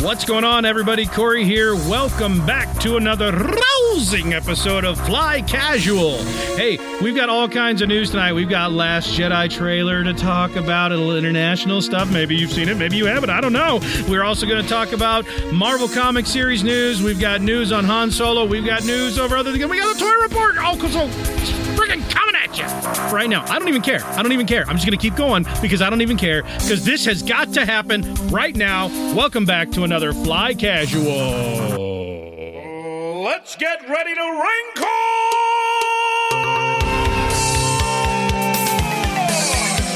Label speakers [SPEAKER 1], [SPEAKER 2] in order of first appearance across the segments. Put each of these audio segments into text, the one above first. [SPEAKER 1] What's going on, everybody? Corey here. Welcome back to another rousing episode of Fly Casual. Hey, we've got all kinds of news tonight. We've got Last Jedi trailer to talk about, a little international stuff. Maybe you've seen it, maybe you haven't. I don't know. We're also going to talk about Marvel Comic Series news. We've got news on Han Solo. We've got news over other things. We got a toy report. Oh, so freaking coming at you right now. I don't even care. I don't even care. I'm just going to keep going because I don't even care because this has got to happen right now. Welcome back to another Fly Casual.
[SPEAKER 2] Let's get ready to wrinkle!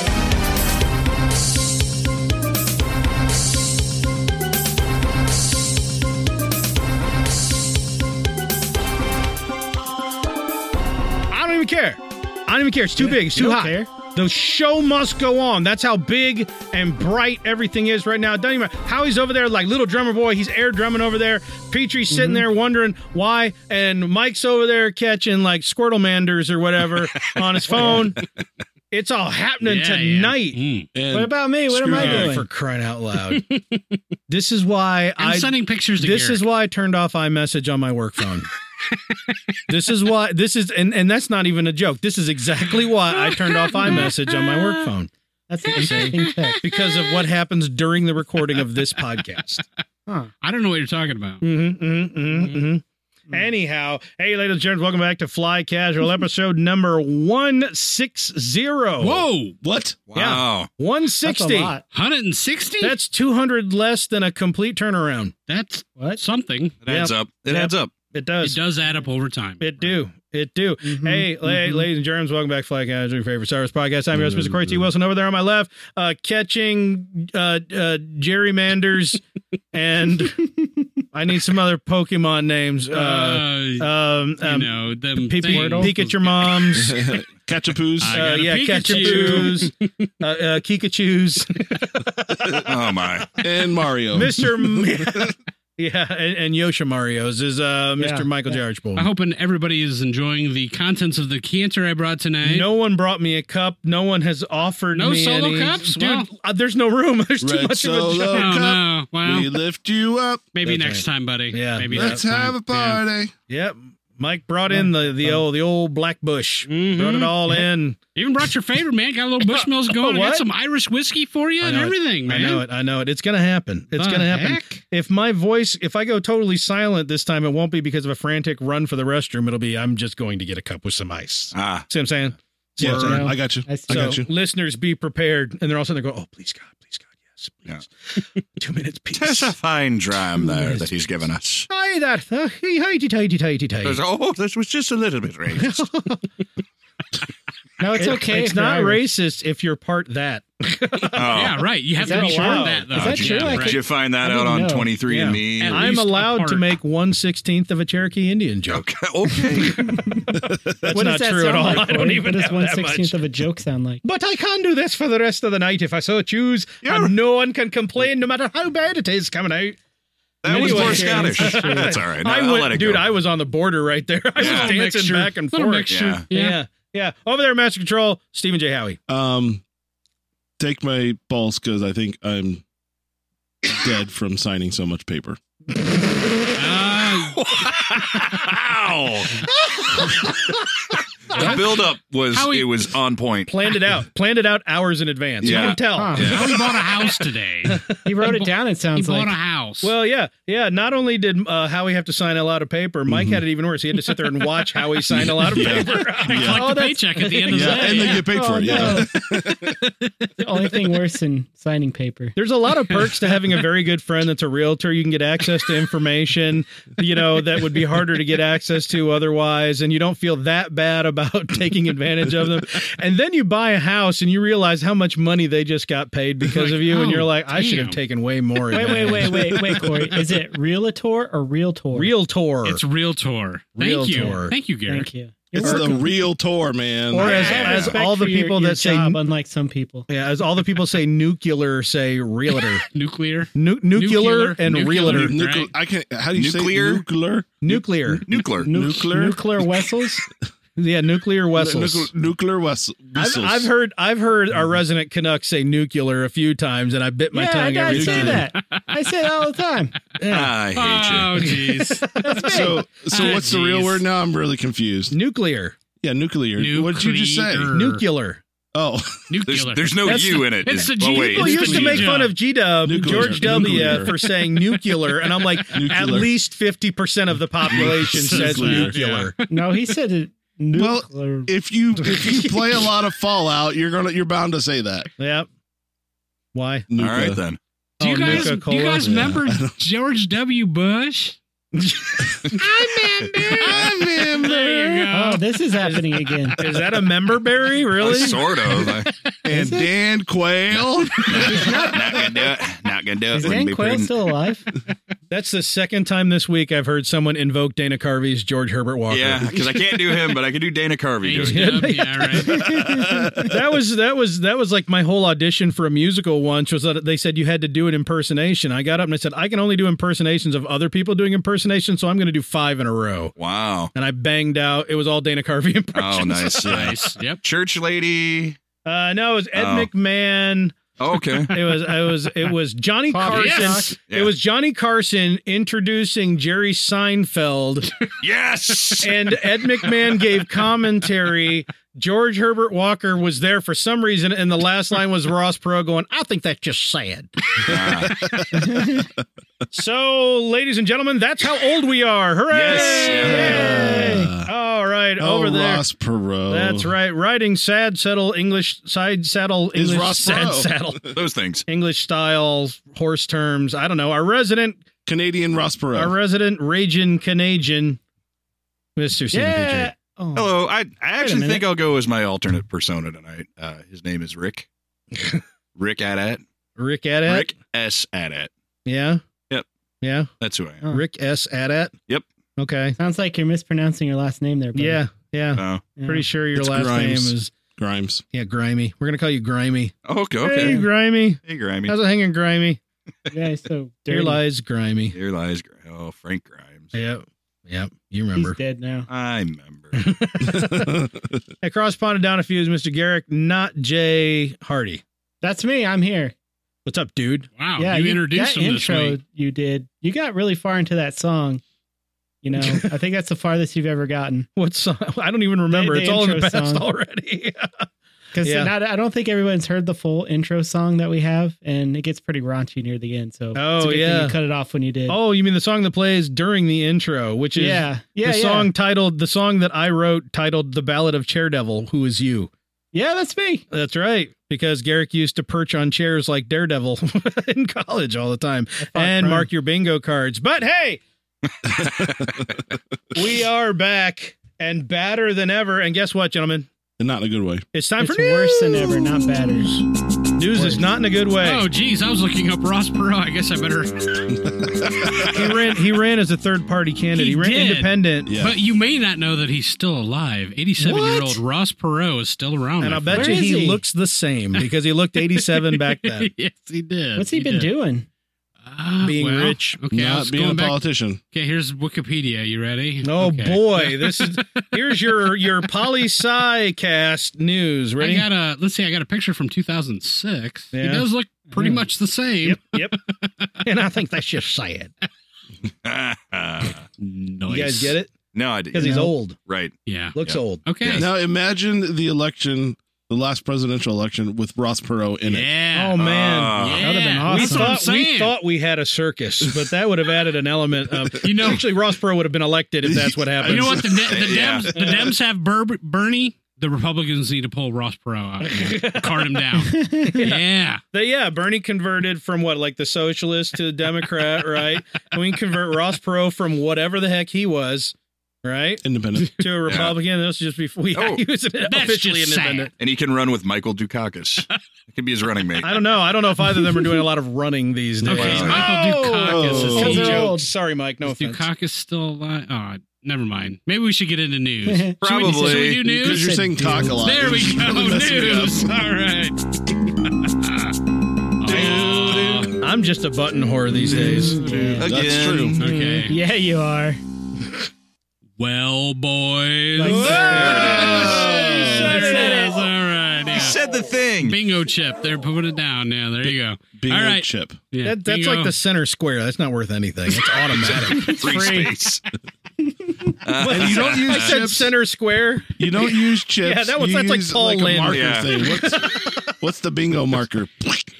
[SPEAKER 1] I don't even care. I don't even care. It's too big. It's
[SPEAKER 3] you
[SPEAKER 1] too
[SPEAKER 3] don't
[SPEAKER 1] hot.
[SPEAKER 3] care?
[SPEAKER 1] The show must go on. That's how big and bright everything is right now. It doesn't even matter. Howie's over there like little drummer boy. He's air drumming over there. Petrie's
[SPEAKER 3] Mm-hmm.
[SPEAKER 1] sitting there wondering why. And Mike's over there catching like Squirtlemanders or whatever on his phone. It's all happening
[SPEAKER 4] Yeah, yeah.
[SPEAKER 1] tonight.
[SPEAKER 5] Mm.
[SPEAKER 3] What
[SPEAKER 4] And
[SPEAKER 3] about me? What am I
[SPEAKER 4] Screw you.
[SPEAKER 3] doing?
[SPEAKER 1] For crying out loud. this is why
[SPEAKER 4] I'm
[SPEAKER 1] I
[SPEAKER 4] sending pictures to
[SPEAKER 1] this
[SPEAKER 4] Garrett.
[SPEAKER 1] is why I turned off iMessage on my work phone. this is why this is and, and that's not even a joke. This is exactly why I turned off iMessage on my work phone.
[SPEAKER 3] That's an interesting text.
[SPEAKER 1] Because of what happens during the recording of this podcast.
[SPEAKER 3] Huh.
[SPEAKER 4] I don't know what you're talking about.
[SPEAKER 1] Mm-hmm, mm-hmm, mm-hmm, mm-hmm. Anyhow, hey ladies and gentlemen, welcome back to Fly Casual episode number 160.
[SPEAKER 4] Whoa,
[SPEAKER 5] What?
[SPEAKER 1] Wow.
[SPEAKER 3] That's
[SPEAKER 1] 160.
[SPEAKER 3] a lot.
[SPEAKER 4] 160?
[SPEAKER 1] That's 200 less than a complete turnaround.
[SPEAKER 4] That's
[SPEAKER 3] What?
[SPEAKER 4] something.
[SPEAKER 5] It adds up. It
[SPEAKER 1] Yep.
[SPEAKER 5] adds up.
[SPEAKER 1] It
[SPEAKER 4] It
[SPEAKER 1] does.
[SPEAKER 4] does add up over time.
[SPEAKER 1] It do. It do.
[SPEAKER 3] Mhm.
[SPEAKER 1] Hey, la-
[SPEAKER 3] Mhm.
[SPEAKER 1] ladies and germs, welcome back, Fly Casual, your favorite Star Wars podcast. I'm your host, Mr. Corey T. Wilson. Over there on my left, uh, catching uh, uh, gerrymanders, and I need some other Pokemon names. Uh,
[SPEAKER 4] Uh,
[SPEAKER 1] um,
[SPEAKER 4] you
[SPEAKER 1] um,
[SPEAKER 4] know, them
[SPEAKER 1] people,
[SPEAKER 4] things.
[SPEAKER 1] peek at your moms.
[SPEAKER 5] Catchapoos.
[SPEAKER 4] I
[SPEAKER 1] Uh,
[SPEAKER 4] got a
[SPEAKER 1] yeah, catch your
[SPEAKER 4] Pikachu.
[SPEAKER 1] poos, uh, uh, Kikachu's,
[SPEAKER 5] oh my. And
[SPEAKER 2] Oh.
[SPEAKER 5] Mario.
[SPEAKER 1] Mister, M- yeah, and, and Yoshimario's is uh, Mister
[SPEAKER 3] Yeah.
[SPEAKER 1] Michael yeah.
[SPEAKER 4] I hope everybody is enjoying the contents of the canter I brought tonight.
[SPEAKER 1] No one brought me a cup. No one has offered
[SPEAKER 4] No
[SPEAKER 1] me
[SPEAKER 4] solo
[SPEAKER 1] any.
[SPEAKER 4] cups?
[SPEAKER 1] Dude,
[SPEAKER 4] Wow.
[SPEAKER 1] uh, there's no room. There's too
[SPEAKER 5] Red
[SPEAKER 1] much of a
[SPEAKER 5] solo.
[SPEAKER 1] job.
[SPEAKER 4] Oh,
[SPEAKER 5] cup.
[SPEAKER 4] no. Well,
[SPEAKER 5] We lift you up.
[SPEAKER 4] maybe
[SPEAKER 1] That's
[SPEAKER 4] next
[SPEAKER 1] right.
[SPEAKER 4] time, buddy.
[SPEAKER 1] Yeah.
[SPEAKER 4] Maybe
[SPEAKER 5] Let's
[SPEAKER 4] next
[SPEAKER 5] have a
[SPEAKER 4] time.
[SPEAKER 5] party.
[SPEAKER 1] Yep. Mike brought in the the
[SPEAKER 4] uh,
[SPEAKER 1] old the old black bush.
[SPEAKER 4] Mhm.
[SPEAKER 1] Brought it all in.
[SPEAKER 4] Yeah. Even brought your favorite, man. Got a little Bushmills going. I
[SPEAKER 1] Oh, what?
[SPEAKER 4] got some Irish whiskey for you
[SPEAKER 1] I
[SPEAKER 4] and
[SPEAKER 1] know it.
[SPEAKER 4] everything, man.
[SPEAKER 1] I know it. I know it. It's gonna happen. It's
[SPEAKER 4] The
[SPEAKER 1] gonna happen.
[SPEAKER 4] heck?
[SPEAKER 1] If my voice, if I go totally silent this time, it won't be because of a frantic run for the restroom. It'll be I'm just going to get a cup with some ice.
[SPEAKER 5] Ah.
[SPEAKER 1] See what I'm saying?
[SPEAKER 5] Yeah,
[SPEAKER 1] Word.
[SPEAKER 5] sorry. I got you.
[SPEAKER 3] I
[SPEAKER 5] I,
[SPEAKER 3] see.
[SPEAKER 5] got
[SPEAKER 1] So,
[SPEAKER 5] you.
[SPEAKER 1] listeners, be prepared. And they're all sitting there going, "Oh, please God, please God, yes, please." Two minutes, peace.
[SPEAKER 5] There's a fine dram there that he's given us.
[SPEAKER 1] Hi that. Uh, hey, tighty, tighty, tighty, tighty.
[SPEAKER 5] There's, oh, this was just a little bit racist.
[SPEAKER 3] No, it's
[SPEAKER 1] It-
[SPEAKER 3] okay.
[SPEAKER 1] It's
[SPEAKER 3] if you're
[SPEAKER 1] not
[SPEAKER 3] Irish.
[SPEAKER 1] racist if you're part that.
[SPEAKER 5] Oh.
[SPEAKER 4] Yeah, right. You have
[SPEAKER 3] that
[SPEAKER 4] to be sure
[SPEAKER 1] allowed?
[SPEAKER 4] of that, though.
[SPEAKER 3] Is that
[SPEAKER 4] Yeah,
[SPEAKER 3] true? I
[SPEAKER 4] right.
[SPEAKER 5] uh, Did you find that
[SPEAKER 3] I
[SPEAKER 5] out
[SPEAKER 3] didn't
[SPEAKER 5] on
[SPEAKER 3] know.
[SPEAKER 5] 23andme?
[SPEAKER 4] Yeah.
[SPEAKER 5] and
[SPEAKER 4] At
[SPEAKER 1] I'm
[SPEAKER 4] least a
[SPEAKER 1] allowed to
[SPEAKER 4] part.
[SPEAKER 1] make one sixteenth of a Cherokee Indian joke.
[SPEAKER 5] Okay. okay.
[SPEAKER 1] That's
[SPEAKER 3] What
[SPEAKER 1] not
[SPEAKER 3] does that
[SPEAKER 1] true at
[SPEAKER 3] sound
[SPEAKER 1] all.
[SPEAKER 3] Like,
[SPEAKER 1] I don't
[SPEAKER 3] Corey?
[SPEAKER 1] even
[SPEAKER 3] what does
[SPEAKER 1] have
[SPEAKER 3] one
[SPEAKER 1] that much.
[SPEAKER 3] sixteenth of a joke sound like?
[SPEAKER 1] But I can do this for the rest of the night if I so choose, and no one can complain, no matter how bad it is coming out.
[SPEAKER 5] That was
[SPEAKER 1] Anyway.
[SPEAKER 5] more Scottish. That's all right. No,
[SPEAKER 1] I
[SPEAKER 5] I'll
[SPEAKER 1] went-
[SPEAKER 5] let it
[SPEAKER 1] dude.
[SPEAKER 5] go.
[SPEAKER 1] I was on the border right there. I was
[SPEAKER 5] Yeah.
[SPEAKER 1] dancing
[SPEAKER 4] Mixture.
[SPEAKER 1] back and
[SPEAKER 4] Little
[SPEAKER 1] forth.
[SPEAKER 4] mixture.
[SPEAKER 5] Yeah.
[SPEAKER 1] Yeah.
[SPEAKER 4] yeah.
[SPEAKER 1] yeah, Over there, Master Control, Stephen J. Howie.
[SPEAKER 6] Um, take my balls because I think I'm dead from signing so much paper.
[SPEAKER 4] Ah,
[SPEAKER 5] Wow. the build up was
[SPEAKER 4] How he-
[SPEAKER 5] it was on point.
[SPEAKER 1] Planned it out. Planned it out hours in advance. You
[SPEAKER 5] Yeah.
[SPEAKER 1] can tell.
[SPEAKER 3] Huh.
[SPEAKER 5] Yeah.
[SPEAKER 4] Howie bought a house today.
[SPEAKER 3] He wrote it down. It
[SPEAKER 4] he
[SPEAKER 3] sounds
[SPEAKER 4] bought
[SPEAKER 3] like.
[SPEAKER 4] a house.
[SPEAKER 1] Well, yeah, yeah. Not only did uh, Howie have to sign a lot of paper, Mike had it even worse. He had to sit there and watch Howie sign a lot of
[SPEAKER 6] Yeah.
[SPEAKER 1] paper.
[SPEAKER 4] and collect
[SPEAKER 3] Oh,
[SPEAKER 4] the
[SPEAKER 3] that's-
[SPEAKER 4] paycheck at the end of
[SPEAKER 3] Yeah,
[SPEAKER 4] the day.
[SPEAKER 6] and they
[SPEAKER 4] yeah.
[SPEAKER 6] get paid for
[SPEAKER 3] Oh,
[SPEAKER 6] it. Yeah,
[SPEAKER 3] no. the only thing worse than signing paper.
[SPEAKER 1] There's a lot of perks to having a very good friend that's a realtor. You can get access to information, you know, that would be harder to get access to otherwise, and you don't feel that bad about taking advantage of them. And then you buy a house and you realize how much money they just got paid because of you, and you're like, I should have
[SPEAKER 4] Damn.
[SPEAKER 1] taken way more.
[SPEAKER 3] Wait, wait,
[SPEAKER 1] advantage.
[SPEAKER 3] wait, wait, wait, Corey. Is it realtor or realtor?
[SPEAKER 1] Realtor.
[SPEAKER 4] It's Realtor. Thank
[SPEAKER 1] Realtor.
[SPEAKER 4] you. Thank you, Garrett.
[SPEAKER 3] Thank you. You're
[SPEAKER 6] it's the
[SPEAKER 3] welcome.
[SPEAKER 6] real tour, man.
[SPEAKER 1] Or as-
[SPEAKER 3] I have
[SPEAKER 1] as
[SPEAKER 3] respect
[SPEAKER 1] all the
[SPEAKER 3] for your-
[SPEAKER 1] people
[SPEAKER 3] your
[SPEAKER 1] that say-
[SPEAKER 3] job, unlike some people.
[SPEAKER 1] yeah, as all the people say, nuclear say realtor.
[SPEAKER 4] Nuclear.
[SPEAKER 1] Nu- nuclear, and
[SPEAKER 4] Nuclear.
[SPEAKER 1] realtor.
[SPEAKER 6] Nucle-
[SPEAKER 4] Right.
[SPEAKER 6] I can. How do you
[SPEAKER 5] Nuclear?
[SPEAKER 6] say nuclear?
[SPEAKER 1] Nuclear.
[SPEAKER 5] Nuclear.
[SPEAKER 6] Nuclear?
[SPEAKER 3] Nuclear Wessels?
[SPEAKER 1] Yeah, nuclear vessels. Mm-hmm.
[SPEAKER 6] Nuclear, nuclear wes-
[SPEAKER 1] I've,
[SPEAKER 6] whistles.
[SPEAKER 1] I've heard I've heard our resident Canuck say nuclear a few times, and I bit my
[SPEAKER 3] yeah, I,
[SPEAKER 1] tongue
[SPEAKER 3] I
[SPEAKER 1] every
[SPEAKER 3] say
[SPEAKER 1] time.
[SPEAKER 3] that. I say that all the time.
[SPEAKER 6] Uh,
[SPEAKER 5] I hate
[SPEAKER 4] Oh, jeez.
[SPEAKER 6] So, so
[SPEAKER 4] Ah,
[SPEAKER 6] what's the real
[SPEAKER 4] jeez.
[SPEAKER 6] word now? I'm really confused.
[SPEAKER 1] Nuclear,
[SPEAKER 6] Yeah, nuclear. What did you just say?
[SPEAKER 4] Nuclear.
[SPEAKER 1] nuclear.
[SPEAKER 6] Oh,
[SPEAKER 5] you. There's,
[SPEAKER 4] Nuclear.
[SPEAKER 5] there's no
[SPEAKER 4] That's
[SPEAKER 5] you
[SPEAKER 4] the-
[SPEAKER 5] in it.
[SPEAKER 4] it's
[SPEAKER 5] Is-
[SPEAKER 4] the
[SPEAKER 5] well,
[SPEAKER 4] G-
[SPEAKER 5] wait.
[SPEAKER 1] People
[SPEAKER 4] It's
[SPEAKER 1] used to make
[SPEAKER 4] nuclear.
[SPEAKER 1] fun of G Dub,
[SPEAKER 6] Nuclear.
[SPEAKER 1] George W,
[SPEAKER 6] Nuclear.
[SPEAKER 1] for saying nuclear, and I'm like, at
[SPEAKER 6] Nuclear.
[SPEAKER 1] least fifty percent of the population says
[SPEAKER 6] Nuclear.
[SPEAKER 1] nuclear.
[SPEAKER 3] No, he said it.
[SPEAKER 6] Well,
[SPEAKER 3] Nuclear.
[SPEAKER 6] if you if you play a lot of Fallout, you're gonna you're bound to say that.
[SPEAKER 1] Yep. Why?
[SPEAKER 5] All
[SPEAKER 6] Nuclear.
[SPEAKER 5] right then.
[SPEAKER 4] Do you
[SPEAKER 1] Oh,
[SPEAKER 4] guys, do
[SPEAKER 1] Nuka-Cola?
[SPEAKER 4] you guys
[SPEAKER 6] Yeah.
[SPEAKER 4] remember George W. Bush? I remember.
[SPEAKER 6] I
[SPEAKER 4] There you
[SPEAKER 6] remember.
[SPEAKER 4] go.
[SPEAKER 3] oh, this is happening again.
[SPEAKER 1] Is that a member berry? Really?
[SPEAKER 5] Sort of. I-
[SPEAKER 6] And Dan Quayle.
[SPEAKER 5] not gonna do it. Not gonna do it.
[SPEAKER 3] Is
[SPEAKER 5] Wouldn't
[SPEAKER 3] Dan
[SPEAKER 5] be
[SPEAKER 3] Quayle
[SPEAKER 5] prudent.
[SPEAKER 3] still alive?
[SPEAKER 1] That's the second time this week I've heard someone invoke Dana Carvey's George Herbert Walker.
[SPEAKER 5] Yeah, because I can't do him, but I can do Dana Carvey
[SPEAKER 4] H
[SPEAKER 5] doing it.
[SPEAKER 4] dub, yeah, right.
[SPEAKER 1] that was that was that was like my whole audition for a musical once was that they said you had to do an impersonation. I got up and I said I can only do impersonations of other people doing impersonations, so I'm going to do five in a row.
[SPEAKER 5] Wow.
[SPEAKER 1] And I banged out. It was all Dana Carvey
[SPEAKER 5] Oh,
[SPEAKER 1] impressions.
[SPEAKER 5] nice. Yeah.
[SPEAKER 4] Nice. Yep.
[SPEAKER 5] Church lady.
[SPEAKER 1] Uh, no, it was Ed
[SPEAKER 5] Oh.
[SPEAKER 1] McMahon.
[SPEAKER 5] Okay.
[SPEAKER 1] It was it was it was Johnny Carson.
[SPEAKER 3] Bobby
[SPEAKER 4] Yes.
[SPEAKER 5] Yeah.
[SPEAKER 1] It was Johnny Carson introducing Jerry Seinfeld,
[SPEAKER 5] Yes.
[SPEAKER 1] and Ed McMahon gave commentary. George Herbert Walker was there for some reason, and the last line was Ross Perot going, "I think that's just sad."
[SPEAKER 5] Ah,
[SPEAKER 1] So, ladies and gentlemen, that's how old we are. Hooray!
[SPEAKER 5] Yes.
[SPEAKER 1] Yay.
[SPEAKER 6] Yeah.
[SPEAKER 1] All right, over
[SPEAKER 6] oh,
[SPEAKER 1] there.
[SPEAKER 6] Ross Perot.
[SPEAKER 1] That's right. Riding sad saddle English side saddle
[SPEAKER 6] Is
[SPEAKER 1] English
[SPEAKER 6] Ross
[SPEAKER 1] sad
[SPEAKER 6] Perot.
[SPEAKER 1] saddle
[SPEAKER 5] those things.
[SPEAKER 1] English style horse terms. I don't know. Our resident,
[SPEAKER 6] Canadian Ross Perot.
[SPEAKER 1] our resident raging Canadian, Mister Stephen
[SPEAKER 3] yeah.
[SPEAKER 1] PJ.
[SPEAKER 3] Oh.
[SPEAKER 5] Hello. I, I actually
[SPEAKER 3] minute.
[SPEAKER 5] think I'll go as my alternate persona tonight. Uh, his name is Rick. Rick Adat.
[SPEAKER 1] Rick Adat.
[SPEAKER 5] Rick S. Adat.
[SPEAKER 1] Yeah.
[SPEAKER 5] Yep.
[SPEAKER 1] Yeah.
[SPEAKER 5] That's who I am.
[SPEAKER 3] Huh.
[SPEAKER 1] Rick S. Adat.
[SPEAKER 5] Yep.
[SPEAKER 1] Okay.
[SPEAKER 3] Sounds like you're mispronouncing your last name there. Buddy.
[SPEAKER 1] Yeah. Yeah.
[SPEAKER 5] Oh,
[SPEAKER 3] Yeah.
[SPEAKER 1] Pretty sure your
[SPEAKER 6] It's
[SPEAKER 1] last
[SPEAKER 6] Grimes.
[SPEAKER 1] name is
[SPEAKER 6] Grimes.
[SPEAKER 1] yeah Grimy. We're gonna call you Grimy.
[SPEAKER 5] Oh, okay.
[SPEAKER 1] Hey,
[SPEAKER 5] Okay.
[SPEAKER 1] Grimy.
[SPEAKER 5] Hey, Grimy.
[SPEAKER 1] How's it hanging, Grimy?
[SPEAKER 3] Yeah, he's so
[SPEAKER 1] Here
[SPEAKER 3] dirty.
[SPEAKER 1] lies Grimy.
[SPEAKER 5] Here lies Gr- oh Frank Grimes.
[SPEAKER 1] Yep. Yep. You
[SPEAKER 3] He's
[SPEAKER 1] remember.
[SPEAKER 3] dead now.
[SPEAKER 5] I remember.
[SPEAKER 1] At Cross Pond and Down a Few is Mr. Garrick, not Jay Hardy.
[SPEAKER 3] That's me. I'm here.
[SPEAKER 1] What's up, dude?
[SPEAKER 4] Wow.
[SPEAKER 3] yeah,
[SPEAKER 4] you, introduced
[SPEAKER 3] that
[SPEAKER 4] him this
[SPEAKER 3] intro
[SPEAKER 4] week.
[SPEAKER 3] you did. You got really far into that song. You know, I think that's the farthest you've ever gotten.
[SPEAKER 1] What's song? I don't even remember.
[SPEAKER 3] The- the
[SPEAKER 1] it's all in the
[SPEAKER 3] intro
[SPEAKER 1] past
[SPEAKER 3] song.
[SPEAKER 1] already.
[SPEAKER 3] Because
[SPEAKER 1] Yeah.
[SPEAKER 3] I don't think everyone's heard the full intro song that we have, and it gets pretty raunchy near the end. So,
[SPEAKER 1] Oh,
[SPEAKER 3] it's a good thing
[SPEAKER 1] yeah.
[SPEAKER 3] you cut it off when you did.
[SPEAKER 1] oh, you mean the song that plays during the intro, which is
[SPEAKER 3] yeah, yeah,
[SPEAKER 1] the
[SPEAKER 3] yeah.
[SPEAKER 1] song titled the song that I wrote titled "The Ballad of Chair Devil." Who is you?
[SPEAKER 3] Yeah, that's me.
[SPEAKER 1] That's right, because Garrick used to perch on chairs like Daredevil in college all the time and
[SPEAKER 3] Brian.
[SPEAKER 1] mark your bingo cards. But hey, we are back and badder than ever. And guess what, gentlemen?
[SPEAKER 6] And not in a good way.
[SPEAKER 1] It's time
[SPEAKER 3] it's
[SPEAKER 1] for news.
[SPEAKER 3] worse than ever, not better.
[SPEAKER 1] News is not in a good way.
[SPEAKER 4] Oh, geez. I was looking up Ross Perot. I guess I better.
[SPEAKER 1] He ran. He ran as a third party candidate. He,
[SPEAKER 4] He
[SPEAKER 1] ran
[SPEAKER 4] did.
[SPEAKER 1] independent.
[SPEAKER 6] Yeah.
[SPEAKER 4] But you may not know that he's still alive. 87 year
[SPEAKER 1] What?
[SPEAKER 4] old Ross Perot is still around.
[SPEAKER 1] And
[SPEAKER 4] Oh, my
[SPEAKER 1] I bet
[SPEAKER 3] Where
[SPEAKER 1] you
[SPEAKER 3] is
[SPEAKER 1] he,
[SPEAKER 3] he?
[SPEAKER 1] looks the same because he looked 87 back then.
[SPEAKER 4] friend. yes, he did.
[SPEAKER 3] What's he, been
[SPEAKER 4] did.
[SPEAKER 3] doing?
[SPEAKER 4] Ah,
[SPEAKER 1] Being
[SPEAKER 4] well,
[SPEAKER 1] rich.
[SPEAKER 4] Okay, I
[SPEAKER 6] not
[SPEAKER 4] was
[SPEAKER 6] being a
[SPEAKER 4] going back.
[SPEAKER 6] politician.
[SPEAKER 4] Okay, here's Wikipedia. You ready?
[SPEAKER 1] Oh
[SPEAKER 4] Okay.
[SPEAKER 1] boy, this is here's your your poli sci cast news. Ready?
[SPEAKER 4] I got a. Let's see. I got a picture from 2006. He
[SPEAKER 1] Yeah.
[SPEAKER 4] does look pretty much the same.
[SPEAKER 1] yep. And I think that's just sad.
[SPEAKER 4] Nice.
[SPEAKER 1] You guys get it
[SPEAKER 5] no, I did.
[SPEAKER 1] because he's
[SPEAKER 3] No.
[SPEAKER 1] old.
[SPEAKER 5] Right.
[SPEAKER 4] Yeah.
[SPEAKER 1] Looks
[SPEAKER 5] Yeah.
[SPEAKER 1] old.
[SPEAKER 4] Okay.
[SPEAKER 5] Yes.
[SPEAKER 6] Now imagine the election, the last presidential election with Ross Perot in it.
[SPEAKER 4] Yeah.
[SPEAKER 1] Oh man.
[SPEAKER 5] Ah.
[SPEAKER 4] yeah.
[SPEAKER 3] that would've been awesome.
[SPEAKER 1] We
[SPEAKER 4] That's what I'm
[SPEAKER 1] thought we
[SPEAKER 4] saying.
[SPEAKER 1] thought we had a circus, but that would have added an element of
[SPEAKER 4] You know-
[SPEAKER 1] Actually, Ross Perot would have been elected if that's what happened.
[SPEAKER 4] You know what? The, the,
[SPEAKER 5] Yeah.
[SPEAKER 4] Dems, the Dems have Bur- Bernie. The Republicans need to pull Ross Perot out, and cart him down. yeah.
[SPEAKER 1] They, yeah, Bernie converted from what, like the socialist to the Democrat, right? And we can convert Ross Perot from whatever the heck he was, right,
[SPEAKER 6] Independent.
[SPEAKER 1] to a Republican. This is just before we
[SPEAKER 5] Oh,
[SPEAKER 1] he was an
[SPEAKER 4] that's
[SPEAKER 1] officially
[SPEAKER 4] just sad.
[SPEAKER 1] independent.
[SPEAKER 5] And he can run with Michael Dukakis. He can be his running mate.
[SPEAKER 1] I don't know. I don't know if either of them are doing a lot of running these days.
[SPEAKER 4] Okay,
[SPEAKER 5] Wow.
[SPEAKER 4] Michael Dukakis is
[SPEAKER 6] Oh.
[SPEAKER 1] It's a
[SPEAKER 4] still
[SPEAKER 1] joke.
[SPEAKER 3] they're old.
[SPEAKER 1] Sorry, Mike. No
[SPEAKER 4] Is
[SPEAKER 1] offense.
[SPEAKER 4] Dukakis still alive? Oh, never mind. Maybe we should get into news. Should we-
[SPEAKER 5] Probably.
[SPEAKER 4] Should we, do
[SPEAKER 6] Because
[SPEAKER 4] news?
[SPEAKER 6] you're saying cock a lot.
[SPEAKER 4] There we
[SPEAKER 6] It's
[SPEAKER 4] go.
[SPEAKER 6] really messing me up.
[SPEAKER 4] News. All right. Aw.
[SPEAKER 1] I'm just a button whore these days.
[SPEAKER 3] Yeah.
[SPEAKER 5] Again.
[SPEAKER 6] That's true.
[SPEAKER 4] okay.
[SPEAKER 3] Yeah, you are.
[SPEAKER 4] Well, boys.
[SPEAKER 3] Like-
[SPEAKER 7] Whoa!
[SPEAKER 4] There it is.
[SPEAKER 7] Said
[SPEAKER 4] All right.
[SPEAKER 5] You
[SPEAKER 4] Yeah.
[SPEAKER 5] said the thing.
[SPEAKER 4] Bingo chip. There, put it down. Yeah, there you go.
[SPEAKER 6] Bingo
[SPEAKER 4] All right.
[SPEAKER 6] chip.
[SPEAKER 4] Yeah,
[SPEAKER 1] That, that's
[SPEAKER 4] bingo.
[SPEAKER 1] like the um, center square. That's not worth anything. It's automatic.
[SPEAKER 5] Free space. Uh,
[SPEAKER 1] and you don't use
[SPEAKER 5] uh,
[SPEAKER 1] I said center square.
[SPEAKER 6] You don't use chips.
[SPEAKER 1] Yeah, that was
[SPEAKER 6] you
[SPEAKER 1] like
[SPEAKER 6] use,
[SPEAKER 1] Paul
[SPEAKER 6] like a
[SPEAKER 1] Lynde.
[SPEAKER 6] marker
[SPEAKER 5] Yeah.
[SPEAKER 6] thing. What's, what's the bingo marker?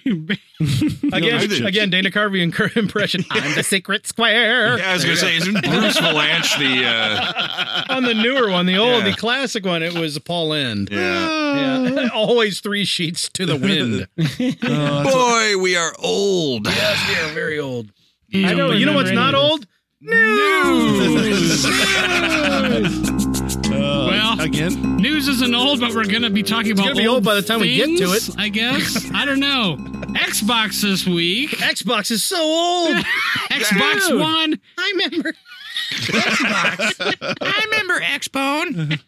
[SPEAKER 1] Again,
[SPEAKER 5] chips.
[SPEAKER 1] again, Dana Carvey and impression. I'm the secret square.
[SPEAKER 5] Yeah, I was gonna say, isn't Bruce Valanche the? Uh,
[SPEAKER 1] On the newer one, the old,
[SPEAKER 5] Yeah.
[SPEAKER 1] the classic one, it was Paul End.
[SPEAKER 5] yeah.
[SPEAKER 1] Yeah. Always three sheets to the wind.
[SPEAKER 6] Oh, that's-
[SPEAKER 5] Boy, we are old.
[SPEAKER 1] yes, we are very old.
[SPEAKER 3] I don't
[SPEAKER 1] But you know
[SPEAKER 3] remember
[SPEAKER 1] what's
[SPEAKER 3] any
[SPEAKER 1] not
[SPEAKER 3] of this.
[SPEAKER 1] old? News.
[SPEAKER 6] uh,
[SPEAKER 4] Well-
[SPEAKER 6] again,
[SPEAKER 4] News isn't old, but we're gonna be talking about.
[SPEAKER 1] gonna be old by the time we get to
[SPEAKER 4] things, I guess. I don't know. Xbox this week.
[SPEAKER 1] Xbox is so old.
[SPEAKER 4] Xbox
[SPEAKER 1] Dude.
[SPEAKER 4] One.
[SPEAKER 1] I remember.
[SPEAKER 4] I remember Xbone.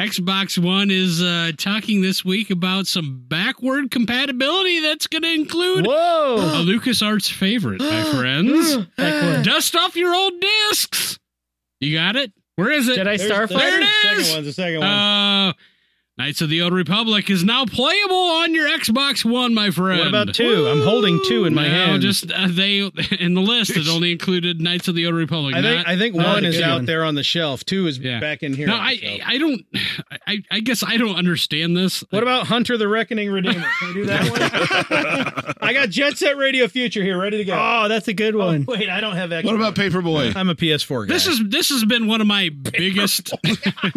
[SPEAKER 4] Xbox One is uh, talking this week about some backward compatibility that's going to include
[SPEAKER 1] Whoa.
[SPEAKER 4] a LucasArts favorite, my friends. Dust off your old discs. You got it? Where is it?
[SPEAKER 3] Jedi
[SPEAKER 1] There's-
[SPEAKER 3] Starfighter.
[SPEAKER 4] there it
[SPEAKER 1] Second
[SPEAKER 4] is.
[SPEAKER 1] one's the second one.
[SPEAKER 4] Uh, Knights of the Old Republic is now playable on your Xbox One, my friend.
[SPEAKER 1] what about two? I'm holding two in my
[SPEAKER 4] no,
[SPEAKER 1] hand.
[SPEAKER 4] just uh, they in the list. It only included Knights of the Old Republic.
[SPEAKER 1] I think
[SPEAKER 4] not-
[SPEAKER 1] I think
[SPEAKER 3] not
[SPEAKER 1] one
[SPEAKER 3] a
[SPEAKER 1] is
[SPEAKER 3] good
[SPEAKER 1] out
[SPEAKER 3] one.
[SPEAKER 1] there on the shelf. Two is
[SPEAKER 4] Yeah.
[SPEAKER 1] back in here.
[SPEAKER 4] No,
[SPEAKER 1] on the
[SPEAKER 4] I
[SPEAKER 1] shelf.
[SPEAKER 4] I don't. I I guess I don't understand this.
[SPEAKER 1] what about Hunter the Reckoning Redeemer? Can we do that one? I got Jet Set Radio Future here, ready to go.
[SPEAKER 3] Oh, that's a good
[SPEAKER 1] Oh,
[SPEAKER 3] one.
[SPEAKER 1] wait, I don't have Xbox.
[SPEAKER 6] what about Paperboy?
[SPEAKER 1] I'm a PS4 guy.
[SPEAKER 4] This is this has been one of my biggest.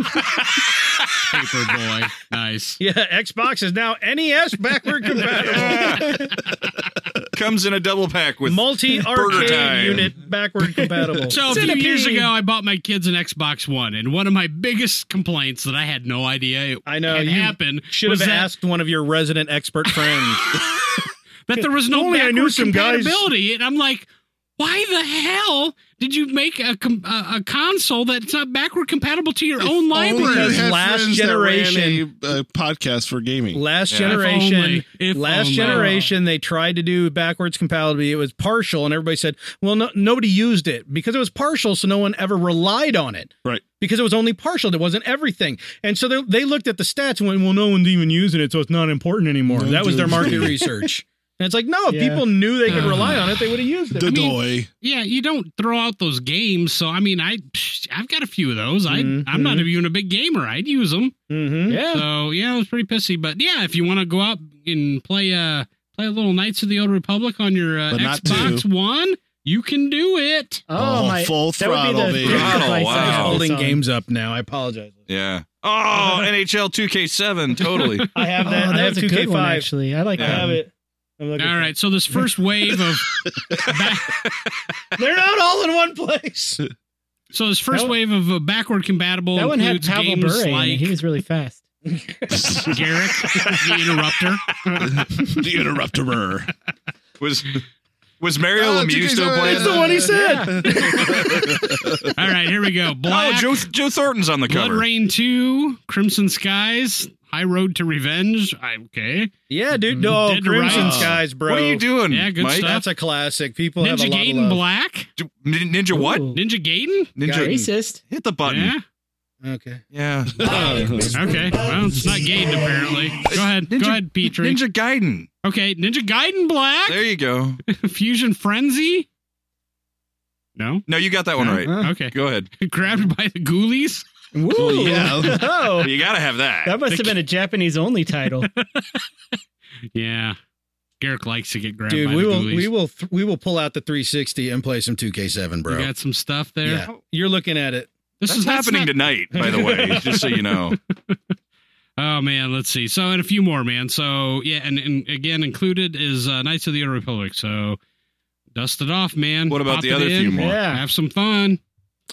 [SPEAKER 4] Paper boy, nice.
[SPEAKER 1] yeah. Xbox is now NES backward compatible,
[SPEAKER 5] Comes in a double pack with
[SPEAKER 1] multi
[SPEAKER 5] time.
[SPEAKER 1] arcade unit backward compatible.
[SPEAKER 4] So a few years ago, I bought my kids an Xbox One, and one of my biggest complaints that I had no idea it
[SPEAKER 1] I know
[SPEAKER 4] had
[SPEAKER 1] you
[SPEAKER 4] happened
[SPEAKER 1] should
[SPEAKER 4] was
[SPEAKER 1] have
[SPEAKER 4] that,
[SPEAKER 1] asked one of your resident expert friends.
[SPEAKER 4] that there was no
[SPEAKER 1] Only I
[SPEAKER 4] backward
[SPEAKER 1] knew some guys-
[SPEAKER 4] compatibility, and I'm like. Why the hell did you make a, com- a a console that's not backward compatible to your own
[SPEAKER 6] Only
[SPEAKER 4] library?
[SPEAKER 6] you had
[SPEAKER 1] last
[SPEAKER 6] friends that
[SPEAKER 1] generation-
[SPEAKER 6] ran a, uh, podcast for gaming.
[SPEAKER 1] Last
[SPEAKER 5] Yeah.
[SPEAKER 1] generation,
[SPEAKER 4] If only. If
[SPEAKER 1] last
[SPEAKER 4] only.
[SPEAKER 1] generation, they tried to do backwards compatibility. It was partial, and everybody said, "Well, no, nobody used it because it was partial, so no one ever relied on it."
[SPEAKER 6] Right.
[SPEAKER 1] Because it was only partial; it wasn't everything. And so they, they looked at the stats and went, "Well, no one's even using it, so it's not important anymore."
[SPEAKER 6] No
[SPEAKER 1] that was their
[SPEAKER 6] one's
[SPEAKER 1] market
[SPEAKER 6] using it. Uh-huh.
[SPEAKER 1] research. And it's like, no, if
[SPEAKER 3] Yeah.
[SPEAKER 1] people knew they could
[SPEAKER 4] Uh.
[SPEAKER 1] rely on it, they would have used it.
[SPEAKER 6] The
[SPEAKER 4] I mean-
[SPEAKER 6] doy.
[SPEAKER 4] Yeah, you don't throw out those games. So I mean, I psh, I've got a few of those. I
[SPEAKER 1] Mhm,
[SPEAKER 4] I'm not even a big gamer. I'd use them.
[SPEAKER 1] Mm-hmm.
[SPEAKER 3] Yeah.
[SPEAKER 4] So yeah, it was pretty pissy. But yeah, if you want to go out and play uh play a little Knights of the Old Republic on your uh,
[SPEAKER 6] But not
[SPEAKER 4] Xbox One, you can do it.
[SPEAKER 3] Oh,
[SPEAKER 6] Oh,
[SPEAKER 3] my.
[SPEAKER 6] full
[SPEAKER 3] that would be
[SPEAKER 6] throttle,
[SPEAKER 3] the
[SPEAKER 6] baby.
[SPEAKER 3] first
[SPEAKER 5] Throttle,
[SPEAKER 3] device I
[SPEAKER 5] wow.
[SPEAKER 3] had
[SPEAKER 5] Just
[SPEAKER 1] Holding
[SPEAKER 3] this on.
[SPEAKER 1] games up now. I apologize.
[SPEAKER 5] Yeah. Oh, NHL 2K7. Totally.
[SPEAKER 1] I have
[SPEAKER 3] Oh,
[SPEAKER 1] that. I have
[SPEAKER 3] was a
[SPEAKER 1] two K
[SPEAKER 3] good one,
[SPEAKER 1] five.
[SPEAKER 3] actually. I like
[SPEAKER 1] I
[SPEAKER 5] Yeah.
[SPEAKER 3] that.
[SPEAKER 1] have
[SPEAKER 3] one.
[SPEAKER 1] it. I'm looking
[SPEAKER 4] All
[SPEAKER 1] for it.
[SPEAKER 4] right. So this first wave of
[SPEAKER 1] They're not all in one place.
[SPEAKER 4] so this first
[SPEAKER 3] That one-
[SPEAKER 4] wave of uh, backward compatible
[SPEAKER 3] That one had
[SPEAKER 4] includes
[SPEAKER 3] Pavel
[SPEAKER 4] games
[SPEAKER 3] Bure. in it.
[SPEAKER 4] like
[SPEAKER 3] He was really fast.
[SPEAKER 4] Garrick, the Interrupter.
[SPEAKER 6] the interrupter.
[SPEAKER 5] Was was Mario
[SPEAKER 6] Oh,
[SPEAKER 5] Lemieux
[SPEAKER 6] 2K7.
[SPEAKER 5] still playing?
[SPEAKER 6] It's the one he said.
[SPEAKER 4] All right, here we go.
[SPEAKER 5] Oh,
[SPEAKER 4] Black,
[SPEAKER 5] Joe, Joe Thornton's on the
[SPEAKER 4] Blood
[SPEAKER 5] cover.
[SPEAKER 4] Rain Two, Crimson Skies, High Road to Revenge. I, okay.
[SPEAKER 1] Yeah,
[SPEAKER 6] Mm-hmm.
[SPEAKER 1] dude. No,
[SPEAKER 4] Dead
[SPEAKER 1] Crimson
[SPEAKER 4] Rising.
[SPEAKER 1] Skies, bro.
[SPEAKER 5] What are you doing,
[SPEAKER 4] Yeah, good
[SPEAKER 5] Mike?
[SPEAKER 4] stuff.
[SPEAKER 1] That's a classic. People have a
[SPEAKER 4] Ninja
[SPEAKER 1] lot
[SPEAKER 4] Gaiden
[SPEAKER 1] of love.
[SPEAKER 4] Black.
[SPEAKER 5] Do- nin- Ninja what?
[SPEAKER 3] Ooh.
[SPEAKER 4] Ninja Gaiden?
[SPEAKER 5] Ninja.
[SPEAKER 3] Racist.
[SPEAKER 5] Hit the button.
[SPEAKER 1] Okay.
[SPEAKER 5] Yeah.
[SPEAKER 4] Yeah. Okay. Well, it's not Gaiden apparently. Go ahead.
[SPEAKER 5] Ninja-
[SPEAKER 4] Go ahead, Petrie.
[SPEAKER 5] Ninja Gaiden.
[SPEAKER 4] Okay, Ninja Gaiden Black.
[SPEAKER 5] There you go.
[SPEAKER 4] Fusion Frenzy. No.
[SPEAKER 5] No, you got that one
[SPEAKER 4] No.
[SPEAKER 5] right.
[SPEAKER 4] Okay.
[SPEAKER 5] Go ahead.
[SPEAKER 4] Grabbed by the ghoulies.
[SPEAKER 3] Woo.
[SPEAKER 6] yeah.
[SPEAKER 3] oh,
[SPEAKER 5] You got to have that.
[SPEAKER 3] that must have been a Japanese only title.
[SPEAKER 4] Yeah. Garrick likes to get grabbed
[SPEAKER 1] Dude,
[SPEAKER 4] by
[SPEAKER 1] we
[SPEAKER 4] the
[SPEAKER 1] will
[SPEAKER 4] ghoulies.
[SPEAKER 1] we will th- we will pull out the 360 and play some 2K7,
[SPEAKER 4] You
[SPEAKER 1] bro.
[SPEAKER 4] got some stuff there.
[SPEAKER 1] Yeah. You're looking at it.
[SPEAKER 4] This
[SPEAKER 5] That's
[SPEAKER 4] is that's
[SPEAKER 5] happening
[SPEAKER 4] not-
[SPEAKER 5] tonight, by the way, just so you know.
[SPEAKER 4] Oh man, let's see. So and a few more, man. So yeah, and, and again included is uh, Knights of the Old Republic. So dust it off, man.
[SPEAKER 5] What about
[SPEAKER 4] Pop
[SPEAKER 5] the
[SPEAKER 4] it
[SPEAKER 5] other
[SPEAKER 4] in.
[SPEAKER 5] few more?
[SPEAKER 1] Yeah.
[SPEAKER 4] Have some fun.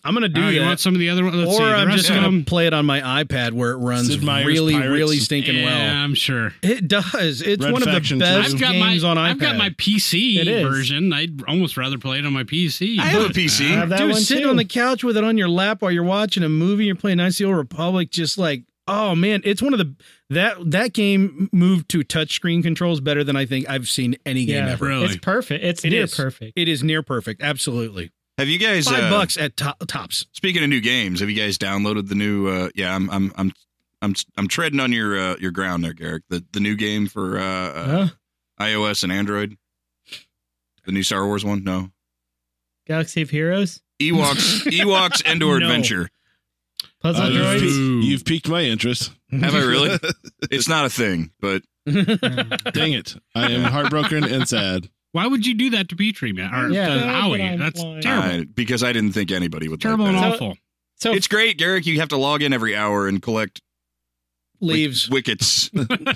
[SPEAKER 1] I'm gonna do
[SPEAKER 4] Oh, you want
[SPEAKER 1] that.
[SPEAKER 4] some of the other ones? Let's see.
[SPEAKER 1] Or
[SPEAKER 4] The
[SPEAKER 1] I'm
[SPEAKER 4] rest
[SPEAKER 1] just
[SPEAKER 4] of
[SPEAKER 1] gonna
[SPEAKER 4] them-
[SPEAKER 1] play it on my iPad where it runs
[SPEAKER 6] Sid Meier's
[SPEAKER 1] really,
[SPEAKER 6] Pirates.
[SPEAKER 1] really stinking
[SPEAKER 4] yeah,
[SPEAKER 1] well.
[SPEAKER 4] I'm sure.
[SPEAKER 1] It does. It's
[SPEAKER 6] Red
[SPEAKER 1] one of the
[SPEAKER 6] Faction
[SPEAKER 1] best
[SPEAKER 6] too.
[SPEAKER 4] I've got
[SPEAKER 1] games
[SPEAKER 4] my
[SPEAKER 1] on iPad.
[SPEAKER 4] I've got my PC
[SPEAKER 3] It is.
[SPEAKER 4] version. I'd almost rather play it on my PC.
[SPEAKER 5] I have a
[SPEAKER 3] I
[SPEAKER 5] PC.
[SPEAKER 4] uh,
[SPEAKER 3] have that
[SPEAKER 1] Dude,
[SPEAKER 3] one
[SPEAKER 1] sitting
[SPEAKER 3] too.
[SPEAKER 1] on the couch with it on your lap while you're watching a movie, you're playing Nice Old Republic, just like, oh man, it's one of the that that game moved to touchscreen controls better than I think I've seen any game
[SPEAKER 3] Yeah.
[SPEAKER 1] ever.
[SPEAKER 4] Really?
[SPEAKER 3] It's perfect. It's
[SPEAKER 1] It
[SPEAKER 3] near
[SPEAKER 1] is.
[SPEAKER 3] perfect.
[SPEAKER 1] It is near perfect, absolutely.
[SPEAKER 5] Have you guys
[SPEAKER 1] Five
[SPEAKER 5] uh,
[SPEAKER 1] bucks at to- tops.
[SPEAKER 5] Speaking of new games, have you guys downloaded the new? Uh, yeah, I'm, I'm, I'm, I'm, I'm treading on your uh, your ground there, Garrick. The the new game for uh, uh,
[SPEAKER 3] Huh?
[SPEAKER 5] iOS and Android, the new Star Wars one. No,
[SPEAKER 3] Galaxy of Heroes,
[SPEAKER 5] Ewoks, Ewoks Endor
[SPEAKER 1] No.
[SPEAKER 5] Adventure.
[SPEAKER 3] Puzzle
[SPEAKER 6] Uh,
[SPEAKER 3] Droids.
[SPEAKER 4] Ooh.
[SPEAKER 6] You've piqued my interest.
[SPEAKER 5] Have I really? It's not a thing, but
[SPEAKER 6] Dang it. I am heartbroken and sad.
[SPEAKER 4] Why would you do that to Petrie, man? Or
[SPEAKER 3] Yeah,
[SPEAKER 4] to
[SPEAKER 3] that's what
[SPEAKER 4] Howie?
[SPEAKER 3] I'm
[SPEAKER 4] That's
[SPEAKER 3] implying.
[SPEAKER 4] terrible.
[SPEAKER 5] I- because I didn't think anybody would
[SPEAKER 4] terrible
[SPEAKER 5] like
[SPEAKER 4] and
[SPEAKER 5] that.
[SPEAKER 3] So-
[SPEAKER 4] awful.
[SPEAKER 3] So
[SPEAKER 5] It's great, Garrick. You have to log in every hour and collect wick-
[SPEAKER 1] Leaves,
[SPEAKER 5] wickets.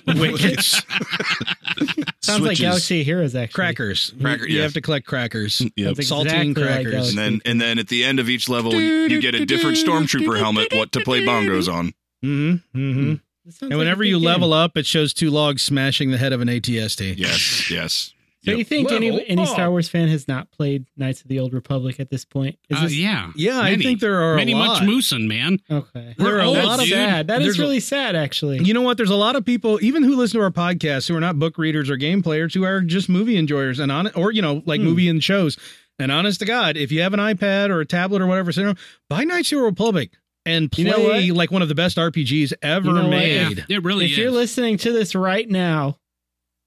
[SPEAKER 1] wickets,
[SPEAKER 3] sounds like
[SPEAKER 6] Switches.
[SPEAKER 3] Galaxy of Heroes actually.
[SPEAKER 1] crackers.
[SPEAKER 5] Cracker-
[SPEAKER 1] you
[SPEAKER 5] yes.
[SPEAKER 1] have to collect crackers.
[SPEAKER 6] Yep.
[SPEAKER 3] That's
[SPEAKER 1] Saltine
[SPEAKER 3] exactly like
[SPEAKER 1] crackers.
[SPEAKER 5] And
[SPEAKER 3] Galaxy.
[SPEAKER 5] then, and then at the end of each level, you, you get a different stormtrooper helmet. What to play bongos on?
[SPEAKER 1] hmm hmm
[SPEAKER 3] This sounds
[SPEAKER 1] And
[SPEAKER 3] like a
[SPEAKER 1] whenever
[SPEAKER 3] good
[SPEAKER 1] you
[SPEAKER 3] game.
[SPEAKER 1] level up, it shows two logs smashing the head of an ATST.
[SPEAKER 5] Yes, yes.
[SPEAKER 3] So
[SPEAKER 5] Yep.
[SPEAKER 3] you think any
[SPEAKER 1] Level
[SPEAKER 3] any
[SPEAKER 1] up.
[SPEAKER 3] Star Wars fan has not played Knights of the Old Republic at this point? Is
[SPEAKER 4] Uh,
[SPEAKER 3] this
[SPEAKER 4] yeah.
[SPEAKER 1] Yeah, I
[SPEAKER 4] Many.
[SPEAKER 1] think there are
[SPEAKER 4] Many
[SPEAKER 1] a
[SPEAKER 4] much
[SPEAKER 1] lot.
[SPEAKER 4] moosin', man.
[SPEAKER 3] okay?
[SPEAKER 4] We're
[SPEAKER 1] There are a
[SPEAKER 4] old,
[SPEAKER 1] lot of
[SPEAKER 4] dude.
[SPEAKER 3] sad. That is
[SPEAKER 1] There's a-
[SPEAKER 3] really sad, actually.
[SPEAKER 1] You know what? There's a lot of people, even who listen to our podcast, who are not book readers or game players, who are just movie enjoyers and on, or you know, like
[SPEAKER 3] Hmm.
[SPEAKER 1] movie and shows. And honest to God, if you have an iPad or a tablet or whatever, sit down, buy Knights of the Republic and play
[SPEAKER 3] You know what?
[SPEAKER 1] like one of the best RPGs ever
[SPEAKER 3] You know what?
[SPEAKER 4] Yeah,
[SPEAKER 1] made.
[SPEAKER 4] it really
[SPEAKER 3] if
[SPEAKER 4] is.
[SPEAKER 3] you're listening to this right now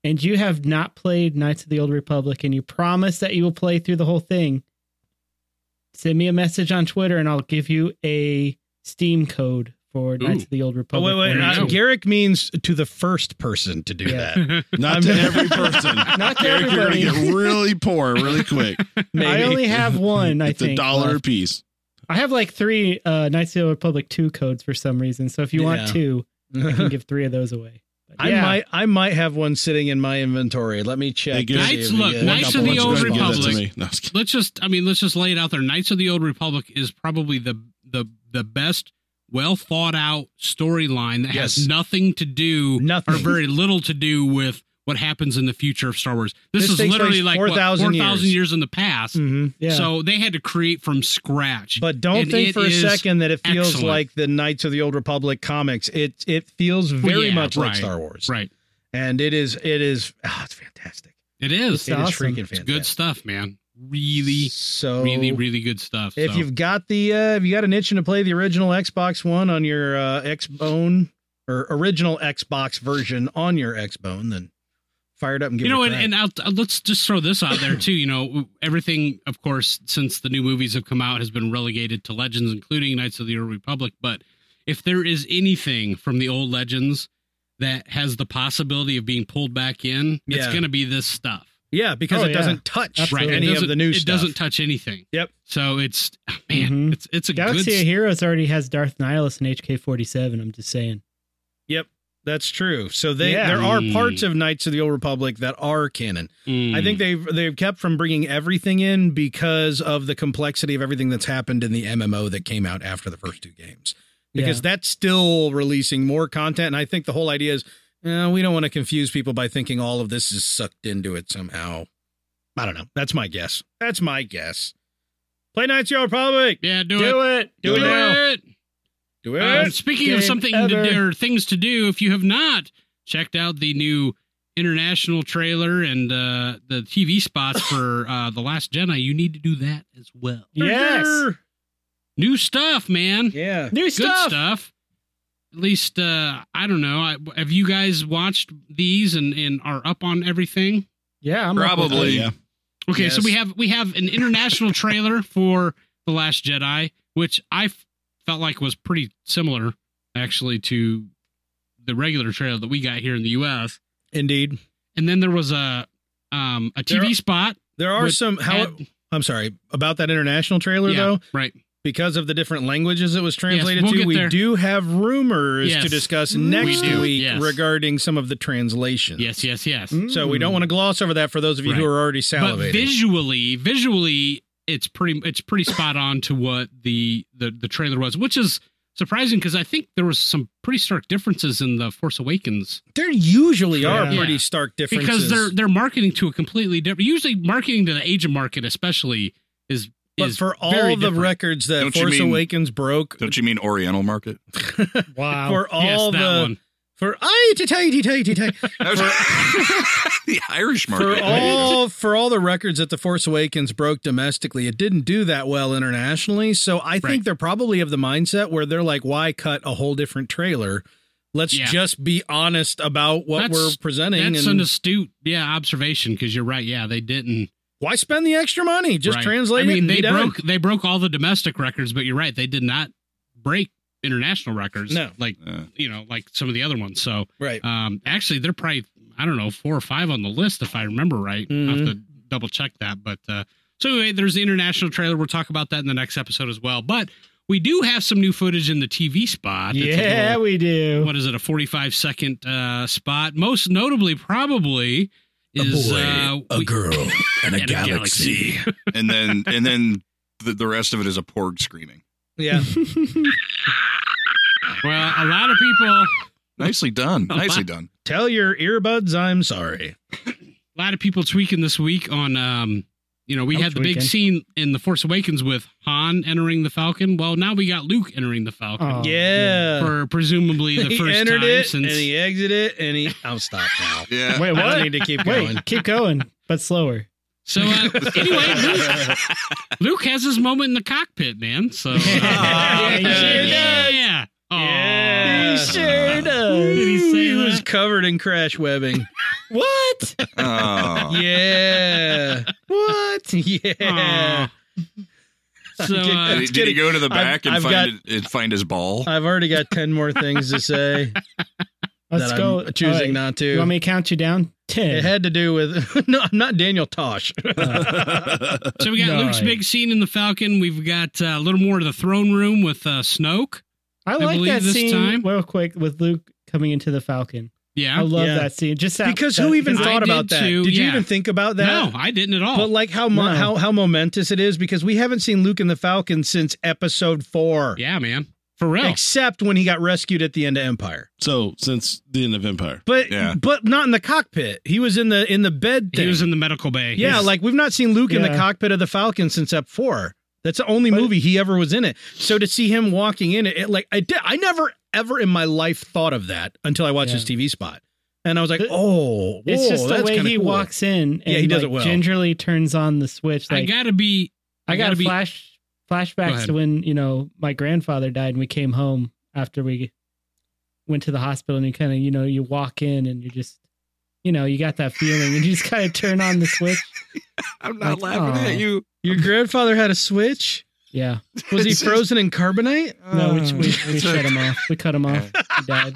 [SPEAKER 3] and you have not played Knights of the Old Republic and you promise that you will play through the whole thing, send me a message on Twitter and I'll give you a Steam code for Knights
[SPEAKER 4] Ooh.
[SPEAKER 3] of the Old
[SPEAKER 1] Oh,
[SPEAKER 3] Republic.
[SPEAKER 1] wait, wait.
[SPEAKER 4] There you
[SPEAKER 1] Uh,
[SPEAKER 4] go.
[SPEAKER 1] Garrick means to the first person to do
[SPEAKER 3] Yeah.
[SPEAKER 1] that.
[SPEAKER 6] Not
[SPEAKER 1] I'm-
[SPEAKER 6] to every person.
[SPEAKER 3] Not to
[SPEAKER 6] Eric, you're going to
[SPEAKER 3] everybody.
[SPEAKER 6] get really poor really quick.
[SPEAKER 3] I only have one, I
[SPEAKER 6] it's a
[SPEAKER 3] think.
[SPEAKER 6] dollar a
[SPEAKER 3] left.
[SPEAKER 6] piece.
[SPEAKER 3] I have like three uh, Knights of the Old Republic 2 codes for some reason. So if you want
[SPEAKER 1] Yeah.
[SPEAKER 3] two, I can give three of those away. But
[SPEAKER 1] I
[SPEAKER 3] yeah.
[SPEAKER 1] might, I might have one sitting in my inventory. Let me check.
[SPEAKER 6] Hey,
[SPEAKER 1] to
[SPEAKER 6] Garrick.
[SPEAKER 1] see if
[SPEAKER 4] Knights-
[SPEAKER 1] we
[SPEAKER 4] look,
[SPEAKER 1] get a
[SPEAKER 4] Knights of
[SPEAKER 1] couple
[SPEAKER 4] the Old
[SPEAKER 1] responses.
[SPEAKER 6] Give that to
[SPEAKER 4] Republic.
[SPEAKER 6] me. No, I'm just kidding.
[SPEAKER 4] let's just I mean, let's just lay it out there. Knights of the Old Republic is probably the the the best well thought out storyline that
[SPEAKER 1] Yes.
[SPEAKER 4] has nothing to do
[SPEAKER 1] Nothing.
[SPEAKER 4] or very little to do with what happens in the future of Star Wars. This,
[SPEAKER 1] This
[SPEAKER 4] is
[SPEAKER 1] takes
[SPEAKER 4] literally
[SPEAKER 1] place
[SPEAKER 4] like what,
[SPEAKER 1] 4,000 years.
[SPEAKER 4] 4,000 years in the past.
[SPEAKER 1] Mhm.
[SPEAKER 3] Yeah.
[SPEAKER 4] So they had to create from scratch.
[SPEAKER 1] But don't
[SPEAKER 4] And
[SPEAKER 1] think
[SPEAKER 4] it
[SPEAKER 1] for a
[SPEAKER 4] is
[SPEAKER 1] second that it feels
[SPEAKER 4] excellent.
[SPEAKER 1] like the Knights of the Old Republic comics. It it feels very
[SPEAKER 4] yeah,
[SPEAKER 1] much like
[SPEAKER 4] right,
[SPEAKER 1] Star Wars,
[SPEAKER 4] right.
[SPEAKER 1] and it is it is oh, it's fantastic.
[SPEAKER 4] It
[SPEAKER 1] It's
[SPEAKER 4] is.
[SPEAKER 3] It's awesome.
[SPEAKER 1] freaking
[SPEAKER 4] It's
[SPEAKER 1] fantastic.
[SPEAKER 4] good stuff, man. Really,
[SPEAKER 1] so
[SPEAKER 4] really, really good stuff.
[SPEAKER 1] If
[SPEAKER 4] so.
[SPEAKER 1] you've got the uh, if you got an itching to play the original Xbox One on your uh, Xbone or original Xbox version on your Xbone, then fire it up and give
[SPEAKER 4] you know,
[SPEAKER 1] it a
[SPEAKER 4] and,
[SPEAKER 1] crack.
[SPEAKER 4] and I'll, uh, let's just throw this out there too. You know, everything, of course, since the new movies have come out, has been relegated to legends, including Knights of the Old Republic. But if there is anything from the old legends that has the possibility of being pulled back in, it's
[SPEAKER 1] Yeah.
[SPEAKER 4] going to be this stuff.
[SPEAKER 1] yeah, because
[SPEAKER 3] Oh,
[SPEAKER 1] it
[SPEAKER 3] yeah.
[SPEAKER 1] doesn't touch
[SPEAKER 4] Right? It
[SPEAKER 1] any of
[SPEAKER 4] doesn't-
[SPEAKER 1] the new
[SPEAKER 4] it
[SPEAKER 1] stuff.
[SPEAKER 4] doesn't touch anything.
[SPEAKER 1] Yep. Mm-hmm.
[SPEAKER 4] So it's man,
[SPEAKER 3] Mhm.
[SPEAKER 4] it's it's a
[SPEAKER 3] Galaxy
[SPEAKER 4] good.
[SPEAKER 3] of Heroes already has Darth Nihilus and HK 47. I'm just saying.
[SPEAKER 1] That's true. So they
[SPEAKER 3] Yeah.
[SPEAKER 1] there are
[SPEAKER 4] Mm.
[SPEAKER 1] parts of Knights of the Old Republic that are canon.
[SPEAKER 4] Mm.
[SPEAKER 1] I think they've they've kept from bringing everything in because of the complexity of everything that's happened in the MMO that came out after the first two games. Because that's still releasing more content, and I think the whole idea is eh, we don't want to confuse people by thinking all of this is sucked into it somehow. I don't know. That's my guess. That's my guess. Play Knights of the Old Republic.
[SPEAKER 4] yeah, do, it.
[SPEAKER 1] it. Do it now. Do
[SPEAKER 4] Um,
[SPEAKER 1] it.
[SPEAKER 4] speaking of
[SPEAKER 3] game
[SPEAKER 4] something
[SPEAKER 3] ever.
[SPEAKER 4] to do, or things to do, if you have not checked out the new international trailer and uh, the TV spots for uh, The Last Jedi, you need to do that as well.
[SPEAKER 3] Yes.
[SPEAKER 4] New stuff, man.
[SPEAKER 1] Yeah.
[SPEAKER 3] New
[SPEAKER 4] Good
[SPEAKER 3] stuff.
[SPEAKER 4] stuff. At least, uh, I don't know. I, have you guys watched these and, and are up on everything?
[SPEAKER 3] Yeah. I'm up with
[SPEAKER 5] Probably.
[SPEAKER 6] Oh, yeah.
[SPEAKER 4] Okay, so
[SPEAKER 1] Yes.
[SPEAKER 4] we have we have an international trailer for The Last Jedi, which I f- felt like was pretty similar actually to the regular trailer that we got here in the US.
[SPEAKER 1] Indeed.
[SPEAKER 4] And then there was a um a TV
[SPEAKER 1] There-
[SPEAKER 4] spot.
[SPEAKER 1] There are
[SPEAKER 4] With
[SPEAKER 1] some how
[SPEAKER 4] Ad-
[SPEAKER 1] I'm sorry about that international trailer
[SPEAKER 4] yeah,
[SPEAKER 1] though.
[SPEAKER 4] right.
[SPEAKER 1] because of the different languages it was translated
[SPEAKER 4] we'll
[SPEAKER 1] to,
[SPEAKER 4] get
[SPEAKER 1] we
[SPEAKER 4] there.
[SPEAKER 1] do have rumors
[SPEAKER 4] Yes.
[SPEAKER 1] to discuss next
[SPEAKER 4] do,
[SPEAKER 1] week
[SPEAKER 4] yes.
[SPEAKER 1] regarding some of the translations.
[SPEAKER 4] Yes, yes, yes.
[SPEAKER 1] So we don't
[SPEAKER 5] Hmm.
[SPEAKER 1] want to gloss over that for those of you who
[SPEAKER 4] Right.
[SPEAKER 1] are already
[SPEAKER 4] But
[SPEAKER 1] salivating.
[SPEAKER 4] visually, visually it's pretty it's pretty spot on to what the the the trailer was, which is surprising because I think there was some pretty stark differences in The Force Awakens.
[SPEAKER 1] there usually are
[SPEAKER 4] Yeah.
[SPEAKER 1] pretty stark differences.
[SPEAKER 4] because they're they're marketing to a completely different. Usually, marketing to the Asian market, especially, is
[SPEAKER 1] but
[SPEAKER 4] is
[SPEAKER 1] for all
[SPEAKER 4] very
[SPEAKER 1] the
[SPEAKER 4] different.
[SPEAKER 1] records that
[SPEAKER 5] Don't you
[SPEAKER 1] Force
[SPEAKER 5] mean-
[SPEAKER 1] Awakens broke,
[SPEAKER 5] Don't you mean Oriental market?
[SPEAKER 3] Wow.
[SPEAKER 1] for all
[SPEAKER 4] yes, that
[SPEAKER 1] the
[SPEAKER 4] one.
[SPEAKER 1] for I for
[SPEAKER 5] the Irish market.
[SPEAKER 1] all for all the records that the Force Awakens broke domestically, it didn't do that well internationally. So I think
[SPEAKER 4] Right.
[SPEAKER 1] they're probably of the mindset where they're like, why cut a whole different trailer? Let's
[SPEAKER 4] Yeah.
[SPEAKER 1] just be honest about what
[SPEAKER 4] That's-
[SPEAKER 1] we're presenting
[SPEAKER 4] That's
[SPEAKER 1] and
[SPEAKER 4] an astute, yeah, observation because you're right. Yeah, they didn't
[SPEAKER 1] why spend the extra money? Just
[SPEAKER 4] right.
[SPEAKER 1] translate
[SPEAKER 4] I mean,
[SPEAKER 1] it. and
[SPEAKER 4] they
[SPEAKER 1] be done.
[SPEAKER 4] broke they broke all the domestic records, but you're right. They did not break international records.
[SPEAKER 1] No.
[SPEAKER 4] like
[SPEAKER 5] Uh,
[SPEAKER 4] you know, like some of the other ones. So
[SPEAKER 1] right.
[SPEAKER 4] um, actually, they're probably I don't know four or five on the list if I remember right. I have to double check that. But uh, so anyway, there's the international trailer. We'll talk about that in the next episode as well. But we do have some new footage in the TV spot. It's a
[SPEAKER 3] Yeah,
[SPEAKER 4] little-
[SPEAKER 3] we do.
[SPEAKER 4] what is it? A 45 second uh, spot. Most notably, probably is uh, we-
[SPEAKER 1] girl, and
[SPEAKER 4] and a galaxy.
[SPEAKER 5] and then and then the, the rest of it is a porg screaming.
[SPEAKER 1] yeah.
[SPEAKER 4] Well, a lot of people,
[SPEAKER 5] Nicely done. Nicely done.
[SPEAKER 1] Tell your earbuds I'm sorry.
[SPEAKER 4] a lot of people tweaking this week on. Um, you know, we
[SPEAKER 3] I'm
[SPEAKER 4] had the big
[SPEAKER 3] tweaking.
[SPEAKER 4] scene in the Force Awakens with Han entering the Falcon. Well, now we got Luke entering the Falcon.
[SPEAKER 3] Oh,
[SPEAKER 1] yeah.
[SPEAKER 4] for presumably the
[SPEAKER 1] he
[SPEAKER 4] first
[SPEAKER 1] entered
[SPEAKER 4] time
[SPEAKER 1] it
[SPEAKER 4] since
[SPEAKER 1] and he exited it and he. I'll stop now.
[SPEAKER 5] Yeah.
[SPEAKER 3] Wait,
[SPEAKER 1] I
[SPEAKER 3] what?
[SPEAKER 1] don't need to keep going.
[SPEAKER 3] Wait, keep going, but slower.
[SPEAKER 4] so uh, anyway Luke, Luke has his moment in the cockpit man so uh,
[SPEAKER 3] Yeah,
[SPEAKER 1] he sure
[SPEAKER 3] does.
[SPEAKER 4] yeah Aw.
[SPEAKER 1] Yeah. He
[SPEAKER 3] sure does.
[SPEAKER 4] Did he
[SPEAKER 1] Ooh,
[SPEAKER 4] say
[SPEAKER 1] was
[SPEAKER 4] that?
[SPEAKER 1] covered in crash webbing.
[SPEAKER 3] What?
[SPEAKER 5] Oh.
[SPEAKER 1] yeah.
[SPEAKER 3] What?
[SPEAKER 1] Yeah.
[SPEAKER 4] Aw. so uh,
[SPEAKER 5] Did, he- did he go to the back and
[SPEAKER 1] I've
[SPEAKER 5] find it, and find his ball?
[SPEAKER 1] I've already got 10 more things to say
[SPEAKER 3] Let's
[SPEAKER 1] that
[SPEAKER 3] go.
[SPEAKER 1] I'm choosing
[SPEAKER 3] All right.
[SPEAKER 1] not to.
[SPEAKER 3] You want me to count you down?
[SPEAKER 1] it
[SPEAKER 3] Ten.
[SPEAKER 1] had to do with. no, I'm not Daniel Tosh.
[SPEAKER 3] Uh,
[SPEAKER 4] So we got
[SPEAKER 3] Nine.
[SPEAKER 4] Luke's big scene in the Falcon. We've got uh, a little more to the throne room with uh, Snoke.
[SPEAKER 3] I like
[SPEAKER 4] believe
[SPEAKER 3] that
[SPEAKER 4] this
[SPEAKER 3] scene
[SPEAKER 4] time-
[SPEAKER 3] real quick with Luke coming into the Falcon. I
[SPEAKER 4] Yeah.
[SPEAKER 3] love
[SPEAKER 1] Yeah.
[SPEAKER 3] that scene. Just that,
[SPEAKER 1] because
[SPEAKER 3] that-
[SPEAKER 1] who even
[SPEAKER 4] I
[SPEAKER 1] thought
[SPEAKER 4] did
[SPEAKER 1] about that?
[SPEAKER 4] too,
[SPEAKER 1] did you
[SPEAKER 4] yeah.
[SPEAKER 1] even think about that?
[SPEAKER 4] No, I didn't at all.
[SPEAKER 1] But like how mo-
[SPEAKER 3] No.
[SPEAKER 1] how how momentous it is because we haven't seen Luke and the Falcon since episode four,
[SPEAKER 4] yeah, man. For real.
[SPEAKER 1] except when he got rescued at the end of Empire.
[SPEAKER 6] So since the end of Empire,
[SPEAKER 1] But
[SPEAKER 5] Yeah.
[SPEAKER 1] but not in the cockpit. He was in the in the bed thing.
[SPEAKER 4] He was in the medical bay.
[SPEAKER 1] yeah,
[SPEAKER 4] He's-
[SPEAKER 1] like we've not seen Luke in the
[SPEAKER 3] Yeah.
[SPEAKER 1] cockpit of the Falcon since Ep four. That's the only
[SPEAKER 3] But-
[SPEAKER 1] movie he ever was in it. So to see him walking in it, it like I did, I never ever in my life thought of that until I watched
[SPEAKER 3] Yeah.
[SPEAKER 1] his TV spot, and I was like,
[SPEAKER 3] But
[SPEAKER 1] oh,
[SPEAKER 3] It's
[SPEAKER 1] whoa,
[SPEAKER 3] just the
[SPEAKER 1] that's
[SPEAKER 3] way
[SPEAKER 1] kinda
[SPEAKER 3] he
[SPEAKER 1] cool.
[SPEAKER 3] walks in and
[SPEAKER 1] Yeah, he does it
[SPEAKER 3] like,
[SPEAKER 1] well.
[SPEAKER 3] gingerly turns on the switch. Like
[SPEAKER 4] I gotta be.
[SPEAKER 3] I
[SPEAKER 4] I
[SPEAKER 3] got
[SPEAKER 4] gotta
[SPEAKER 3] a
[SPEAKER 4] be-
[SPEAKER 3] flash
[SPEAKER 4] Go
[SPEAKER 3] flashbacks
[SPEAKER 4] ahead.
[SPEAKER 3] to when you know my grandfather died and we came home after we went to the hospital and you kind of you know you walk in and you just you know you got that feeling and you just kind of turn on the switch.
[SPEAKER 5] I'm
[SPEAKER 3] not Like, laughing at aw.
[SPEAKER 5] you.
[SPEAKER 1] Your grandfather had a switch.
[SPEAKER 3] Yeah,
[SPEAKER 1] Was he frozen in carbonite?
[SPEAKER 3] no, we we, we shut him off. We cut him off. He died.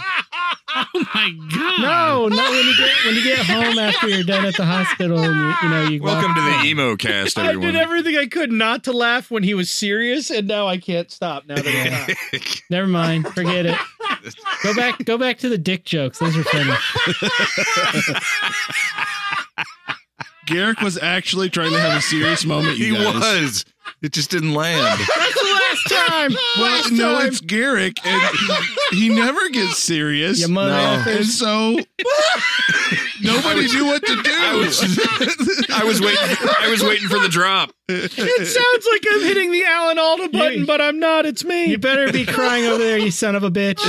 [SPEAKER 4] Oh my god.
[SPEAKER 3] No, not when you get when you get home after you're done at the hospital and you, you know you walk-
[SPEAKER 5] Welcome to the emo cast,
[SPEAKER 1] I did
[SPEAKER 5] everyone.
[SPEAKER 1] everything I could not to laugh when he was serious, and now I can't stop. Now that I'm not.
[SPEAKER 3] Never mind, forget it. Go back, go back to the dick jokes. Those are funny.
[SPEAKER 6] Garrick was actually trying to have a serious moment.
[SPEAKER 5] he
[SPEAKER 6] You guys.
[SPEAKER 5] was. It just didn't land.
[SPEAKER 3] That's the last time.
[SPEAKER 6] Well, no, it's Garrick, and he never gets serious.
[SPEAKER 3] Your mother
[SPEAKER 6] and
[SPEAKER 3] effers.
[SPEAKER 6] so nobody knew what to do.
[SPEAKER 5] I was, I was waiting. I was waiting for the drop.
[SPEAKER 1] It sounds like I'm hitting the Alan Alda button,
[SPEAKER 3] You-
[SPEAKER 1] but I'm not. It's me.
[SPEAKER 3] You better be crying over there, you son of a bitch.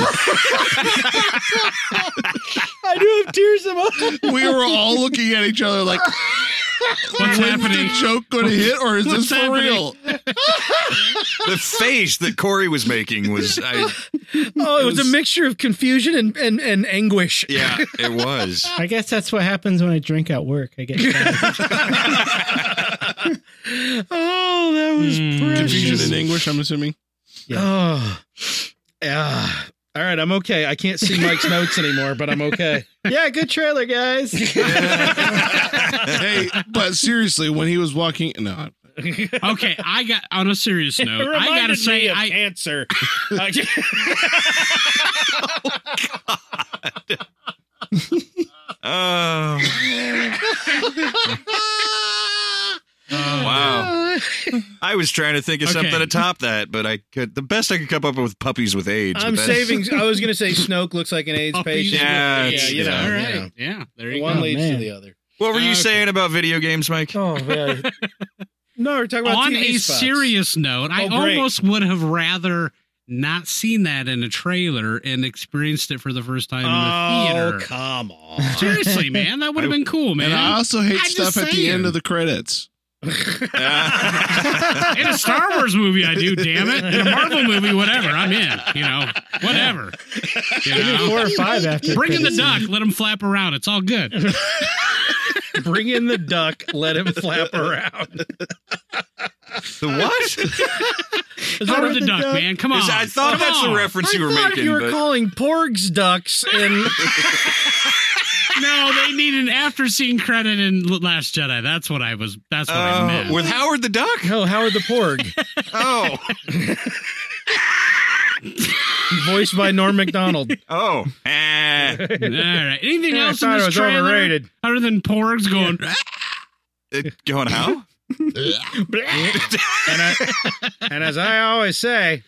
[SPEAKER 1] I do have tears in my eyes.
[SPEAKER 6] we were all looking at each other like,
[SPEAKER 4] What's
[SPEAKER 6] when's
[SPEAKER 4] happening?
[SPEAKER 6] the joke going to hit, or is
[SPEAKER 4] What's
[SPEAKER 6] this for
[SPEAKER 4] happening?
[SPEAKER 6] real?
[SPEAKER 5] The face that Corey was making was. I,
[SPEAKER 1] Oh, it was,
[SPEAKER 5] It was-
[SPEAKER 1] a mixture of confusion and, and, and anguish.
[SPEAKER 5] yeah, it was.
[SPEAKER 3] I guess that's what happens when I drink at work. I get tired.
[SPEAKER 1] Oh, that was
[SPEAKER 4] Mm.
[SPEAKER 6] Confusion
[SPEAKER 1] precious.
[SPEAKER 6] in English, I'm assuming.
[SPEAKER 1] Oh. Ah. All right, I'm okay. I can't see Mike's notes anymore, but I'm okay.
[SPEAKER 3] yeah, good trailer, guys.
[SPEAKER 6] hey, but seriously, when he was walking, no,
[SPEAKER 4] Okay, I got on a serious note. I gotta
[SPEAKER 1] Reminded me
[SPEAKER 4] say,
[SPEAKER 1] of
[SPEAKER 4] I
[SPEAKER 1] cancer.
[SPEAKER 5] Oh. wow. I was trying to think of
[SPEAKER 4] Okay.
[SPEAKER 5] something to top that, but I could. The best I could come up with puppies with age.
[SPEAKER 1] I'm
[SPEAKER 5] but that's-
[SPEAKER 1] saving. I was going to say Snoke looks like an AIDS
[SPEAKER 4] Oh,
[SPEAKER 1] patient.
[SPEAKER 5] yeah, it's-
[SPEAKER 1] you know,
[SPEAKER 5] yeah.
[SPEAKER 4] all
[SPEAKER 1] you know.
[SPEAKER 4] right. Yeah, there you
[SPEAKER 1] One
[SPEAKER 4] go.
[SPEAKER 3] Oh,
[SPEAKER 1] leads to
[SPEAKER 3] man.
[SPEAKER 1] the other.
[SPEAKER 5] What were you
[SPEAKER 4] Okay.
[SPEAKER 5] saying about video games, Mike?
[SPEAKER 1] Oh man. no, we're talking about
[SPEAKER 4] on
[SPEAKER 1] TV
[SPEAKER 4] a
[SPEAKER 1] spots.
[SPEAKER 4] serious note, I
[SPEAKER 1] Oh, great.
[SPEAKER 4] almost would have rather not seen that in a trailer and experienced it for the first time in the
[SPEAKER 1] Oh,
[SPEAKER 4] theater.
[SPEAKER 1] come on.
[SPEAKER 4] Seriously, man, that would have been cool, man.
[SPEAKER 6] And I also hate
[SPEAKER 4] I'm just
[SPEAKER 6] stuff at the
[SPEAKER 4] saying.
[SPEAKER 6] end of the credits.
[SPEAKER 4] in a Star Wars movie, I do. Damn it! In a Marvel movie, whatever, I'm in. You know, whatever. You
[SPEAKER 3] Maybe
[SPEAKER 4] know?
[SPEAKER 3] four or five after.
[SPEAKER 4] Bring in the duck.
[SPEAKER 3] credits.
[SPEAKER 4] Let him flap around. It's all good.
[SPEAKER 1] Bring in the duck, let him flap around.
[SPEAKER 5] The what?
[SPEAKER 4] Howard the,
[SPEAKER 3] the
[SPEAKER 4] duck,
[SPEAKER 3] Duck?
[SPEAKER 4] man. Come on.
[SPEAKER 5] Is- I thought
[SPEAKER 4] Come
[SPEAKER 5] that's
[SPEAKER 4] on.
[SPEAKER 5] the reference you were
[SPEAKER 1] thought
[SPEAKER 5] making.
[SPEAKER 1] you were
[SPEAKER 5] but
[SPEAKER 1] calling porgs ducks and
[SPEAKER 4] No, they need an after scene credit in L- Last Jedi. That's what I was. That's what
[SPEAKER 1] Oh,
[SPEAKER 4] I
[SPEAKER 5] uh,
[SPEAKER 4] meant.
[SPEAKER 5] with Howard the Duck?
[SPEAKER 1] no Howard the Porg,
[SPEAKER 5] Oh,
[SPEAKER 1] voiced by Norm Macdonald.
[SPEAKER 5] oh, eh.
[SPEAKER 4] All right. Anything
[SPEAKER 1] Yeah, I
[SPEAKER 4] else in
[SPEAKER 1] thought it
[SPEAKER 4] this
[SPEAKER 1] was
[SPEAKER 4] trailer
[SPEAKER 1] overrated.
[SPEAKER 4] other than Porgs going?
[SPEAKER 5] It- going how?
[SPEAKER 1] And, I- and as I always say,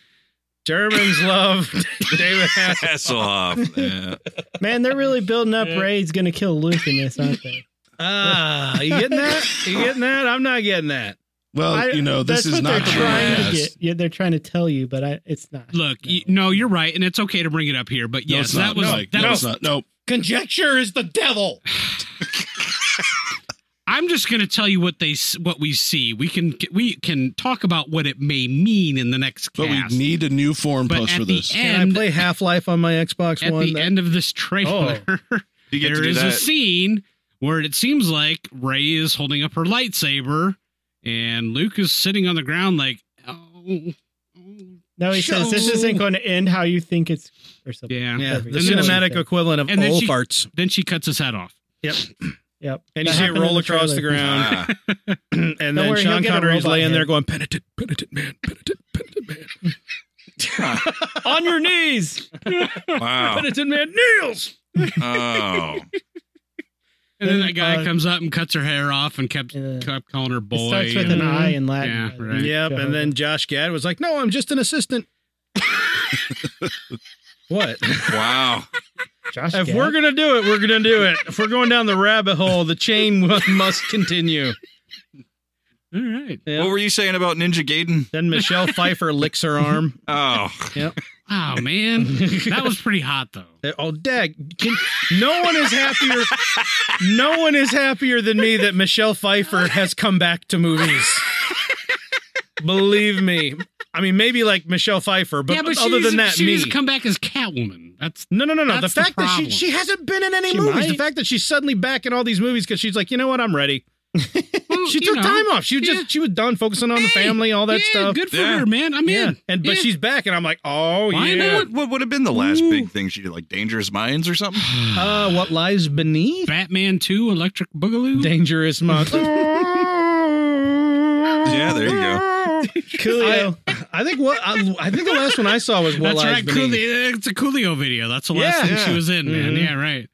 [SPEAKER 1] Germans love David Hasselhoff.
[SPEAKER 5] Hasselhoff. Yeah.
[SPEAKER 3] Man, they're really building up. Ray's gonna kill Luke in this, aren't they?
[SPEAKER 1] Ah, you getting that? You getting that? I'm not getting that.
[SPEAKER 6] Well,
[SPEAKER 3] I-
[SPEAKER 6] you know, this
[SPEAKER 3] that's
[SPEAKER 6] is
[SPEAKER 3] what
[SPEAKER 6] not
[SPEAKER 3] they're
[SPEAKER 6] the
[SPEAKER 3] trying to
[SPEAKER 6] last.
[SPEAKER 3] get. Yeah, they're trying to tell you, but I, it's not.
[SPEAKER 4] Look, no. You, no, you're right, and it's okay to bring it up here. But
[SPEAKER 6] No,
[SPEAKER 4] yes,
[SPEAKER 6] it's not.
[SPEAKER 4] that was
[SPEAKER 6] Mike.
[SPEAKER 4] that
[SPEAKER 6] no,
[SPEAKER 4] was.
[SPEAKER 6] it's not. No,
[SPEAKER 1] Conjecture is the devil.
[SPEAKER 4] I'm just going to tell you what they s- what we see. We can we can talk about what it may mean in the next
[SPEAKER 6] but
[SPEAKER 4] cast.
[SPEAKER 6] we need a new form
[SPEAKER 4] but
[SPEAKER 6] post
[SPEAKER 4] at
[SPEAKER 6] for
[SPEAKER 4] the
[SPEAKER 6] this.
[SPEAKER 1] Can I
[SPEAKER 4] end,
[SPEAKER 1] play Half Life on my Xbox
[SPEAKER 4] at
[SPEAKER 1] One? Oh.
[SPEAKER 4] the
[SPEAKER 1] That-
[SPEAKER 4] end of this trailer,
[SPEAKER 5] You get to
[SPEAKER 4] there
[SPEAKER 5] do
[SPEAKER 4] is a
[SPEAKER 5] that.
[SPEAKER 4] scene where it seems like Ray is holding up her lightsaber, and Luke is sitting on the ground like, oh, oh.
[SPEAKER 3] No, he says this
[SPEAKER 4] Show.
[SPEAKER 3] isn't going to end how you think it's or something.
[SPEAKER 4] yeah.
[SPEAKER 1] yeah, the
[SPEAKER 3] And then
[SPEAKER 1] cinematic
[SPEAKER 3] she-
[SPEAKER 1] equivalent of
[SPEAKER 4] and then
[SPEAKER 1] old
[SPEAKER 4] she-
[SPEAKER 1] farts.
[SPEAKER 4] Then she cuts his head off.
[SPEAKER 3] Yep.
[SPEAKER 1] And you
[SPEAKER 3] That
[SPEAKER 1] see it
[SPEAKER 3] happened in
[SPEAKER 1] roll across the
[SPEAKER 3] trailer.
[SPEAKER 1] ground.
[SPEAKER 5] Ah.
[SPEAKER 1] and then
[SPEAKER 3] worry, he'll
[SPEAKER 1] Sean
[SPEAKER 3] get a
[SPEAKER 1] Connery's
[SPEAKER 3] robot
[SPEAKER 1] laying there
[SPEAKER 3] hand.
[SPEAKER 1] going, penitent, penitent man, penitent, penitent man.
[SPEAKER 3] on your knees.
[SPEAKER 5] Ah. wow.
[SPEAKER 1] Penitent man, Niels!
[SPEAKER 5] Oh.
[SPEAKER 4] And then
[SPEAKER 3] Then,
[SPEAKER 4] that guy
[SPEAKER 3] uh,
[SPEAKER 4] comes up and cuts her hair off and kept
[SPEAKER 3] Yeah.
[SPEAKER 4] kept calling her boy.
[SPEAKER 3] It starts with
[SPEAKER 4] and-
[SPEAKER 3] an I in Latin.
[SPEAKER 4] Yeah,
[SPEAKER 3] by the way.
[SPEAKER 4] right.
[SPEAKER 1] Yep. And then Josh Gad was like, no, I'm just an assistant. what?
[SPEAKER 5] Wow.
[SPEAKER 3] Josh
[SPEAKER 1] If
[SPEAKER 3] Gad.
[SPEAKER 1] we're going to do it, we're going to do it. If we're going down the rabbit hole, the chain must continue.
[SPEAKER 4] All right.
[SPEAKER 1] Yep.
[SPEAKER 5] What were you saying about Ninja Gaiden?
[SPEAKER 1] then Michelle Pfeiffer licks her arm.
[SPEAKER 5] Oh.
[SPEAKER 4] Oh man, that was pretty hot though.
[SPEAKER 1] Oh, dag! Can, no one is happier. No one is happier than me that Michelle Pfeiffer has come back to movies. Believe me. I mean, maybe like Michelle Pfeiffer, but,
[SPEAKER 4] yeah, but
[SPEAKER 1] other
[SPEAKER 4] she
[SPEAKER 1] than that,
[SPEAKER 4] she
[SPEAKER 1] me.
[SPEAKER 4] needs to come back as Catwoman. That's
[SPEAKER 1] no, no, no, no. The
[SPEAKER 4] That's the
[SPEAKER 1] fact that she
[SPEAKER 4] problem.
[SPEAKER 1] she hasn't been in any
[SPEAKER 3] She
[SPEAKER 1] movies,
[SPEAKER 3] might.
[SPEAKER 1] the fact that she's suddenly back in all these movies because she's like, you know what, I'm ready.
[SPEAKER 4] well,
[SPEAKER 1] She
[SPEAKER 4] you
[SPEAKER 1] took
[SPEAKER 4] know.
[SPEAKER 1] time off. She was
[SPEAKER 4] Yeah.
[SPEAKER 1] just she was done focusing on the
[SPEAKER 4] Hey,
[SPEAKER 1] family, all that
[SPEAKER 4] yeah,
[SPEAKER 1] stuff.
[SPEAKER 4] Good for
[SPEAKER 5] Yeah.
[SPEAKER 4] her, man. I'm
[SPEAKER 1] Yeah,
[SPEAKER 4] in.
[SPEAKER 1] and but
[SPEAKER 4] Yeah.
[SPEAKER 1] she's back, and I'm like, oh
[SPEAKER 4] Why
[SPEAKER 1] yeah.
[SPEAKER 4] not?
[SPEAKER 5] What, what would have been the last big thing she did? Like Dangerous Minds or something?
[SPEAKER 1] Uh, what lies beneath?
[SPEAKER 4] Batman Two, Electric Boogaloo.
[SPEAKER 1] Dangerous monster.
[SPEAKER 5] yeah, there you go.
[SPEAKER 3] Coolio.
[SPEAKER 1] I, I think what I, I think the last one I saw was what
[SPEAKER 4] That's
[SPEAKER 1] lies
[SPEAKER 4] right.
[SPEAKER 1] beneath.
[SPEAKER 4] Coolio, it's a Coolio video. That's the
[SPEAKER 1] Yeah. Mm-hmm.
[SPEAKER 4] last thing she
[SPEAKER 5] Yeah.
[SPEAKER 4] was in, man. Yeah, right.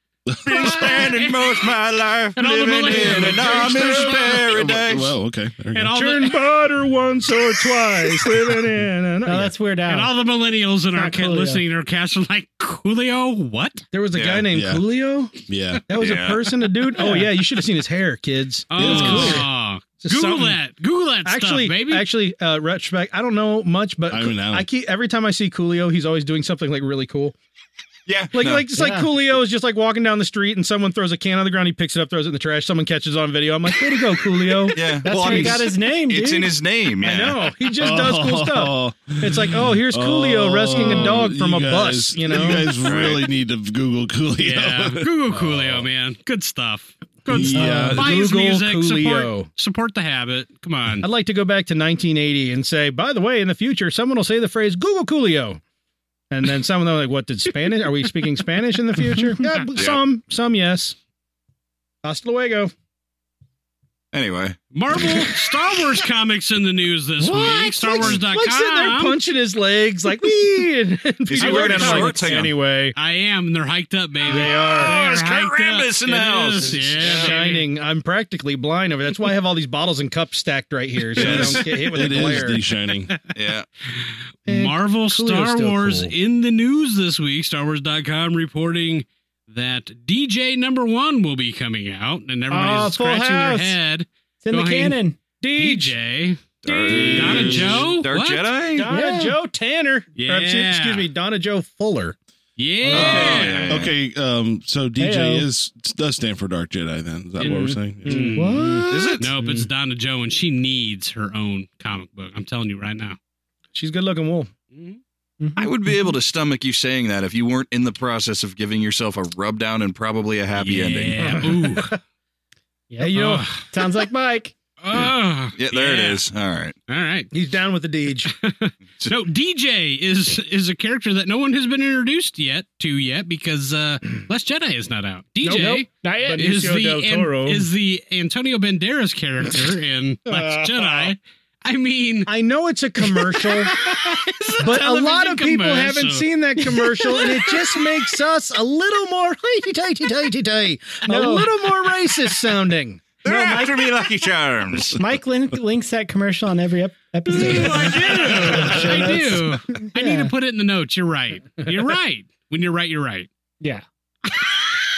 [SPEAKER 5] Been spending most of my life
[SPEAKER 4] And all the
[SPEAKER 5] living in
[SPEAKER 4] millennium.
[SPEAKER 5] an
[SPEAKER 6] Oh
[SPEAKER 5] Amish paradise.
[SPEAKER 6] Well, okay. There
[SPEAKER 4] And
[SPEAKER 6] you go.
[SPEAKER 4] all
[SPEAKER 1] Churned
[SPEAKER 4] the
[SPEAKER 1] butter once or twice, living in. An,
[SPEAKER 3] no, that's weird
[SPEAKER 4] and
[SPEAKER 3] out.
[SPEAKER 4] all the millennials in our
[SPEAKER 3] Not
[SPEAKER 4] ca-
[SPEAKER 3] Coolio.
[SPEAKER 4] listening to our cast are like Coolio. What?
[SPEAKER 1] there was a guy
[SPEAKER 5] Yeah,
[SPEAKER 1] named
[SPEAKER 6] yeah.
[SPEAKER 1] Coolio.
[SPEAKER 6] Yeah.
[SPEAKER 1] That was a
[SPEAKER 5] Yeah.
[SPEAKER 1] person, a dude. Oh yeah, Uh, you should have seen his hair, kids.
[SPEAKER 6] was
[SPEAKER 4] Oh,
[SPEAKER 1] Just
[SPEAKER 4] Google
[SPEAKER 1] something-
[SPEAKER 4] that. Google that
[SPEAKER 1] Actually,
[SPEAKER 4] stuff, baby.
[SPEAKER 1] actually, uh, retrospect. I don't know much, but
[SPEAKER 6] I don't know.
[SPEAKER 1] I keep every time I see Coolio, he's always doing something like really cool.
[SPEAKER 5] Yeah.
[SPEAKER 1] Like,
[SPEAKER 5] no.
[SPEAKER 1] like it's
[SPEAKER 3] Yeah.
[SPEAKER 1] like Coolio is just like walking down the street and someone throws a can on the ground, he picks it up, throws it in the trash. Someone catches it on video. I'm like, way to go, Coolio.
[SPEAKER 5] yeah.
[SPEAKER 3] That's
[SPEAKER 5] well,
[SPEAKER 3] how
[SPEAKER 5] I
[SPEAKER 3] he
[SPEAKER 5] mean,
[SPEAKER 3] got his name, dude.
[SPEAKER 5] it's in his name. Yeah.
[SPEAKER 1] I know. He just does cool stuff. It's like, oh, here's Coolio
[SPEAKER 6] Oh,
[SPEAKER 1] rescuing a dog from
[SPEAKER 6] you
[SPEAKER 1] a bus.
[SPEAKER 6] guys-
[SPEAKER 1] You know,
[SPEAKER 6] you guys really need to Google Coolio.
[SPEAKER 4] Yeah, Google Coolio, man. Good stuff. Good
[SPEAKER 6] Yeah,
[SPEAKER 1] Uh,
[SPEAKER 4] stuff. Buy his
[SPEAKER 1] Google
[SPEAKER 4] music.
[SPEAKER 1] Coolio.
[SPEAKER 4] Support, support the habit. Come on.
[SPEAKER 1] I'd like to go back to 1980 and say, by the way, in the future, someone will say the phrase Google Coolio. And then someone will like, what did Spanish? Are we speaking Spanish in the future? Yeah,
[SPEAKER 5] Yeah.
[SPEAKER 1] some, some, yes. Hasta luego.
[SPEAKER 5] Anyway.
[SPEAKER 4] Marvel Star Wars comics in the news this week.
[SPEAKER 1] Like-
[SPEAKER 4] StarWars.com.
[SPEAKER 1] Like sitting there punching his legs, like, wee. And
[SPEAKER 5] Is he
[SPEAKER 1] people
[SPEAKER 5] wearing
[SPEAKER 1] are
[SPEAKER 5] a
[SPEAKER 1] like,
[SPEAKER 5] shorts? Hang on.
[SPEAKER 1] Anyway,
[SPEAKER 4] I am. and They're hiked up, baby.
[SPEAKER 1] They are.
[SPEAKER 4] They're
[SPEAKER 5] Oh, it's Kurt
[SPEAKER 4] hiked up.
[SPEAKER 5] Rambis in the
[SPEAKER 4] It
[SPEAKER 5] house.
[SPEAKER 4] is, Yeah. baby.
[SPEAKER 1] shining. I'm practically blind over. That's why I have all these bottles and cups stacked right here, so I
[SPEAKER 5] Yes.
[SPEAKER 1] don't get hit with
[SPEAKER 6] It
[SPEAKER 1] a
[SPEAKER 6] is
[SPEAKER 1] glare.
[SPEAKER 6] the shining.
[SPEAKER 5] Yeah.
[SPEAKER 1] And
[SPEAKER 4] Marvel
[SPEAKER 1] Coolio's
[SPEAKER 4] Star
[SPEAKER 1] still
[SPEAKER 4] Wars
[SPEAKER 1] cool.
[SPEAKER 4] in the news this week. StarWars.com reporting that DJ number one will be coming out, and everybody's
[SPEAKER 1] Oh, Full
[SPEAKER 4] scratching
[SPEAKER 1] House.
[SPEAKER 4] their head.
[SPEAKER 3] It's in the
[SPEAKER 4] Going-
[SPEAKER 5] Oh,
[SPEAKER 3] canon.
[SPEAKER 4] DJ. Donna Joe?
[SPEAKER 5] Dark
[SPEAKER 4] What?
[SPEAKER 5] Jedi?
[SPEAKER 1] Donna
[SPEAKER 3] Yeah.
[SPEAKER 1] Joe Tanner.
[SPEAKER 4] Yeah.
[SPEAKER 1] Or, excuse- excuse me, Donna Joe Fuller.
[SPEAKER 4] Yeah.
[SPEAKER 6] Okay, um, so DJ
[SPEAKER 3] Heyo.
[SPEAKER 6] is does stand for Dark Jedi. Then is that
[SPEAKER 1] Mm-hmm.
[SPEAKER 6] what we're saying? Yeah.
[SPEAKER 4] Mm.
[SPEAKER 3] What?
[SPEAKER 5] Is it?
[SPEAKER 4] Nope, it's Donna Joe, and she needs her own comic book. I'm telling you right now.
[SPEAKER 1] She's good looking wool.
[SPEAKER 5] I would be able to stomach you saying that if you weren't in the process of giving yourself a rub down and probably a happy
[SPEAKER 4] yeah.
[SPEAKER 5] ending.
[SPEAKER 4] Ooh.
[SPEAKER 1] Hey, you know,
[SPEAKER 4] Ugh.
[SPEAKER 3] Sounds like Mike.
[SPEAKER 4] Ugh.
[SPEAKER 5] Yeah, there it is. All right.
[SPEAKER 4] All right.
[SPEAKER 1] he's down with the Deej.
[SPEAKER 4] No, DJ is is a character that no one has been introduced yet to yet because uh Last Jedi is not out. DJ
[SPEAKER 3] Not yet.
[SPEAKER 1] But-
[SPEAKER 4] is
[SPEAKER 1] Benicio
[SPEAKER 4] the
[SPEAKER 1] del Toro.
[SPEAKER 4] is the Antonio Banderas character in Last Jedi. I mean,
[SPEAKER 1] I know it's a commercial,
[SPEAKER 4] it's
[SPEAKER 1] but a lot
[SPEAKER 4] television
[SPEAKER 1] of people haven't
[SPEAKER 4] commercial.
[SPEAKER 1] seen that commercial, and it just makes us a little more a little more racist sounding.
[SPEAKER 5] They're after me, Lucky Charms.
[SPEAKER 3] Mike link, links that commercial on every ep- episode.
[SPEAKER 4] I do. I do. I need
[SPEAKER 3] Yeah.
[SPEAKER 4] to put it in the notes. You're right. You're right. When you're right, you're right.
[SPEAKER 3] yeah.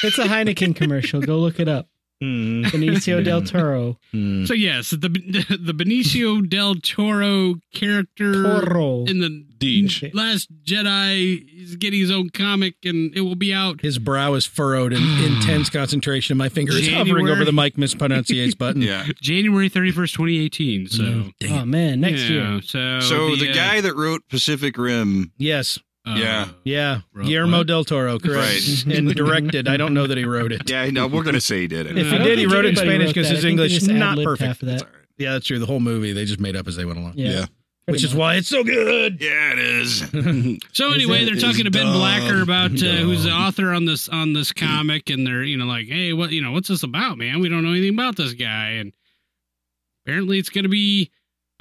[SPEAKER 3] It's a Heineken commercial. Go look it up.
[SPEAKER 1] Mm-hmm.
[SPEAKER 3] Benicio del Toro.
[SPEAKER 4] So yes, the the Benicio del Toro character
[SPEAKER 3] Toro.
[SPEAKER 4] in the
[SPEAKER 6] Deej.
[SPEAKER 1] Mm-hmm.
[SPEAKER 4] Last Jedi is getting his own comic, and it will be out.
[SPEAKER 1] His brow is furrowed in intense concentration, and my finger is hovering
[SPEAKER 4] January.
[SPEAKER 1] over the mic mispronunciates button.
[SPEAKER 5] Yeah.
[SPEAKER 4] January 31st, 2018. So,
[SPEAKER 6] Mm-hmm.
[SPEAKER 3] Oh, man. Next
[SPEAKER 4] Yeah,
[SPEAKER 3] year.
[SPEAKER 4] So,
[SPEAKER 5] So the
[SPEAKER 4] uh,
[SPEAKER 5] guy that wrote Pacific Rim,
[SPEAKER 1] Yes.
[SPEAKER 4] uh,
[SPEAKER 5] Yeah.
[SPEAKER 1] Yeah.
[SPEAKER 4] Wrote
[SPEAKER 1] Guillermo
[SPEAKER 4] what?
[SPEAKER 1] del Toro, correct.
[SPEAKER 5] Right.
[SPEAKER 1] and directed. I don't know that he wrote it.
[SPEAKER 5] yeah, no, we're gonna say he did it.
[SPEAKER 1] If
[SPEAKER 4] I
[SPEAKER 1] he
[SPEAKER 4] don't
[SPEAKER 1] did, he
[SPEAKER 3] think
[SPEAKER 1] wrote it in
[SPEAKER 3] anybody
[SPEAKER 1] Spanish
[SPEAKER 3] wrote
[SPEAKER 1] because
[SPEAKER 3] that.
[SPEAKER 1] his
[SPEAKER 3] I think they
[SPEAKER 1] English is
[SPEAKER 3] just
[SPEAKER 1] not
[SPEAKER 3] ad-libbed
[SPEAKER 1] perfect.
[SPEAKER 3] Half of
[SPEAKER 5] That's
[SPEAKER 3] that.
[SPEAKER 5] all right.
[SPEAKER 1] Yeah, that's true. The whole movie they just made up as they went along,
[SPEAKER 3] Yeah.
[SPEAKER 6] Yeah.
[SPEAKER 1] which is why it's so good.
[SPEAKER 5] Yeah, it is.
[SPEAKER 4] So anyway,
[SPEAKER 3] it-
[SPEAKER 4] they're
[SPEAKER 6] is
[SPEAKER 4] talking to Ben
[SPEAKER 6] dumb.
[SPEAKER 4] Blacker about uh, who's the
[SPEAKER 6] Dumb.
[SPEAKER 4] author on this on this comic, and they're you know like, hey, what you know, what's this about, man? We don't know anything about this guy, and apparently it's going to be.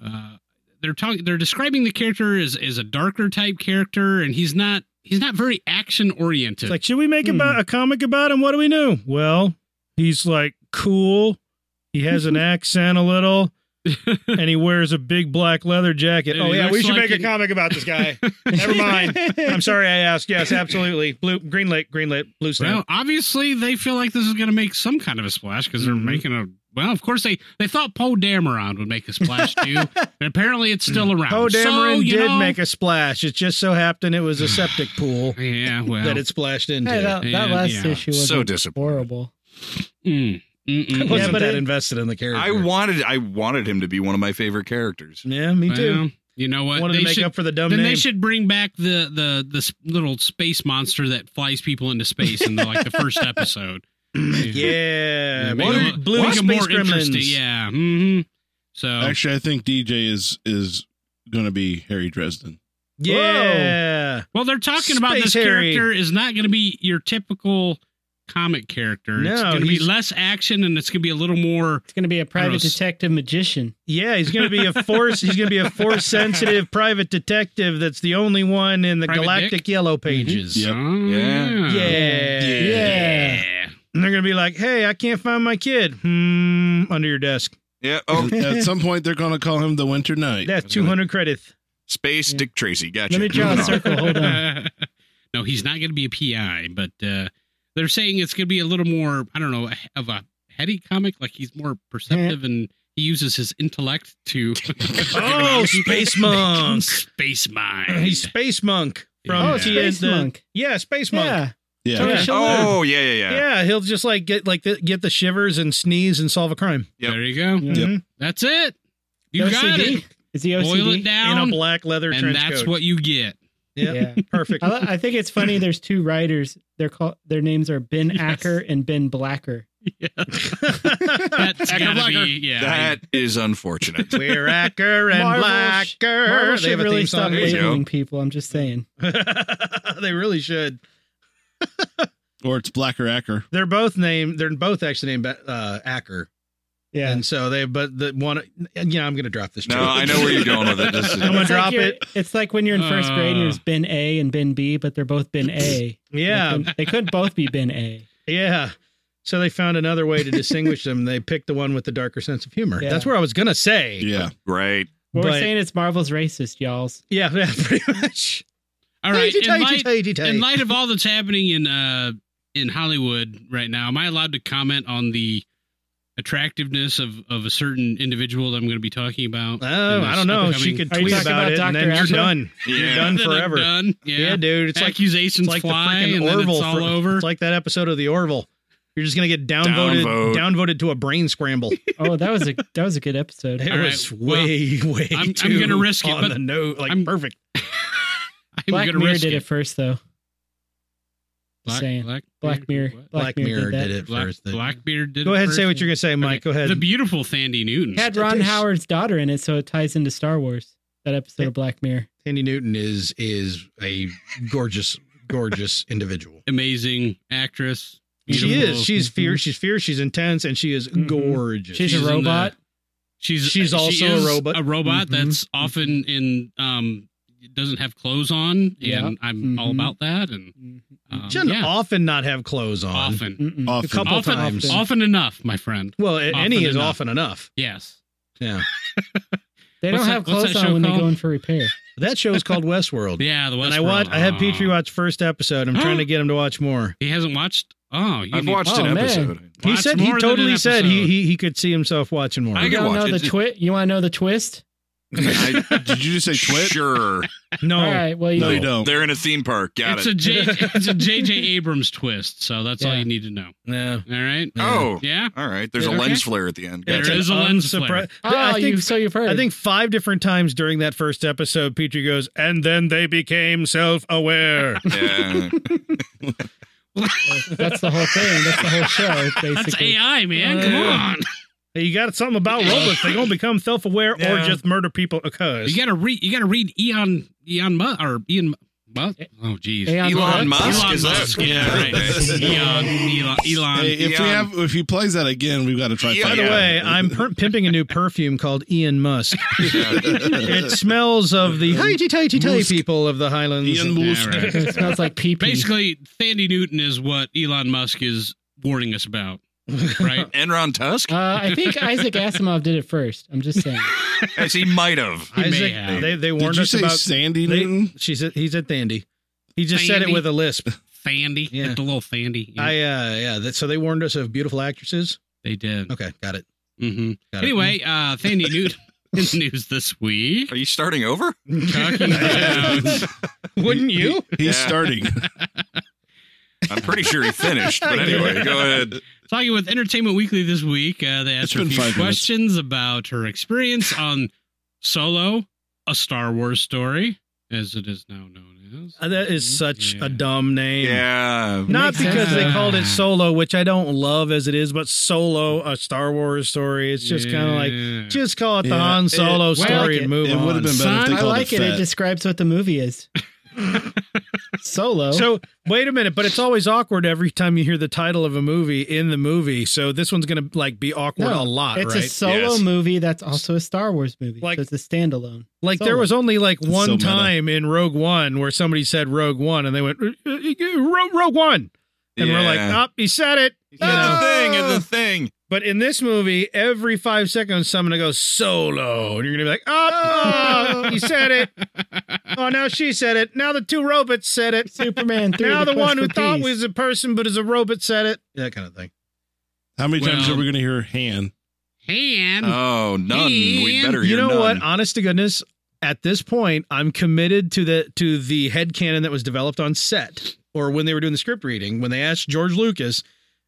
[SPEAKER 4] Uh, they're talking. They're describing the character as as a darker type character, and he's not he's not very action oriented.
[SPEAKER 1] It's like, should we
[SPEAKER 3] Hmm.
[SPEAKER 1] make about a comic about him? What do we know? Well, he's like cool. He has an accent a little, and he wears a big black leather jacket.
[SPEAKER 4] And
[SPEAKER 1] Oh
[SPEAKER 4] he
[SPEAKER 1] yeah, we
[SPEAKER 4] looks
[SPEAKER 1] should
[SPEAKER 4] like
[SPEAKER 1] make a
[SPEAKER 4] he-
[SPEAKER 1] comic about this guy. Never mind. I'm sorry I asked. Yes, absolutely. Blue, green light, green light, blue
[SPEAKER 4] well,
[SPEAKER 1] stamp.
[SPEAKER 4] obviously they feel like this is going to make some kind of a splash because they're
[SPEAKER 1] Mhm.
[SPEAKER 4] making a. Well, of course they they thought Poe Dameron would make a splash too, and apparently it's still
[SPEAKER 1] Mm.
[SPEAKER 4] around.
[SPEAKER 1] Poe
[SPEAKER 4] So,
[SPEAKER 1] Dameron
[SPEAKER 4] you
[SPEAKER 1] did
[SPEAKER 4] know-
[SPEAKER 1] make a splash. It just so happened it was a septic pool
[SPEAKER 4] Yeah, well,
[SPEAKER 1] that it splashed into.
[SPEAKER 3] Hey, that, that
[SPEAKER 4] Yeah,
[SPEAKER 3] last
[SPEAKER 4] yeah.
[SPEAKER 3] issue was
[SPEAKER 5] So disappointing.
[SPEAKER 3] horrible.
[SPEAKER 4] Mm.
[SPEAKER 1] I
[SPEAKER 4] Mm-mm.
[SPEAKER 1] wasn't
[SPEAKER 3] Yeah, but
[SPEAKER 1] that
[SPEAKER 3] it-
[SPEAKER 1] invested in the character.
[SPEAKER 5] I wanted I wanted him to be one of my favorite characters.
[SPEAKER 1] Yeah, me too.
[SPEAKER 4] Well, You know what?
[SPEAKER 1] Wanted to
[SPEAKER 4] They
[SPEAKER 1] make
[SPEAKER 4] should,
[SPEAKER 1] up for the dumb
[SPEAKER 4] then
[SPEAKER 1] name.
[SPEAKER 4] they should bring back the the the s- little space monster that flies people into space in the, like the first episode.
[SPEAKER 1] yeah,
[SPEAKER 4] Make
[SPEAKER 1] blue,
[SPEAKER 4] it mo-
[SPEAKER 1] blue
[SPEAKER 4] make it
[SPEAKER 1] space
[SPEAKER 4] more
[SPEAKER 1] gremlins.
[SPEAKER 4] interesting. Yeah. hmm So
[SPEAKER 6] Actually, I think DJ is is going to be Harry Dresden.
[SPEAKER 1] yeah.
[SPEAKER 4] well, they're talking about
[SPEAKER 1] Space
[SPEAKER 4] this
[SPEAKER 1] Harry.
[SPEAKER 4] character is not going to be your typical comic character. it's
[SPEAKER 1] No,
[SPEAKER 4] going to be
[SPEAKER 1] he's-
[SPEAKER 4] less action and it's going to be a little more.
[SPEAKER 3] It's going to be a private
[SPEAKER 4] don't know, s-
[SPEAKER 3] detective magician.
[SPEAKER 1] Yeah, he's going to be a force. he's going to be a force sensitive private detective. That's the only one in the
[SPEAKER 4] Private
[SPEAKER 1] Galactic
[SPEAKER 4] Dick?
[SPEAKER 1] Yellow Pages.
[SPEAKER 6] Yep.
[SPEAKER 4] Oh,
[SPEAKER 5] Yeah.
[SPEAKER 1] Yeah.
[SPEAKER 3] Yeah.
[SPEAKER 4] Yeah.
[SPEAKER 1] and they're going to be like, "Hey, I can't find my kid. Hmm, under your desk.
[SPEAKER 5] Yeah. Oh,
[SPEAKER 6] At some point, they're going to call him the Winter Knight.
[SPEAKER 1] That's two hundred credits.
[SPEAKER 5] space Dick Tracy. Gotcha.
[SPEAKER 3] Let me draw a
[SPEAKER 5] Moving on.
[SPEAKER 3] circle. Hold on.
[SPEAKER 4] no, he's not going to be a PI, but uh, they're saying it's going to be a little more, I don't know, of a heady comic. Like he's more perceptive and he uses his intellect to.
[SPEAKER 1] Oh, space monk.
[SPEAKER 4] Space mind.
[SPEAKER 1] He's space monk from
[SPEAKER 4] Oh,
[SPEAKER 3] Oh,
[SPEAKER 1] T-
[SPEAKER 3] Space
[SPEAKER 1] the-
[SPEAKER 3] Monk.
[SPEAKER 1] Yeah, space monk.
[SPEAKER 3] Yeah.
[SPEAKER 6] Yeah.
[SPEAKER 3] Tony
[SPEAKER 1] Yeah.
[SPEAKER 3] Shalhoub.
[SPEAKER 5] Oh yeah, yeah, yeah.
[SPEAKER 1] Yeah, he'll just like get like the, get the shivers and sneeze and solve a crime
[SPEAKER 5] Yep.
[SPEAKER 4] There you go.
[SPEAKER 1] Mhm.
[SPEAKER 4] That's it. You got
[SPEAKER 3] OCD?
[SPEAKER 4] it.
[SPEAKER 3] Is he OCD?
[SPEAKER 4] Boil it
[SPEAKER 1] in a
[SPEAKER 4] down.
[SPEAKER 1] black leather
[SPEAKER 4] And
[SPEAKER 1] trench
[SPEAKER 4] that's
[SPEAKER 1] coat.
[SPEAKER 4] what you get.
[SPEAKER 1] yeah,
[SPEAKER 3] Yeah.
[SPEAKER 1] perfect.
[SPEAKER 3] I, li- I think it's funny. There's two writers. They're called. Their names are Ben
[SPEAKER 4] Yes.
[SPEAKER 3] Acker and Ben Blacker.
[SPEAKER 4] That's gotta
[SPEAKER 1] Blacker.
[SPEAKER 4] be yeah.
[SPEAKER 5] That is unfortunate.
[SPEAKER 1] We're Acker and
[SPEAKER 3] Marvel sh-
[SPEAKER 1] Blacker.
[SPEAKER 3] Marvel
[SPEAKER 1] they
[SPEAKER 3] should
[SPEAKER 1] have a
[SPEAKER 3] really
[SPEAKER 1] theme
[SPEAKER 3] stop
[SPEAKER 1] song. There you go.
[SPEAKER 3] labeling people. I'm just saying.
[SPEAKER 1] they really should.
[SPEAKER 6] Or it's Blacker Acker.
[SPEAKER 1] They're both named. They're both actually named uh, Acker,
[SPEAKER 3] Yeah.
[SPEAKER 1] and so they. But the one, yeah, I'm gonna drop this.
[SPEAKER 5] No,
[SPEAKER 1] joke.
[SPEAKER 5] I know where you're going with it. This is-
[SPEAKER 1] I'm gonna
[SPEAKER 3] It's like
[SPEAKER 1] drop
[SPEAKER 3] you're-
[SPEAKER 1] it.
[SPEAKER 3] It's like when you're in first grade and
[SPEAKER 4] Uh.
[SPEAKER 3] there's Ben A and Ben B, but they're both Ben A. They
[SPEAKER 1] Yeah,
[SPEAKER 3] couldn't, they couldn't both be Ben A.
[SPEAKER 1] yeah. So they found another way to distinguish them. They picked the one with the darker sense of humor.
[SPEAKER 3] Yeah.
[SPEAKER 1] That's where I was gonna say.
[SPEAKER 6] Yeah.
[SPEAKER 5] Right.
[SPEAKER 3] What
[SPEAKER 1] But-
[SPEAKER 3] we're saying is Marvel's racist, y'all's.
[SPEAKER 1] yeah, yeah, pretty much.
[SPEAKER 4] All right.
[SPEAKER 1] Tighty,
[SPEAKER 4] in
[SPEAKER 1] tighty,
[SPEAKER 4] light-
[SPEAKER 1] tighty, tighty.
[SPEAKER 4] in light of all that's happening in uh in Hollywood right now, am I allowed to comment on the attractiveness of of a certain individual that I'm going to be talking about.
[SPEAKER 1] Oh,
[SPEAKER 4] in
[SPEAKER 1] I
[SPEAKER 4] this
[SPEAKER 1] don't know. She
[SPEAKER 4] upcoming-
[SPEAKER 1] could
[SPEAKER 3] Are you
[SPEAKER 1] tweet
[SPEAKER 3] talking
[SPEAKER 1] about,
[SPEAKER 3] about
[SPEAKER 1] it, and
[SPEAKER 3] Dr.
[SPEAKER 1] then you're
[SPEAKER 3] Asher?
[SPEAKER 1] done. You're
[SPEAKER 5] Yeah.
[SPEAKER 1] done
[SPEAKER 4] Then I'm
[SPEAKER 1] forever.
[SPEAKER 4] done.
[SPEAKER 1] Yeah.
[SPEAKER 4] Yeah.
[SPEAKER 1] dude. It's like
[SPEAKER 4] Accusations
[SPEAKER 1] it's like
[SPEAKER 4] fly,
[SPEAKER 1] the freaking
[SPEAKER 4] and then
[SPEAKER 1] Orville
[SPEAKER 4] it's all
[SPEAKER 1] fr-
[SPEAKER 4] over.
[SPEAKER 1] It's like that episode of the Orville. You're just gonna get downvoted,
[SPEAKER 5] Downvote.
[SPEAKER 1] downvoted to a brain scramble. It
[SPEAKER 3] Oh, that was a that was a good episode.
[SPEAKER 4] All right,
[SPEAKER 1] was
[SPEAKER 4] well,
[SPEAKER 1] way, way.
[SPEAKER 4] I'm- I'm
[SPEAKER 1] too
[SPEAKER 4] gonna risk it,
[SPEAKER 1] on
[SPEAKER 4] but
[SPEAKER 1] the note, like
[SPEAKER 4] I'm-
[SPEAKER 1] perfect.
[SPEAKER 4] I'm
[SPEAKER 3] Black
[SPEAKER 4] gonna
[SPEAKER 3] Mirror
[SPEAKER 4] risk
[SPEAKER 3] did it first, though.
[SPEAKER 4] Black,
[SPEAKER 3] saying.
[SPEAKER 4] Black,
[SPEAKER 3] Black Mirror.
[SPEAKER 4] what?
[SPEAKER 1] Black, Mirror
[SPEAKER 3] that.
[SPEAKER 1] did it
[SPEAKER 4] Black,
[SPEAKER 1] first.
[SPEAKER 4] Blackbeard did.
[SPEAKER 1] Go
[SPEAKER 4] it
[SPEAKER 1] ahead, and say
[SPEAKER 4] first.
[SPEAKER 1] what you're gonna say, Mike.
[SPEAKER 4] Okay.
[SPEAKER 1] Go ahead.
[SPEAKER 4] The beautiful Thandi Newton.
[SPEAKER 3] It had Ron
[SPEAKER 1] Dish.
[SPEAKER 3] Howard's daughter in it, so it ties into Star Wars. That episode of Black Mirror.
[SPEAKER 1] Tandy Newton is is a gorgeous, gorgeous individual. Mm-hmm.
[SPEAKER 4] Amazing actress.
[SPEAKER 1] She
[SPEAKER 4] beautiful.
[SPEAKER 1] is. She's fierce. She's fierce. She's intense, and she is
[SPEAKER 3] Mhm.
[SPEAKER 1] gorgeous.
[SPEAKER 3] She's,
[SPEAKER 4] She's
[SPEAKER 3] a
[SPEAKER 4] in
[SPEAKER 3] robot.
[SPEAKER 4] She's
[SPEAKER 1] She's
[SPEAKER 4] she
[SPEAKER 1] also a
[SPEAKER 4] is
[SPEAKER 1] robot. Mm-hmm.
[SPEAKER 4] A robot
[SPEAKER 3] Mhm.
[SPEAKER 4] that's often in um doesn't have clothes on, and
[SPEAKER 3] Yeah.
[SPEAKER 4] I'm all
[SPEAKER 3] Mhm.
[SPEAKER 1] Mm-hmm.
[SPEAKER 4] about that. And um,
[SPEAKER 1] She doesn't
[SPEAKER 4] yeah,
[SPEAKER 1] often not have clothes on.
[SPEAKER 4] often,
[SPEAKER 3] Mm-mm.
[SPEAKER 6] Often.
[SPEAKER 1] A couple
[SPEAKER 4] often,
[SPEAKER 1] times.
[SPEAKER 4] often enough, my friend.
[SPEAKER 1] Well, any is
[SPEAKER 4] enough.
[SPEAKER 1] often enough.
[SPEAKER 4] Yes.
[SPEAKER 1] Yeah.
[SPEAKER 4] What's that-
[SPEAKER 3] They don't have
[SPEAKER 4] what's that
[SPEAKER 3] clothes on
[SPEAKER 4] show
[SPEAKER 3] when they go
[SPEAKER 4] called?
[SPEAKER 3] in for repair.
[SPEAKER 1] That show is called Westworld.
[SPEAKER 4] Yeah. The Westworld. Ah.
[SPEAKER 1] And I watch. I had Petrie watch first episode. I'm trying to get him to watch more.
[SPEAKER 4] He hasn't watched. Oh, you
[SPEAKER 5] I've
[SPEAKER 4] need-
[SPEAKER 5] watched
[SPEAKER 3] Oh,
[SPEAKER 5] an
[SPEAKER 3] man.
[SPEAKER 5] episode.
[SPEAKER 1] He
[SPEAKER 4] Watch
[SPEAKER 1] said he
[SPEAKER 4] more than an
[SPEAKER 1] totally said he,
[SPEAKER 4] episode.
[SPEAKER 1] he he could see himself watching more.
[SPEAKER 5] I
[SPEAKER 3] You
[SPEAKER 5] could
[SPEAKER 3] don't
[SPEAKER 5] watch
[SPEAKER 3] know
[SPEAKER 5] it.
[SPEAKER 3] the
[SPEAKER 5] It-
[SPEAKER 3] twist. You want to know the twist?
[SPEAKER 5] I,
[SPEAKER 6] Did you just say twit? Oh.
[SPEAKER 5] Sure.
[SPEAKER 1] no,
[SPEAKER 3] All right. Well, you
[SPEAKER 6] No, you don't.
[SPEAKER 5] They're in a theme park. Got
[SPEAKER 4] it's
[SPEAKER 5] it.
[SPEAKER 4] a J. It's a J.J. Abrams twist. So that's all
[SPEAKER 3] Yeah.
[SPEAKER 4] you need to know.
[SPEAKER 1] no.
[SPEAKER 4] All right.
[SPEAKER 5] oh,
[SPEAKER 4] Yeah.
[SPEAKER 5] all right. There's a
[SPEAKER 4] Okay.
[SPEAKER 5] lens flare at the end.
[SPEAKER 4] There
[SPEAKER 5] Gotcha.
[SPEAKER 4] is a lens flare.
[SPEAKER 3] Oh,
[SPEAKER 1] I think
[SPEAKER 3] you, so you've heard.
[SPEAKER 1] I think five different times during that first episode, Petrie goes, and then they became self-aware.
[SPEAKER 5] Yeah.
[SPEAKER 3] that's the whole thing. That's the whole show,
[SPEAKER 4] That's
[SPEAKER 3] basically.
[SPEAKER 4] AI, man. Come
[SPEAKER 5] Yeah.
[SPEAKER 4] on.
[SPEAKER 1] Hey, you got something about robots? They gonna become self-aware or
[SPEAKER 5] Yeah.
[SPEAKER 1] just murder people? Because
[SPEAKER 4] You gotta read. You gotta read Eon Eon Mu or Ian. Mu- oh, geez.
[SPEAKER 3] Aeon
[SPEAKER 5] Elon
[SPEAKER 3] Musk?
[SPEAKER 5] Musk
[SPEAKER 4] Elon
[SPEAKER 5] is that-
[SPEAKER 4] Musk, yeah, right. Elon, Elon, Elon.
[SPEAKER 6] Hey, if
[SPEAKER 5] Eon.
[SPEAKER 6] we have if he plays that again, we've got to try.
[SPEAKER 5] By
[SPEAKER 1] by
[SPEAKER 5] the
[SPEAKER 1] the
[SPEAKER 5] Um, Yeah.
[SPEAKER 1] way, I'm per- pimping a new perfume called Ian Musk. it smells of the highty tighty tie
[SPEAKER 6] Musk.
[SPEAKER 1] people of the Highlands.
[SPEAKER 6] Ian Musk.
[SPEAKER 4] Yeah, right.
[SPEAKER 3] It smells like pee pee.
[SPEAKER 4] Basically, Thandi Newton is what Elon Musk is warning us about, right?
[SPEAKER 5] Enron Tusk?
[SPEAKER 3] Uh, I think Isaac Asimov did it first. I'm just saying.
[SPEAKER 5] Yes, he might have.
[SPEAKER 4] He may
[SPEAKER 1] Isaac,
[SPEAKER 4] have.
[SPEAKER 1] they they warned
[SPEAKER 6] Did you
[SPEAKER 1] us
[SPEAKER 6] say
[SPEAKER 1] about.
[SPEAKER 6] Sandy
[SPEAKER 1] they-
[SPEAKER 6] Newton?
[SPEAKER 1] she's a, he's a Thandi. He just said it
[SPEAKER 4] Thandi?
[SPEAKER 1] with a lisp.
[SPEAKER 4] Thandi,
[SPEAKER 1] Yeah.
[SPEAKER 4] the little Thandi. Yeah,
[SPEAKER 1] I uh yeah. That, so they warned us of beautiful actresses.
[SPEAKER 4] they did.
[SPEAKER 1] Okay, got it.
[SPEAKER 4] hmm
[SPEAKER 1] Got
[SPEAKER 4] Anyway, uh, Thandi Newton in the news this week.
[SPEAKER 5] Are you starting over?
[SPEAKER 4] Talking about,
[SPEAKER 1] it. wouldn't you?
[SPEAKER 6] He's
[SPEAKER 5] Yeah.
[SPEAKER 6] starting.
[SPEAKER 5] I'm pretty sure he finished, but anyway, go ahead.
[SPEAKER 4] talking with Entertainment Weekly this week. Uh, they
[SPEAKER 6] It's
[SPEAKER 4] asked her a
[SPEAKER 6] been
[SPEAKER 4] few
[SPEAKER 6] five minutes.
[SPEAKER 4] questions about her experience on Solo, a Star Wars story, as it is now known as.
[SPEAKER 1] Uh, That is such
[SPEAKER 4] Yeah.
[SPEAKER 1] a dumb name.
[SPEAKER 5] Yeah.
[SPEAKER 1] Not
[SPEAKER 3] Makes sense.
[SPEAKER 1] because they called it
[SPEAKER 4] Yeah.
[SPEAKER 1] Solo, which I don't love as it is, but Solo, a Star Wars story. It's just kind of like
[SPEAKER 4] Yeah.
[SPEAKER 1] Just call it the
[SPEAKER 6] Yeah,
[SPEAKER 1] Han
[SPEAKER 6] it-
[SPEAKER 1] Solo
[SPEAKER 6] well,
[SPEAKER 1] story
[SPEAKER 3] it-
[SPEAKER 1] and move
[SPEAKER 6] it
[SPEAKER 1] on.
[SPEAKER 6] would have been better if
[SPEAKER 4] Son,
[SPEAKER 6] they
[SPEAKER 3] I
[SPEAKER 6] called
[SPEAKER 3] like it.
[SPEAKER 6] it.
[SPEAKER 3] It
[SPEAKER 6] fat.
[SPEAKER 3] describes what the movie is. Solo.
[SPEAKER 1] so wait a minute, but it's always awkward every time you hear the title of a movie in the movie. So this one's gonna like be awkward
[SPEAKER 3] No,
[SPEAKER 1] a lot,
[SPEAKER 3] it's
[SPEAKER 1] right?
[SPEAKER 3] a solo
[SPEAKER 5] Yes.
[SPEAKER 3] movie that's also a Star Wars movie.
[SPEAKER 1] Like-
[SPEAKER 3] so it's a standalone.
[SPEAKER 1] like there
[SPEAKER 3] solo.
[SPEAKER 1] was only like
[SPEAKER 6] so
[SPEAKER 1] one
[SPEAKER 6] meta.
[SPEAKER 1] time in Rogue One where somebody said Rogue One and they went "Uh, uh, uh, Rogue, Rogue One, and we're like,
[SPEAKER 5] Yeah.
[SPEAKER 1] oh, he said it.
[SPEAKER 5] It's the thing, it's the thing.
[SPEAKER 1] But in this movie, every five seconds, someone goes solo, and you're gonna be like, oh, he said it. Oh, now she said it. Now the two robots said it.
[SPEAKER 3] Superman 3.
[SPEAKER 1] now the,
[SPEAKER 3] Quest
[SPEAKER 1] one who
[SPEAKER 3] for
[SPEAKER 1] thought
[SPEAKER 3] Peace.
[SPEAKER 1] was a person but is a robot said it. That kind of thing.
[SPEAKER 6] How many times
[SPEAKER 4] Well-
[SPEAKER 6] are we going to hear Han?
[SPEAKER 4] And
[SPEAKER 5] Oh, none. We better
[SPEAKER 1] You
[SPEAKER 5] hear
[SPEAKER 1] know
[SPEAKER 5] none.
[SPEAKER 1] what? Honest to goodness, at this point, I'm committed to the to the headcanon that was developed on set or when they were doing the script reading, when they asked George Lucas,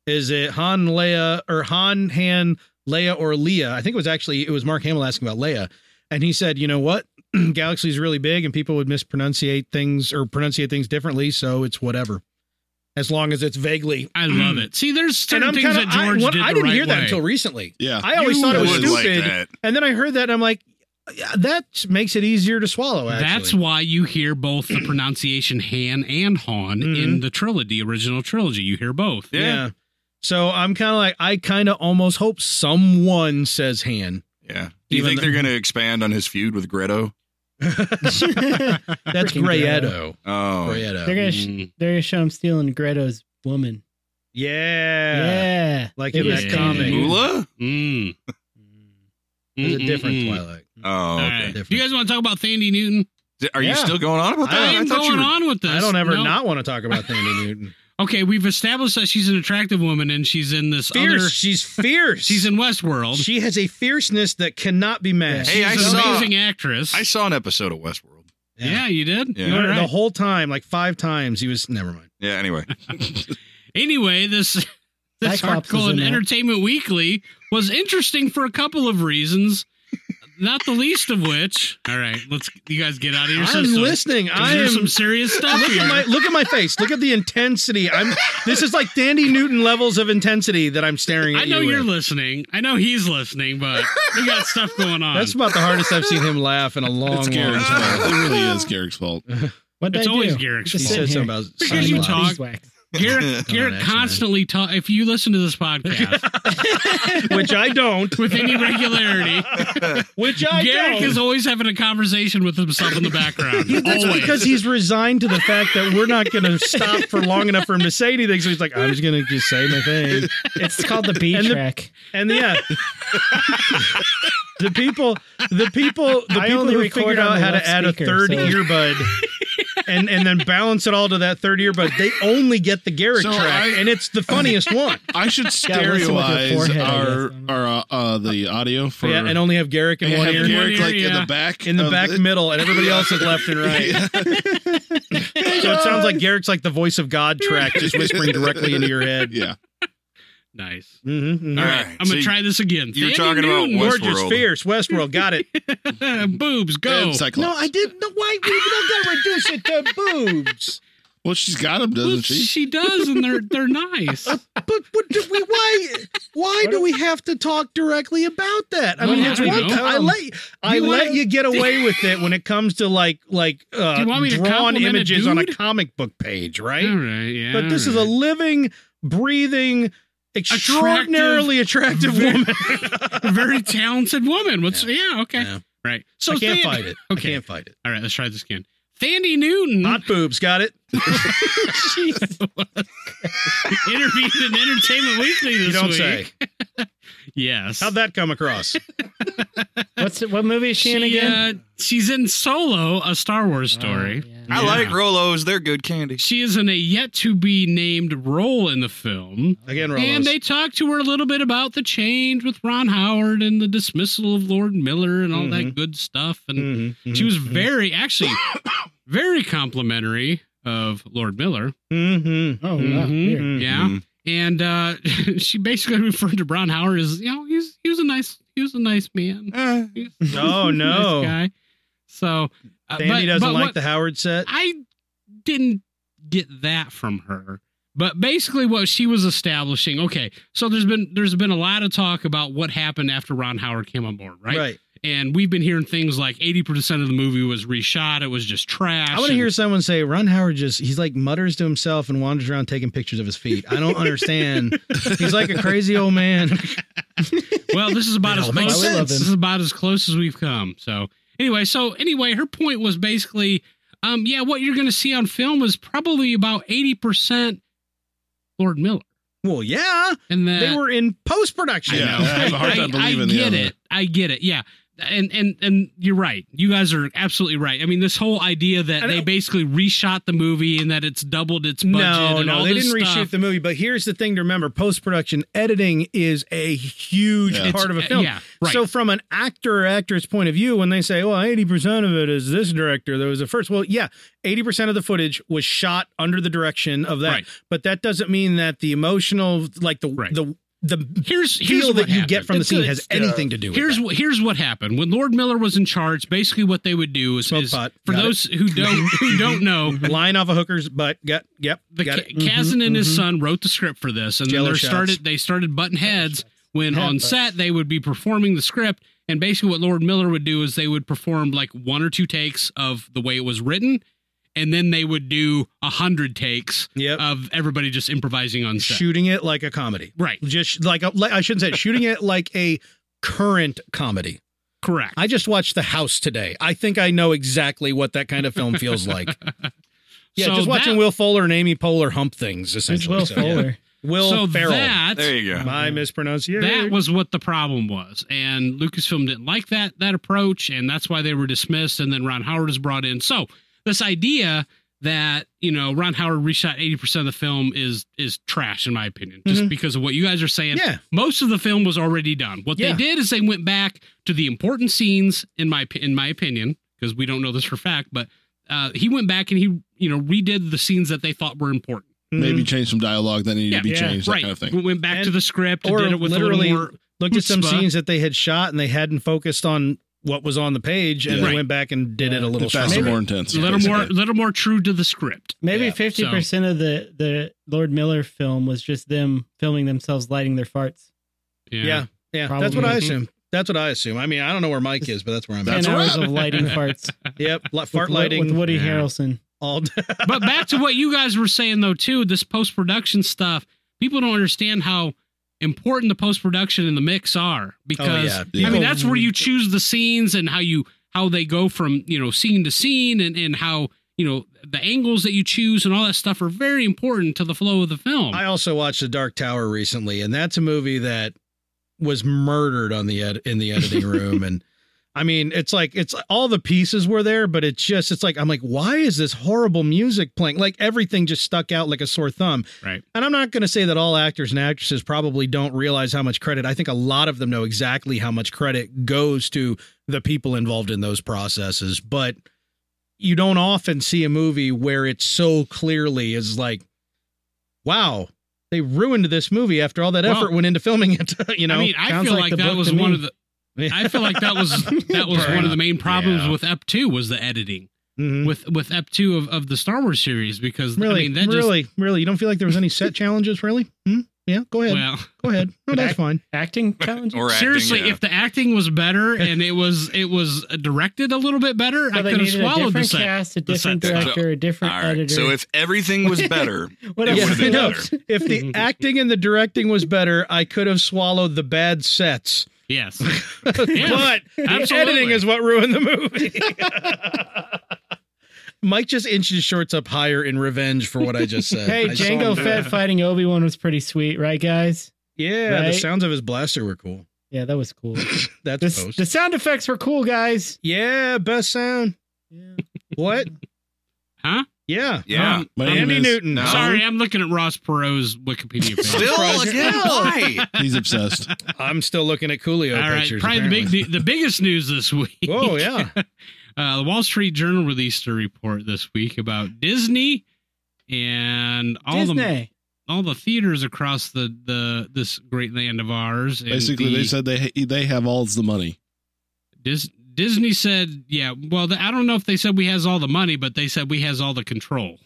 [SPEAKER 1] is it Han Leia or Han Han Leia or Leia? I think it was actually it was Mark Hamill asking about Leia. And he said, you know what? Galaxy's really big and people would mispronunciate things or pronunciate things differently, so it's whatever. As long as it's vaguely
[SPEAKER 4] I love it. See, there's
[SPEAKER 1] and
[SPEAKER 4] certain
[SPEAKER 1] I'm
[SPEAKER 4] things
[SPEAKER 1] kind of
[SPEAKER 4] that George
[SPEAKER 1] I, what-
[SPEAKER 4] did.
[SPEAKER 1] I
[SPEAKER 4] the
[SPEAKER 1] didn't
[SPEAKER 4] right
[SPEAKER 1] hear that
[SPEAKER 4] way.
[SPEAKER 1] until recently.
[SPEAKER 6] Yeah.
[SPEAKER 1] I always
[SPEAKER 5] You
[SPEAKER 1] thought it was
[SPEAKER 5] would
[SPEAKER 1] stupid,
[SPEAKER 5] like that.
[SPEAKER 1] and then I heard that, and I'm like, yeah, that makes it easier to swallow. Actually,
[SPEAKER 4] That's why you hear both the pronunciation Han and Han in
[SPEAKER 1] Mhm.
[SPEAKER 4] the trilogy, the original trilogy. You hear both.
[SPEAKER 1] yeah.
[SPEAKER 5] Yeah.
[SPEAKER 1] So I'm kind of like, I kind of almost hope someone says Han.
[SPEAKER 5] Yeah. Do you
[SPEAKER 1] Even
[SPEAKER 5] think
[SPEAKER 1] though-
[SPEAKER 5] they're going to expand on his feud with Greto?
[SPEAKER 1] That's
[SPEAKER 3] Freaking
[SPEAKER 1] Greedo.
[SPEAKER 5] Oh.
[SPEAKER 1] Greedo.
[SPEAKER 3] They're gonna, sh-
[SPEAKER 4] Mm.
[SPEAKER 3] they're gonna show him stealing Greta's woman. Yeah,
[SPEAKER 1] yeah. Like in
[SPEAKER 3] were
[SPEAKER 1] that
[SPEAKER 3] saying
[SPEAKER 1] comic.
[SPEAKER 3] it.
[SPEAKER 5] Mula?
[SPEAKER 4] Mm.
[SPEAKER 1] There's a
[SPEAKER 4] Mm,
[SPEAKER 1] different
[SPEAKER 4] mm, mm.
[SPEAKER 1] Twilight.
[SPEAKER 5] Oh,
[SPEAKER 4] All right.
[SPEAKER 5] okay.
[SPEAKER 4] Do you guys want to talk about Thandi Newton?
[SPEAKER 5] Are you
[SPEAKER 1] Yeah.
[SPEAKER 5] still going on about that?
[SPEAKER 4] I am
[SPEAKER 5] thought
[SPEAKER 4] going
[SPEAKER 5] you were-
[SPEAKER 4] on with this.
[SPEAKER 1] I don't ever
[SPEAKER 4] No.
[SPEAKER 1] not want to talk about Thandi Newton.
[SPEAKER 4] okay, we've established that she's an attractive woman and she's in this
[SPEAKER 1] Fierce.
[SPEAKER 4] other.
[SPEAKER 1] She's fierce.
[SPEAKER 4] She's in Westworld.
[SPEAKER 1] She has a fierceness that cannot be matched.
[SPEAKER 5] Hey, I
[SPEAKER 4] she's an
[SPEAKER 5] saw-
[SPEAKER 4] amazing actress.
[SPEAKER 5] I saw an episode of Westworld.
[SPEAKER 4] yeah. you did.
[SPEAKER 5] Yeah.
[SPEAKER 4] You were
[SPEAKER 1] The
[SPEAKER 4] right.
[SPEAKER 1] whole time, like five times, he was. Never mind.
[SPEAKER 5] Yeah. Anyway,
[SPEAKER 4] Anyway, this this
[SPEAKER 3] Cyclops
[SPEAKER 4] article
[SPEAKER 3] is
[SPEAKER 4] in
[SPEAKER 3] in that.
[SPEAKER 4] Entertainment Weekly was interesting for a couple of reasons, not the least of which. All right, let's you guys get out of your
[SPEAKER 1] I'm
[SPEAKER 4] system.
[SPEAKER 1] listening. I am.
[SPEAKER 4] There's some serious stuff
[SPEAKER 1] Look
[SPEAKER 4] here.
[SPEAKER 1] at my look at my face. Look at the intensity. I'm. This is like Dandy Newton levels of intensity that I'm staring at.
[SPEAKER 4] I know
[SPEAKER 1] you
[SPEAKER 4] you're
[SPEAKER 1] with.
[SPEAKER 4] listening. I know he's listening, but we got stuff going on.
[SPEAKER 1] That's about the hardest I've seen him laugh in a long,
[SPEAKER 6] It's
[SPEAKER 1] long
[SPEAKER 6] Garrick's
[SPEAKER 1] time.
[SPEAKER 6] fault. It really is Garrick's fault.
[SPEAKER 3] What did
[SPEAKER 4] It's
[SPEAKER 3] I
[SPEAKER 4] always
[SPEAKER 3] do?
[SPEAKER 4] Garrick's
[SPEAKER 3] Just
[SPEAKER 1] He
[SPEAKER 4] fault.
[SPEAKER 3] sitting
[SPEAKER 1] said something
[SPEAKER 3] here.
[SPEAKER 1] about
[SPEAKER 4] Because you
[SPEAKER 1] Seinfeld.
[SPEAKER 4] talk-
[SPEAKER 3] Beeswax.
[SPEAKER 4] Garrett, Garrett
[SPEAKER 1] Oh, that's
[SPEAKER 4] constantly talk. If you listen to this podcast
[SPEAKER 1] which I don't.
[SPEAKER 4] with any regularity,
[SPEAKER 1] Which I
[SPEAKER 4] Garrett
[SPEAKER 1] don't.
[SPEAKER 4] is always having a conversation with himself in the background.
[SPEAKER 1] That's
[SPEAKER 4] always.
[SPEAKER 1] because he's resigned to the fact that we're not going to stop for long enough for him to say anything. So he's like, I'm just going to just say my thing.
[SPEAKER 3] It's called the B
[SPEAKER 1] And the-
[SPEAKER 3] track.
[SPEAKER 1] And yeah, the people, the people, the
[SPEAKER 3] I
[SPEAKER 1] people
[SPEAKER 3] only
[SPEAKER 1] who
[SPEAKER 3] record
[SPEAKER 1] figured out
[SPEAKER 3] on the
[SPEAKER 1] how to
[SPEAKER 3] left
[SPEAKER 1] add a
[SPEAKER 3] speaker,
[SPEAKER 1] third
[SPEAKER 3] so-
[SPEAKER 1] earbud. And and then balance it all to that third earbud. They only get the Garrick
[SPEAKER 6] So
[SPEAKER 1] track,
[SPEAKER 6] I-
[SPEAKER 1] and it's the funniest one.
[SPEAKER 6] I should
[SPEAKER 3] listen with your
[SPEAKER 6] stereoize
[SPEAKER 3] forehead, I
[SPEAKER 6] our
[SPEAKER 3] guess.
[SPEAKER 6] our uh, uh, the audio for
[SPEAKER 1] yeah, and only have Garrick in
[SPEAKER 6] and
[SPEAKER 1] one
[SPEAKER 6] have
[SPEAKER 1] ear,
[SPEAKER 6] Garrick
[SPEAKER 4] One
[SPEAKER 6] like
[SPEAKER 4] ear,
[SPEAKER 6] in
[SPEAKER 4] yeah.
[SPEAKER 6] the back
[SPEAKER 1] in the
[SPEAKER 6] of
[SPEAKER 1] back middle, and everybody else is left and right. So it sounds like Garrick's like the voice of God track, just whispering directly into your head.
[SPEAKER 6] Yeah,
[SPEAKER 4] nice.
[SPEAKER 1] Mm-hmm.
[SPEAKER 4] All
[SPEAKER 5] All
[SPEAKER 4] right,
[SPEAKER 5] right,
[SPEAKER 4] I'm gonna
[SPEAKER 5] so
[SPEAKER 4] try this again.
[SPEAKER 5] you're
[SPEAKER 4] Sandy
[SPEAKER 5] talking about
[SPEAKER 4] Newton.
[SPEAKER 5] West-
[SPEAKER 1] Gorgeous,
[SPEAKER 5] Westworld.
[SPEAKER 1] fierce, Westworld. Got it.
[SPEAKER 4] boobs. Go.
[SPEAKER 6] And Cyclops.
[SPEAKER 1] No, I didn't. No, why we don't gotta reduce it to boobs?
[SPEAKER 6] well, she's got him,
[SPEAKER 4] Well,
[SPEAKER 6] doesn't
[SPEAKER 4] she?
[SPEAKER 6] she?
[SPEAKER 4] does, and they're they're nice.
[SPEAKER 1] But what do we? Why? Why do we have to talk directly about that? I
[SPEAKER 4] Well,
[SPEAKER 1] mean,
[SPEAKER 4] I
[SPEAKER 1] it's
[SPEAKER 4] don't
[SPEAKER 1] one.
[SPEAKER 4] know.
[SPEAKER 1] I let I
[SPEAKER 4] You
[SPEAKER 1] let
[SPEAKER 4] wanna-
[SPEAKER 1] you get away with it when it comes to like like
[SPEAKER 4] Do
[SPEAKER 1] uh,
[SPEAKER 4] you want me to
[SPEAKER 1] drawn
[SPEAKER 4] compliment a
[SPEAKER 1] images on a
[SPEAKER 4] dude?
[SPEAKER 1] comic book page, right?
[SPEAKER 4] All right, yeah.
[SPEAKER 1] but this is a living, breathing, extraordinarily attractive, woman.
[SPEAKER 4] a very talented woman. What's yeah, okay.
[SPEAKER 1] Yeah.
[SPEAKER 4] Right. So
[SPEAKER 1] I can't
[SPEAKER 4] Thandi-
[SPEAKER 1] fight it.
[SPEAKER 4] Okay.
[SPEAKER 1] I can't fight it.
[SPEAKER 4] All right, let's try this again. Thandi Newton
[SPEAKER 1] Hot boobs, got it.
[SPEAKER 4] interviewed in Entertainment Weekly this
[SPEAKER 1] You don't
[SPEAKER 4] week.
[SPEAKER 1] say.
[SPEAKER 4] Yes.
[SPEAKER 1] How'd that come across?
[SPEAKER 3] What's it, what movie is she,
[SPEAKER 4] She,
[SPEAKER 3] in again?
[SPEAKER 4] uh, she's in Solo, a Star Wars story.
[SPEAKER 3] Oh, yeah.
[SPEAKER 5] I
[SPEAKER 4] Yeah.
[SPEAKER 5] like Rolos. They're good candy.
[SPEAKER 4] She is in a yet to be named role in the film.
[SPEAKER 1] Again, Rolos.
[SPEAKER 4] And they talked to her a little bit about the change with Ron Howard and the dismissal of Lord Miller and all
[SPEAKER 1] Mm-hmm.
[SPEAKER 4] that good stuff. And
[SPEAKER 1] Mhm, mhm,
[SPEAKER 4] she was very, actually, very complimentary of Lord Miller.
[SPEAKER 1] mhm.
[SPEAKER 3] Oh, wow. weird.
[SPEAKER 1] Mhm.
[SPEAKER 4] Yeah.
[SPEAKER 6] Mm-hmm.
[SPEAKER 5] Mhm.
[SPEAKER 4] And uh, she basically referred to Ron Howard as, you know, he's he was a nice he was a nice man.
[SPEAKER 5] Eh.
[SPEAKER 4] He's-
[SPEAKER 1] Oh,
[SPEAKER 4] he's a
[SPEAKER 1] no.
[SPEAKER 4] nice guy. So uh,
[SPEAKER 1] Danny
[SPEAKER 4] but-
[SPEAKER 1] doesn't
[SPEAKER 4] but
[SPEAKER 1] like
[SPEAKER 4] what-
[SPEAKER 1] the Howard set.
[SPEAKER 4] I didn't get that from her. But basically what she was establishing, okay, so there's been there's been a lot of talk about what happened after Ron Howard came on board, right? And we've been hearing things like 80% of the movie was reshot, it was just trash.
[SPEAKER 1] I want to
[SPEAKER 4] and-
[SPEAKER 1] hear someone say Ron Howard just he's like mutters to himself and wanders around taking pictures of his feet. I don't understand. he's like a crazy old man.
[SPEAKER 4] Well, this is about
[SPEAKER 1] It
[SPEAKER 4] as
[SPEAKER 1] all makes
[SPEAKER 4] close.
[SPEAKER 1] sense.
[SPEAKER 4] This is about as close as we've come. So anyway, so anyway, her point was basically, um, yeah, what you're going to see on film is probably about eighty percent Lord Miller,
[SPEAKER 1] well, yeah,
[SPEAKER 4] and that
[SPEAKER 1] they were in post production.
[SPEAKER 6] Yeah, I have a hard time believing
[SPEAKER 4] I
[SPEAKER 6] the
[SPEAKER 4] get
[SPEAKER 6] other.
[SPEAKER 4] it. I get it. Yeah. And and and you're right. You guys are absolutely right. I mean, this whole idea that
[SPEAKER 1] I
[SPEAKER 4] they
[SPEAKER 1] don't-
[SPEAKER 4] basically reshot the movie and that it's doubled its budget.
[SPEAKER 1] No,
[SPEAKER 4] and
[SPEAKER 1] no,
[SPEAKER 4] all
[SPEAKER 1] they
[SPEAKER 4] this
[SPEAKER 1] didn't
[SPEAKER 4] stuff.
[SPEAKER 1] reshoot the movie. But here's the thing to remember: post production editing is a huge
[SPEAKER 6] Yeah.
[SPEAKER 1] part of a
[SPEAKER 4] uh,
[SPEAKER 1] film.
[SPEAKER 4] yeah, right.
[SPEAKER 1] So, from an actor or actress point of view, when they say, "Well, eighty percent of it is this director that was the first, well, yeah, eighty percent of the footage was shot under the direction of that.
[SPEAKER 4] Right.
[SPEAKER 1] But that doesn't mean that the emotional, like the
[SPEAKER 4] Right.
[SPEAKER 1] the the
[SPEAKER 4] Here's here's
[SPEAKER 1] feel
[SPEAKER 4] what
[SPEAKER 1] that you
[SPEAKER 4] happened.
[SPEAKER 1] get from the
[SPEAKER 4] It's
[SPEAKER 1] scene
[SPEAKER 4] a-
[SPEAKER 1] has anything to do with
[SPEAKER 4] Here's
[SPEAKER 1] that.
[SPEAKER 4] what here's what happened when Lord Miller was in charge. Basically, what they would do is,
[SPEAKER 1] Smoke
[SPEAKER 4] is-
[SPEAKER 1] pot.
[SPEAKER 4] for
[SPEAKER 1] Got
[SPEAKER 4] those who don't who don't know,
[SPEAKER 1] line off a hooker's butt. Got yep,
[SPEAKER 4] the
[SPEAKER 1] got
[SPEAKER 4] Ka-
[SPEAKER 1] it. Mm-hmm,
[SPEAKER 4] Kazan and his son wrote the script for this, and
[SPEAKER 1] Jello
[SPEAKER 4] then they
[SPEAKER 1] shots.
[SPEAKER 4] started they started butting heads when
[SPEAKER 3] Head
[SPEAKER 4] on
[SPEAKER 3] butts.
[SPEAKER 4] set they would be performing the script. And basically, what Lord Miller would do is they would perform like one or two takes of the way it was written, and then they would do a hundred takes
[SPEAKER 1] Yep.
[SPEAKER 4] of everybody just improvising on set.
[SPEAKER 1] shooting it like a comedy.
[SPEAKER 4] Right,
[SPEAKER 1] Just like, a, like I shouldn't say it, shooting it like a current comedy.
[SPEAKER 4] correct.
[SPEAKER 1] I just watched The House today. I think I know exactly what that kind of film feels like. Yeah,
[SPEAKER 4] So
[SPEAKER 1] just watching
[SPEAKER 4] that-
[SPEAKER 1] Will Fuller and Amy Poehler hump things
[SPEAKER 3] Who's
[SPEAKER 1] essentially.
[SPEAKER 3] Will
[SPEAKER 1] So, yeah.
[SPEAKER 3] Fuller?
[SPEAKER 1] Will
[SPEAKER 4] so
[SPEAKER 1] Ferrell.
[SPEAKER 4] that Mm-hmm.
[SPEAKER 5] There you go.
[SPEAKER 1] My mispronunciation.
[SPEAKER 4] That was what the problem was, and Lucasfilm didn't like that that approach, and that's why they were dismissed. And then Ron Howard is brought in. So this idea that you know Ron Howard reshot eighty percent of the film is is trash in my opinion, just because of what you guys are saying.
[SPEAKER 1] Mm-hmm. Yeah.
[SPEAKER 4] most of the film was already done. What
[SPEAKER 1] Yeah.
[SPEAKER 4] they did is they went back to the important scenes in my op- in my opinion because we don't know this for fact, but uh, he went back and he you know redid the scenes that they thought were important.
[SPEAKER 1] Mm-hmm.
[SPEAKER 6] Maybe change some dialogue that needed
[SPEAKER 4] Yeah.
[SPEAKER 6] to be
[SPEAKER 3] Yeah.
[SPEAKER 6] changed, that
[SPEAKER 4] right,
[SPEAKER 6] kind of thing.
[SPEAKER 4] We went back
[SPEAKER 1] And-
[SPEAKER 4] to the script,
[SPEAKER 1] or
[SPEAKER 4] did it with
[SPEAKER 1] literally-
[SPEAKER 4] a little more
[SPEAKER 1] looked at some
[SPEAKER 4] Chutzpah.
[SPEAKER 1] scenes that they had shot and they hadn't focused on what was on the page and
[SPEAKER 4] Right.
[SPEAKER 1] they went back and did it a little
[SPEAKER 6] It's faster,
[SPEAKER 1] stronger.
[SPEAKER 6] more intense.
[SPEAKER 4] a little more, little more true to the script.
[SPEAKER 3] Maybe
[SPEAKER 1] Yeah,
[SPEAKER 3] fifty percent of the the Lord Miller film was just them filming themselves lighting their farts.
[SPEAKER 1] Yeah. Yeah, that's what
[SPEAKER 3] Probably.
[SPEAKER 1] I assume. That's what I assume. I mean, I don't know where Mike is, but that's where I'm
[SPEAKER 3] Ten
[SPEAKER 1] at.
[SPEAKER 3] hours of lighting farts.
[SPEAKER 1] Yep, li- fart
[SPEAKER 3] with, Wo-
[SPEAKER 1] lighting
[SPEAKER 3] with Woody
[SPEAKER 4] Yeah.
[SPEAKER 3] Harrelson.
[SPEAKER 1] all day.
[SPEAKER 4] but back to what you guys were saying though too this post-production stuff people don't understand how important the post-production and the mix are because
[SPEAKER 1] Oh,
[SPEAKER 3] Oh,
[SPEAKER 1] yeah.
[SPEAKER 4] i
[SPEAKER 6] Yeah.
[SPEAKER 4] mean that's where you choose the scenes and how you how they go from you know scene to scene and and how you know the angles that you choose and all that stuff are very important to the flow of the film
[SPEAKER 1] I also watched The Dark Tower recently, and that's a movie that was murdered on the ed- in the editing room. and I mean, it's like it's all the pieces were there, but it's just it's like I'm like, why is this horrible music playing? Like everything just stuck out like a sore thumb.
[SPEAKER 4] Right.
[SPEAKER 1] And I'm not going to say that all actors and actresses probably don't realize how much credit. I think a lot of them know exactly how much credit goes to the people involved in those processes, but you don't often see a movie where it's so clearly is like, wow, they ruined this movie after all that
[SPEAKER 4] Well,
[SPEAKER 1] effort went into filming it. you know,
[SPEAKER 4] I mean, I
[SPEAKER 3] sounds
[SPEAKER 4] feel
[SPEAKER 3] like
[SPEAKER 4] like,
[SPEAKER 3] the
[SPEAKER 4] that
[SPEAKER 3] book
[SPEAKER 4] was
[SPEAKER 3] to
[SPEAKER 4] one
[SPEAKER 3] me.
[SPEAKER 4] of the. I feel like that was that was one of the main problems with Ep Two was the editing
[SPEAKER 1] Mhm.
[SPEAKER 4] with with Ep Two of, of the Star Wars series because
[SPEAKER 1] really,
[SPEAKER 4] I mean that just
[SPEAKER 1] really, really, you don't feel like there was any set challenges, really? Hmm? Yeah, go ahead,
[SPEAKER 4] well
[SPEAKER 1] go ahead. No, that's
[SPEAKER 3] Back-
[SPEAKER 1] fine.
[SPEAKER 3] Acting challenge.
[SPEAKER 5] Or acting,
[SPEAKER 4] Seriously,
[SPEAKER 5] yeah.
[SPEAKER 4] if the acting was better and it was it was directed a little bit better, I
[SPEAKER 3] So they
[SPEAKER 4] could have
[SPEAKER 3] needed a
[SPEAKER 4] swallowed the
[SPEAKER 3] different
[SPEAKER 4] set.
[SPEAKER 3] cast, a
[SPEAKER 4] the
[SPEAKER 3] different
[SPEAKER 4] set.
[SPEAKER 3] director, a different
[SPEAKER 5] All right.
[SPEAKER 3] editor.
[SPEAKER 5] So if everything was better,
[SPEAKER 3] what
[SPEAKER 5] it
[SPEAKER 3] else?
[SPEAKER 5] would've been
[SPEAKER 3] What
[SPEAKER 5] better.
[SPEAKER 3] else?
[SPEAKER 1] If the acting and the directing was better, I could have swallowed the bad sets.
[SPEAKER 4] Yes,
[SPEAKER 1] but the
[SPEAKER 4] absolutely.
[SPEAKER 1] editing is what ruined the movie. Mike just inched his shorts up higher in revenge for what I just said.
[SPEAKER 3] Hey,
[SPEAKER 1] I saw
[SPEAKER 3] Django
[SPEAKER 1] him do
[SPEAKER 3] Fett
[SPEAKER 1] that.
[SPEAKER 3] fighting Obi Wan was pretty sweet, right, guys?
[SPEAKER 1] Yeah, the
[SPEAKER 3] Right?
[SPEAKER 1] sounds of his blaster were cool.
[SPEAKER 3] Yeah, that was cool.
[SPEAKER 1] That's
[SPEAKER 3] The,
[SPEAKER 1] post.
[SPEAKER 3] the sound effects were cool, guys.
[SPEAKER 1] yeah, best sound. What?
[SPEAKER 4] Huh?
[SPEAKER 1] Yeah.
[SPEAKER 5] yeah.
[SPEAKER 4] Um,
[SPEAKER 6] My
[SPEAKER 1] Andy
[SPEAKER 6] name is-
[SPEAKER 1] Newton.
[SPEAKER 5] No.
[SPEAKER 4] sorry, I'm looking at Ross Perot's Wikipedia page.
[SPEAKER 5] Still again, why?
[SPEAKER 6] He's obsessed.
[SPEAKER 1] I'm still looking at Coolio
[SPEAKER 4] All right,
[SPEAKER 1] pictures.
[SPEAKER 4] probably
[SPEAKER 1] apparently.
[SPEAKER 4] the big the biggest news this week.
[SPEAKER 1] Oh, yeah.
[SPEAKER 4] Uh, the Wall Street Journal released a report this week about Disney and all the
[SPEAKER 3] Disney.
[SPEAKER 4] all the theaters across the, the this great land of ours. and
[SPEAKER 6] Basically,
[SPEAKER 4] the-
[SPEAKER 6] they said they they have all the money.
[SPEAKER 4] Dis- Disney said, yeah, well, th- I don't know if they said we has all the money, but they said we has all the control.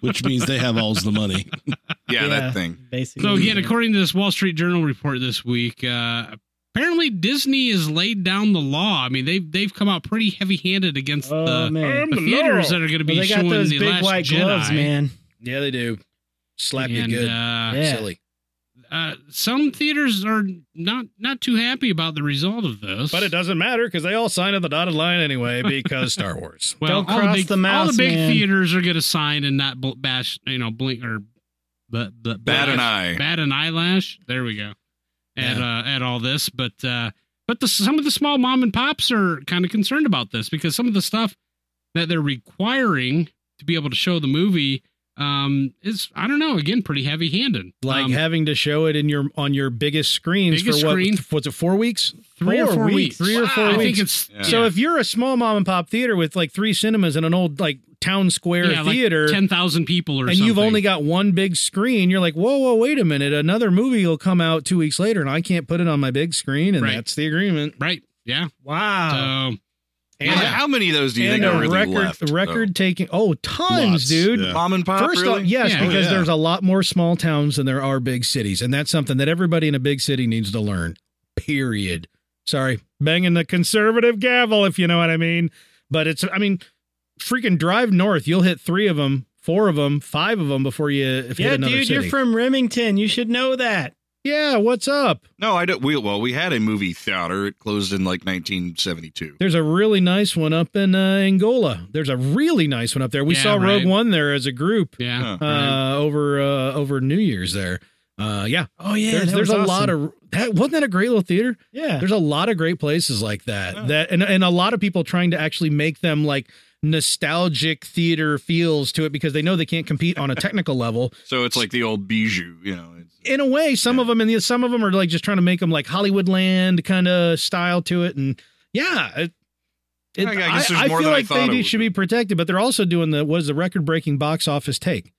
[SPEAKER 6] which means they have all's the money.
[SPEAKER 3] Yeah.
[SPEAKER 5] Yeah, that thing.
[SPEAKER 3] Basically.
[SPEAKER 4] So again, according to this Wall Street Journal report this week, uh, apparently Disney has laid down the law. I mean, they've they've come out pretty heavy-handed against
[SPEAKER 3] oh
[SPEAKER 4] the,
[SPEAKER 3] man,
[SPEAKER 4] the theaters that are going to
[SPEAKER 3] Well,
[SPEAKER 4] be
[SPEAKER 3] they got
[SPEAKER 4] showing
[SPEAKER 3] those
[SPEAKER 4] the
[SPEAKER 3] big
[SPEAKER 4] Last
[SPEAKER 3] white
[SPEAKER 4] Jedi.
[SPEAKER 3] gloves, man.
[SPEAKER 1] yeah, they do. Slap
[SPEAKER 4] And,
[SPEAKER 1] you good.
[SPEAKER 4] uh,
[SPEAKER 3] Yeah.
[SPEAKER 1] Silly.
[SPEAKER 4] uh, some theaters are not not too happy about the result of this.
[SPEAKER 1] But it doesn't matter because they all signed on the dotted line anyway because Star Wars.
[SPEAKER 4] Well,
[SPEAKER 3] Don't
[SPEAKER 4] all
[SPEAKER 3] cross
[SPEAKER 4] the big,
[SPEAKER 3] the mouse,
[SPEAKER 4] all the big
[SPEAKER 3] man.
[SPEAKER 4] theaters are going to sign and not bl- bash, you know, blink or but but
[SPEAKER 5] Bat an eye.
[SPEAKER 4] bat an eyelash. There we go. At uh, at all this, but uh, but the, some of the small mom and pops are kind of concerned about this because some of the stuff that they're requiring to be able to show the movie um, is I don't know again pretty heavy handed.
[SPEAKER 1] like having to show it in your on your biggest screens
[SPEAKER 4] Um, Biggest
[SPEAKER 1] for what
[SPEAKER 4] screen.
[SPEAKER 1] what's it four weeks
[SPEAKER 4] three or
[SPEAKER 1] four
[SPEAKER 4] four
[SPEAKER 1] weeks.
[SPEAKER 4] weeks,
[SPEAKER 1] Three or four
[SPEAKER 4] I
[SPEAKER 1] weeks.
[SPEAKER 4] think it's
[SPEAKER 5] Yeah.
[SPEAKER 1] so if you're a small mom and pop theater with like three cinemas and an old like town square
[SPEAKER 4] yeah, like
[SPEAKER 1] theater
[SPEAKER 4] ten thousand people or
[SPEAKER 1] and
[SPEAKER 4] something.
[SPEAKER 1] you've only got one big screen you're like whoa whoa wait a minute another movie will come out two weeks later and i can't put it on my big screen and
[SPEAKER 4] Right.
[SPEAKER 1] that's the agreement
[SPEAKER 4] right yeah
[SPEAKER 1] wow
[SPEAKER 4] so
[SPEAKER 5] How-
[SPEAKER 4] Yeah.
[SPEAKER 5] How many of those do you
[SPEAKER 1] and
[SPEAKER 5] think
[SPEAKER 1] a
[SPEAKER 5] are really
[SPEAKER 1] record
[SPEAKER 5] left? though?
[SPEAKER 1] record taking oh tons
[SPEAKER 6] Lots,
[SPEAKER 1] dude
[SPEAKER 6] yeah.
[SPEAKER 5] mom and pop.
[SPEAKER 1] First
[SPEAKER 5] really?
[SPEAKER 1] off, yes,
[SPEAKER 4] Yeah.
[SPEAKER 6] Oh,
[SPEAKER 1] because
[SPEAKER 6] yeah.
[SPEAKER 1] there's a lot more small towns than there are big cities, and that's something that everybody in a big city needs to learn. Period. Sorry, banging the conservative gavel, if you know what I mean. But it's, I mean, freaking drive north, you'll hit three of them, four of them, five of them before you if you
[SPEAKER 3] Yeah,
[SPEAKER 1] hit another
[SPEAKER 3] dude,
[SPEAKER 1] city.
[SPEAKER 3] you're from Remington. You should know that.
[SPEAKER 1] yeah, what's up?
[SPEAKER 5] No, I don't. We well, we had a movie theater. It closed in like 1972.
[SPEAKER 1] There's a really nice one up in uh, Angola. There's a really nice one up there. We
[SPEAKER 4] Yeah,
[SPEAKER 1] saw Rogue
[SPEAKER 4] right.
[SPEAKER 1] One there as a group
[SPEAKER 4] yeah.
[SPEAKER 5] Huh.
[SPEAKER 1] uh, over uh, over New Year's there. Uh, yeah,
[SPEAKER 3] Oh yeah,
[SPEAKER 1] there's, there's a lot of that wasn't that a great little theater
[SPEAKER 3] yeah.
[SPEAKER 1] there's a lot of great places like that
[SPEAKER 5] Yeah.
[SPEAKER 1] that and, and a lot of people trying to actually make them like nostalgic theater feels to it because they know they can't compete on a technical level.
[SPEAKER 5] So it's like the old bijou, you know. It's,
[SPEAKER 1] In a way, some of them and the, some of them are like just trying to make them like Hollywood land kind of style to it, and yeah. It, it-
[SPEAKER 5] I- I
[SPEAKER 1] I,
[SPEAKER 5] guess there's
[SPEAKER 1] I
[SPEAKER 5] more
[SPEAKER 1] feel
[SPEAKER 5] than I
[SPEAKER 1] like
[SPEAKER 5] thought
[SPEAKER 1] they
[SPEAKER 5] it
[SPEAKER 1] do-
[SPEAKER 5] would
[SPEAKER 1] should be protected, but they're also doing the what is the record breaking box office take,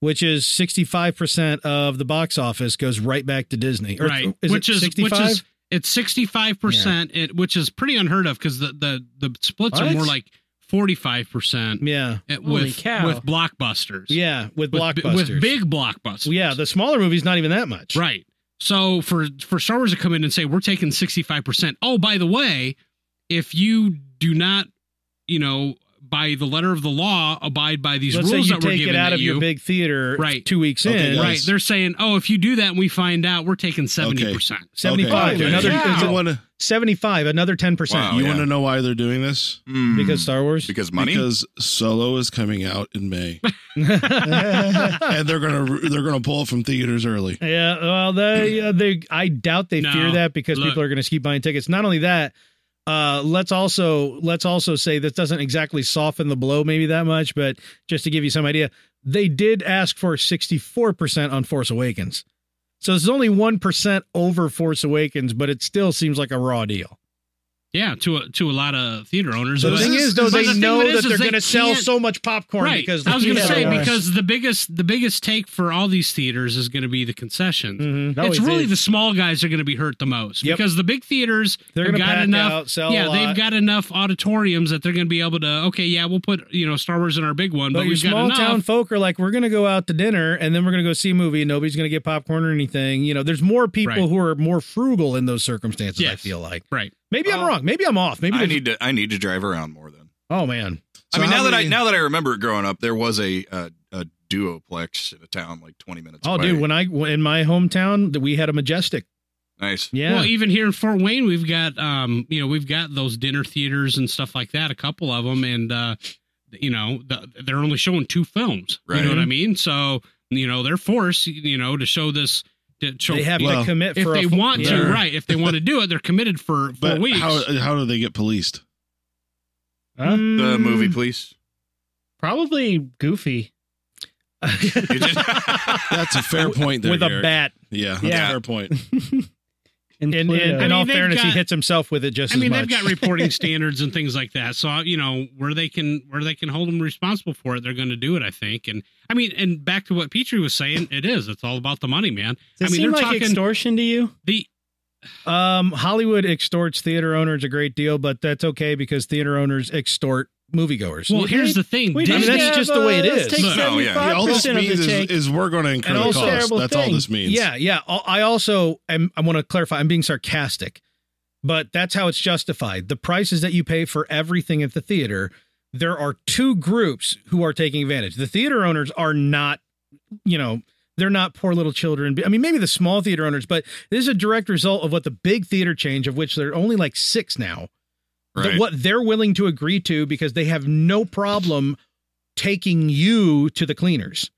[SPEAKER 1] which is sixty five percent of the box office goes right back to Disney, Or
[SPEAKER 4] right?
[SPEAKER 1] Is
[SPEAKER 4] which
[SPEAKER 1] it
[SPEAKER 4] is which
[SPEAKER 1] 65?
[SPEAKER 4] is it's sixty five percent, which is pretty unheard of because the the the splits are
[SPEAKER 1] What?
[SPEAKER 4] more like forty five percent eh,
[SPEAKER 1] yeah,
[SPEAKER 3] Holy
[SPEAKER 4] with
[SPEAKER 3] cow.
[SPEAKER 4] with blockbusters.
[SPEAKER 1] yeah, with,
[SPEAKER 4] with, bi-
[SPEAKER 1] blockbusters,
[SPEAKER 4] with big blockbusters.
[SPEAKER 1] yeah, the smaller movies not even that much,
[SPEAKER 4] right. So for for Star Wars to come in and say we're taking sixty five percent. Oh, by the way, if you do not, you know, by the letter of the law, abide by these
[SPEAKER 1] Let's say
[SPEAKER 4] rules
[SPEAKER 1] you
[SPEAKER 4] that we're
[SPEAKER 1] take
[SPEAKER 4] giving
[SPEAKER 1] it out
[SPEAKER 4] to
[SPEAKER 1] of
[SPEAKER 4] you.
[SPEAKER 1] your big theater
[SPEAKER 4] Right.
[SPEAKER 1] two weeks
[SPEAKER 6] Okay,
[SPEAKER 1] in,
[SPEAKER 6] guys.
[SPEAKER 4] Right, they're saying, oh, if you do that and we find out, we're taking 70%.
[SPEAKER 1] Seventy-five,
[SPEAKER 6] Okay.
[SPEAKER 1] another
[SPEAKER 6] You
[SPEAKER 1] it's a-
[SPEAKER 6] want to
[SPEAKER 1] seventy-five, another ten
[SPEAKER 5] Wow.
[SPEAKER 1] percent
[SPEAKER 6] you
[SPEAKER 5] Oh, yeah.
[SPEAKER 6] want to know why they're doing this?
[SPEAKER 5] mm,
[SPEAKER 1] because Star Wars.
[SPEAKER 5] because money.
[SPEAKER 6] Because Solo is coming out in May, and they're gonna they're gonna pull it from theaters early.
[SPEAKER 1] yeah, well, they uh, they I doubt they
[SPEAKER 4] No,
[SPEAKER 1] fear that because
[SPEAKER 4] look.
[SPEAKER 1] people are going to keep buying tickets. Not only that, uh, let's also let's also say this doesn't exactly soften the blow maybe that much, but just to give you some idea, they did ask for sixty-four percent on Force Awakens. So this is only one percent over Force Awakens, but it still seems like a raw deal.
[SPEAKER 4] Yeah, to a, to a lot of theater owners.
[SPEAKER 1] The
[SPEAKER 4] But-
[SPEAKER 1] thing is, though,
[SPEAKER 4] but
[SPEAKER 1] they
[SPEAKER 4] the thing
[SPEAKER 1] know
[SPEAKER 4] is,
[SPEAKER 1] that
[SPEAKER 4] is
[SPEAKER 1] they're
[SPEAKER 4] they
[SPEAKER 1] going to sell
[SPEAKER 4] can't-
[SPEAKER 1] so much popcorn
[SPEAKER 4] right.
[SPEAKER 1] because
[SPEAKER 4] I was going to
[SPEAKER 3] Yeah,
[SPEAKER 4] say
[SPEAKER 3] they are.
[SPEAKER 4] because the biggest the biggest take for all these theaters is going to be the concessions.
[SPEAKER 1] Mhm.
[SPEAKER 4] It's really the small guys are going to be hurt the most
[SPEAKER 1] Yep.
[SPEAKER 4] because the big theaters
[SPEAKER 1] They're
[SPEAKER 4] have
[SPEAKER 1] gonna
[SPEAKER 4] got
[SPEAKER 1] pack
[SPEAKER 4] enough.
[SPEAKER 1] out, sell
[SPEAKER 4] yeah,
[SPEAKER 1] a
[SPEAKER 4] they've
[SPEAKER 1] lot.
[SPEAKER 4] got enough auditoriums that they're going to be able to. Okay, yeah, we'll put you know Star Wars in our big one,
[SPEAKER 1] But
[SPEAKER 4] but
[SPEAKER 1] your
[SPEAKER 4] we've got
[SPEAKER 1] small
[SPEAKER 4] enough.
[SPEAKER 1] town folk are like, we're going to go out to dinner and then we're going to go see a movie. and Nobody's going to get popcorn or anything. You know, there's more people
[SPEAKER 4] Right.
[SPEAKER 1] who are more frugal in those circumstances. I
[SPEAKER 4] Yes. Oh.
[SPEAKER 1] feel like
[SPEAKER 4] right.
[SPEAKER 1] maybe I'm
[SPEAKER 5] Uh,
[SPEAKER 1] wrong. Maybe I'm off. Maybe
[SPEAKER 5] I
[SPEAKER 1] there's-
[SPEAKER 5] need to I need to drive around more then.
[SPEAKER 1] Oh man,
[SPEAKER 5] I mean, now
[SPEAKER 6] So how
[SPEAKER 5] that I
[SPEAKER 6] many-
[SPEAKER 5] now that I remember it growing up, there was a a, a duoplex in a town like 20 minutes.
[SPEAKER 1] oh
[SPEAKER 5] away.
[SPEAKER 1] dude, when I when- in my hometown that we had a majestic.
[SPEAKER 5] nice.
[SPEAKER 1] Yeah,
[SPEAKER 4] Well, even here in Fort Wayne, we've got um, you know, we've got those dinner theaters and stuff like that. A couple of them, and uh, you know, the, they're only showing two films. You
[SPEAKER 5] Right.
[SPEAKER 4] know what I mean? So you know, they're forced, you know, to show this. To show
[SPEAKER 1] they have
[SPEAKER 6] Well,
[SPEAKER 1] to commit
[SPEAKER 4] if
[SPEAKER 1] for
[SPEAKER 4] they
[SPEAKER 1] a,
[SPEAKER 4] want to,
[SPEAKER 6] They're-
[SPEAKER 4] right? If they want to do it, they're committed for four
[SPEAKER 6] But
[SPEAKER 4] weeks.
[SPEAKER 6] how how do they get policed?
[SPEAKER 5] The movie,
[SPEAKER 1] Mm.
[SPEAKER 5] please.
[SPEAKER 3] Probably Goofy.
[SPEAKER 5] You just-
[SPEAKER 6] That's a fair point. There,
[SPEAKER 1] with a
[SPEAKER 6] Garrett.
[SPEAKER 1] bat.
[SPEAKER 6] Yeah, that's
[SPEAKER 1] Yeah.
[SPEAKER 6] a fair point.
[SPEAKER 3] And
[SPEAKER 1] In, in,
[SPEAKER 3] Pluto.
[SPEAKER 1] in all
[SPEAKER 4] they've
[SPEAKER 1] fairness, he
[SPEAKER 4] got-
[SPEAKER 1] hits himself with it just
[SPEAKER 4] I mean,
[SPEAKER 1] as
[SPEAKER 4] they've
[SPEAKER 1] much.
[SPEAKER 4] got reporting standards and things like that. So uh, you know where they can where they can hold them responsible for it, they're going to do it. I think. And I mean, and back to what Petrie was saying, it is. It's all about the money, man.
[SPEAKER 3] Does
[SPEAKER 4] I mean,
[SPEAKER 3] it seem
[SPEAKER 4] they're
[SPEAKER 3] like
[SPEAKER 4] talking
[SPEAKER 3] extortion to you?
[SPEAKER 4] the
[SPEAKER 1] Um, Hollywood extorts theater owners a great deal, but that's okay because theater owners extort moviegoers.
[SPEAKER 4] Well,
[SPEAKER 3] You
[SPEAKER 4] here's
[SPEAKER 3] think-
[SPEAKER 4] the thing.
[SPEAKER 3] We
[SPEAKER 1] I mean,
[SPEAKER 4] Disney,
[SPEAKER 1] that's just the way it is.
[SPEAKER 3] let's Take
[SPEAKER 5] No, yeah.
[SPEAKER 6] Yeah, all this
[SPEAKER 3] 75% of
[SPEAKER 6] means
[SPEAKER 3] the
[SPEAKER 6] is,
[SPEAKER 3] take.
[SPEAKER 6] is we're going to incur
[SPEAKER 1] And
[SPEAKER 6] the
[SPEAKER 1] also-
[SPEAKER 6] cost.
[SPEAKER 3] Terrible
[SPEAKER 6] That's all
[SPEAKER 3] thing.
[SPEAKER 6] this means.
[SPEAKER 1] yeah, yeah. Al- I also am, I want to clarify. I'm being sarcastic, but that's how it's justified. The prices that you pay for everything at the theater. There are two groups who are taking advantage. The theater owners are not, you know, they're not poor little children. I mean, maybe the small theater owners, but this is a direct result of what the big theater change, of which there are only like six now, that
[SPEAKER 5] right.
[SPEAKER 1] what they're willing to agree to because they have no problem taking you to the cleaners.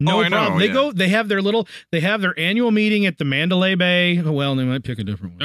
[SPEAKER 1] No
[SPEAKER 5] Oh, I know,
[SPEAKER 1] problem. they
[SPEAKER 5] yeah.
[SPEAKER 1] go. They have their little. They have their annual meeting at the Mandalay Bay. Oh, Well, they might pick a different one.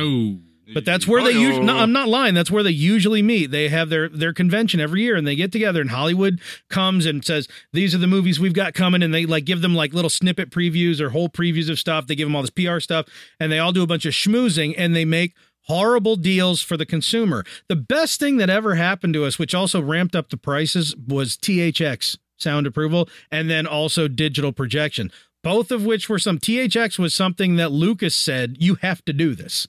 [SPEAKER 4] oh,
[SPEAKER 1] But that's where they
[SPEAKER 5] Oh,
[SPEAKER 1] usually. No, I'm not lying. That's where they usually meet. They have their their convention every year, and they get together. And Hollywood comes and says, "These are the movies we've got coming." And they like give them like little snippet previews or whole previews of stuff. They give them all this PR stuff, and they all do a bunch of schmoozing, and they make horrible deals for the consumer. The best thing that ever happened to us, which also ramped up the prices, was THX sound approval, and then also digital projection. Both of which were some THX was something that Lucas said you have to do this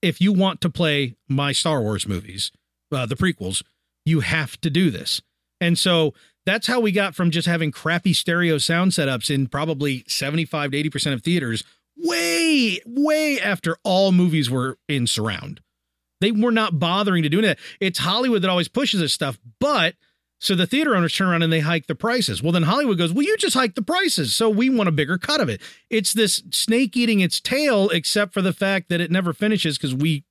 [SPEAKER 1] if you want to play my Star Wars movies, uh, the prequels, you have to do this. And so that's how we got from just having crappy stereo sound setups in probably 75 to 80% of theaters way, way after all movies were in surround. They were not bothering to do that. It's Hollywood that always pushes this stuff, but so the theater owners turn around and they hike the prices. Well, then Hollywood goes, Well, you just hike the prices. So we want a bigger cut of it. It's this snake eating its tail, except for the fact that it never finishes because we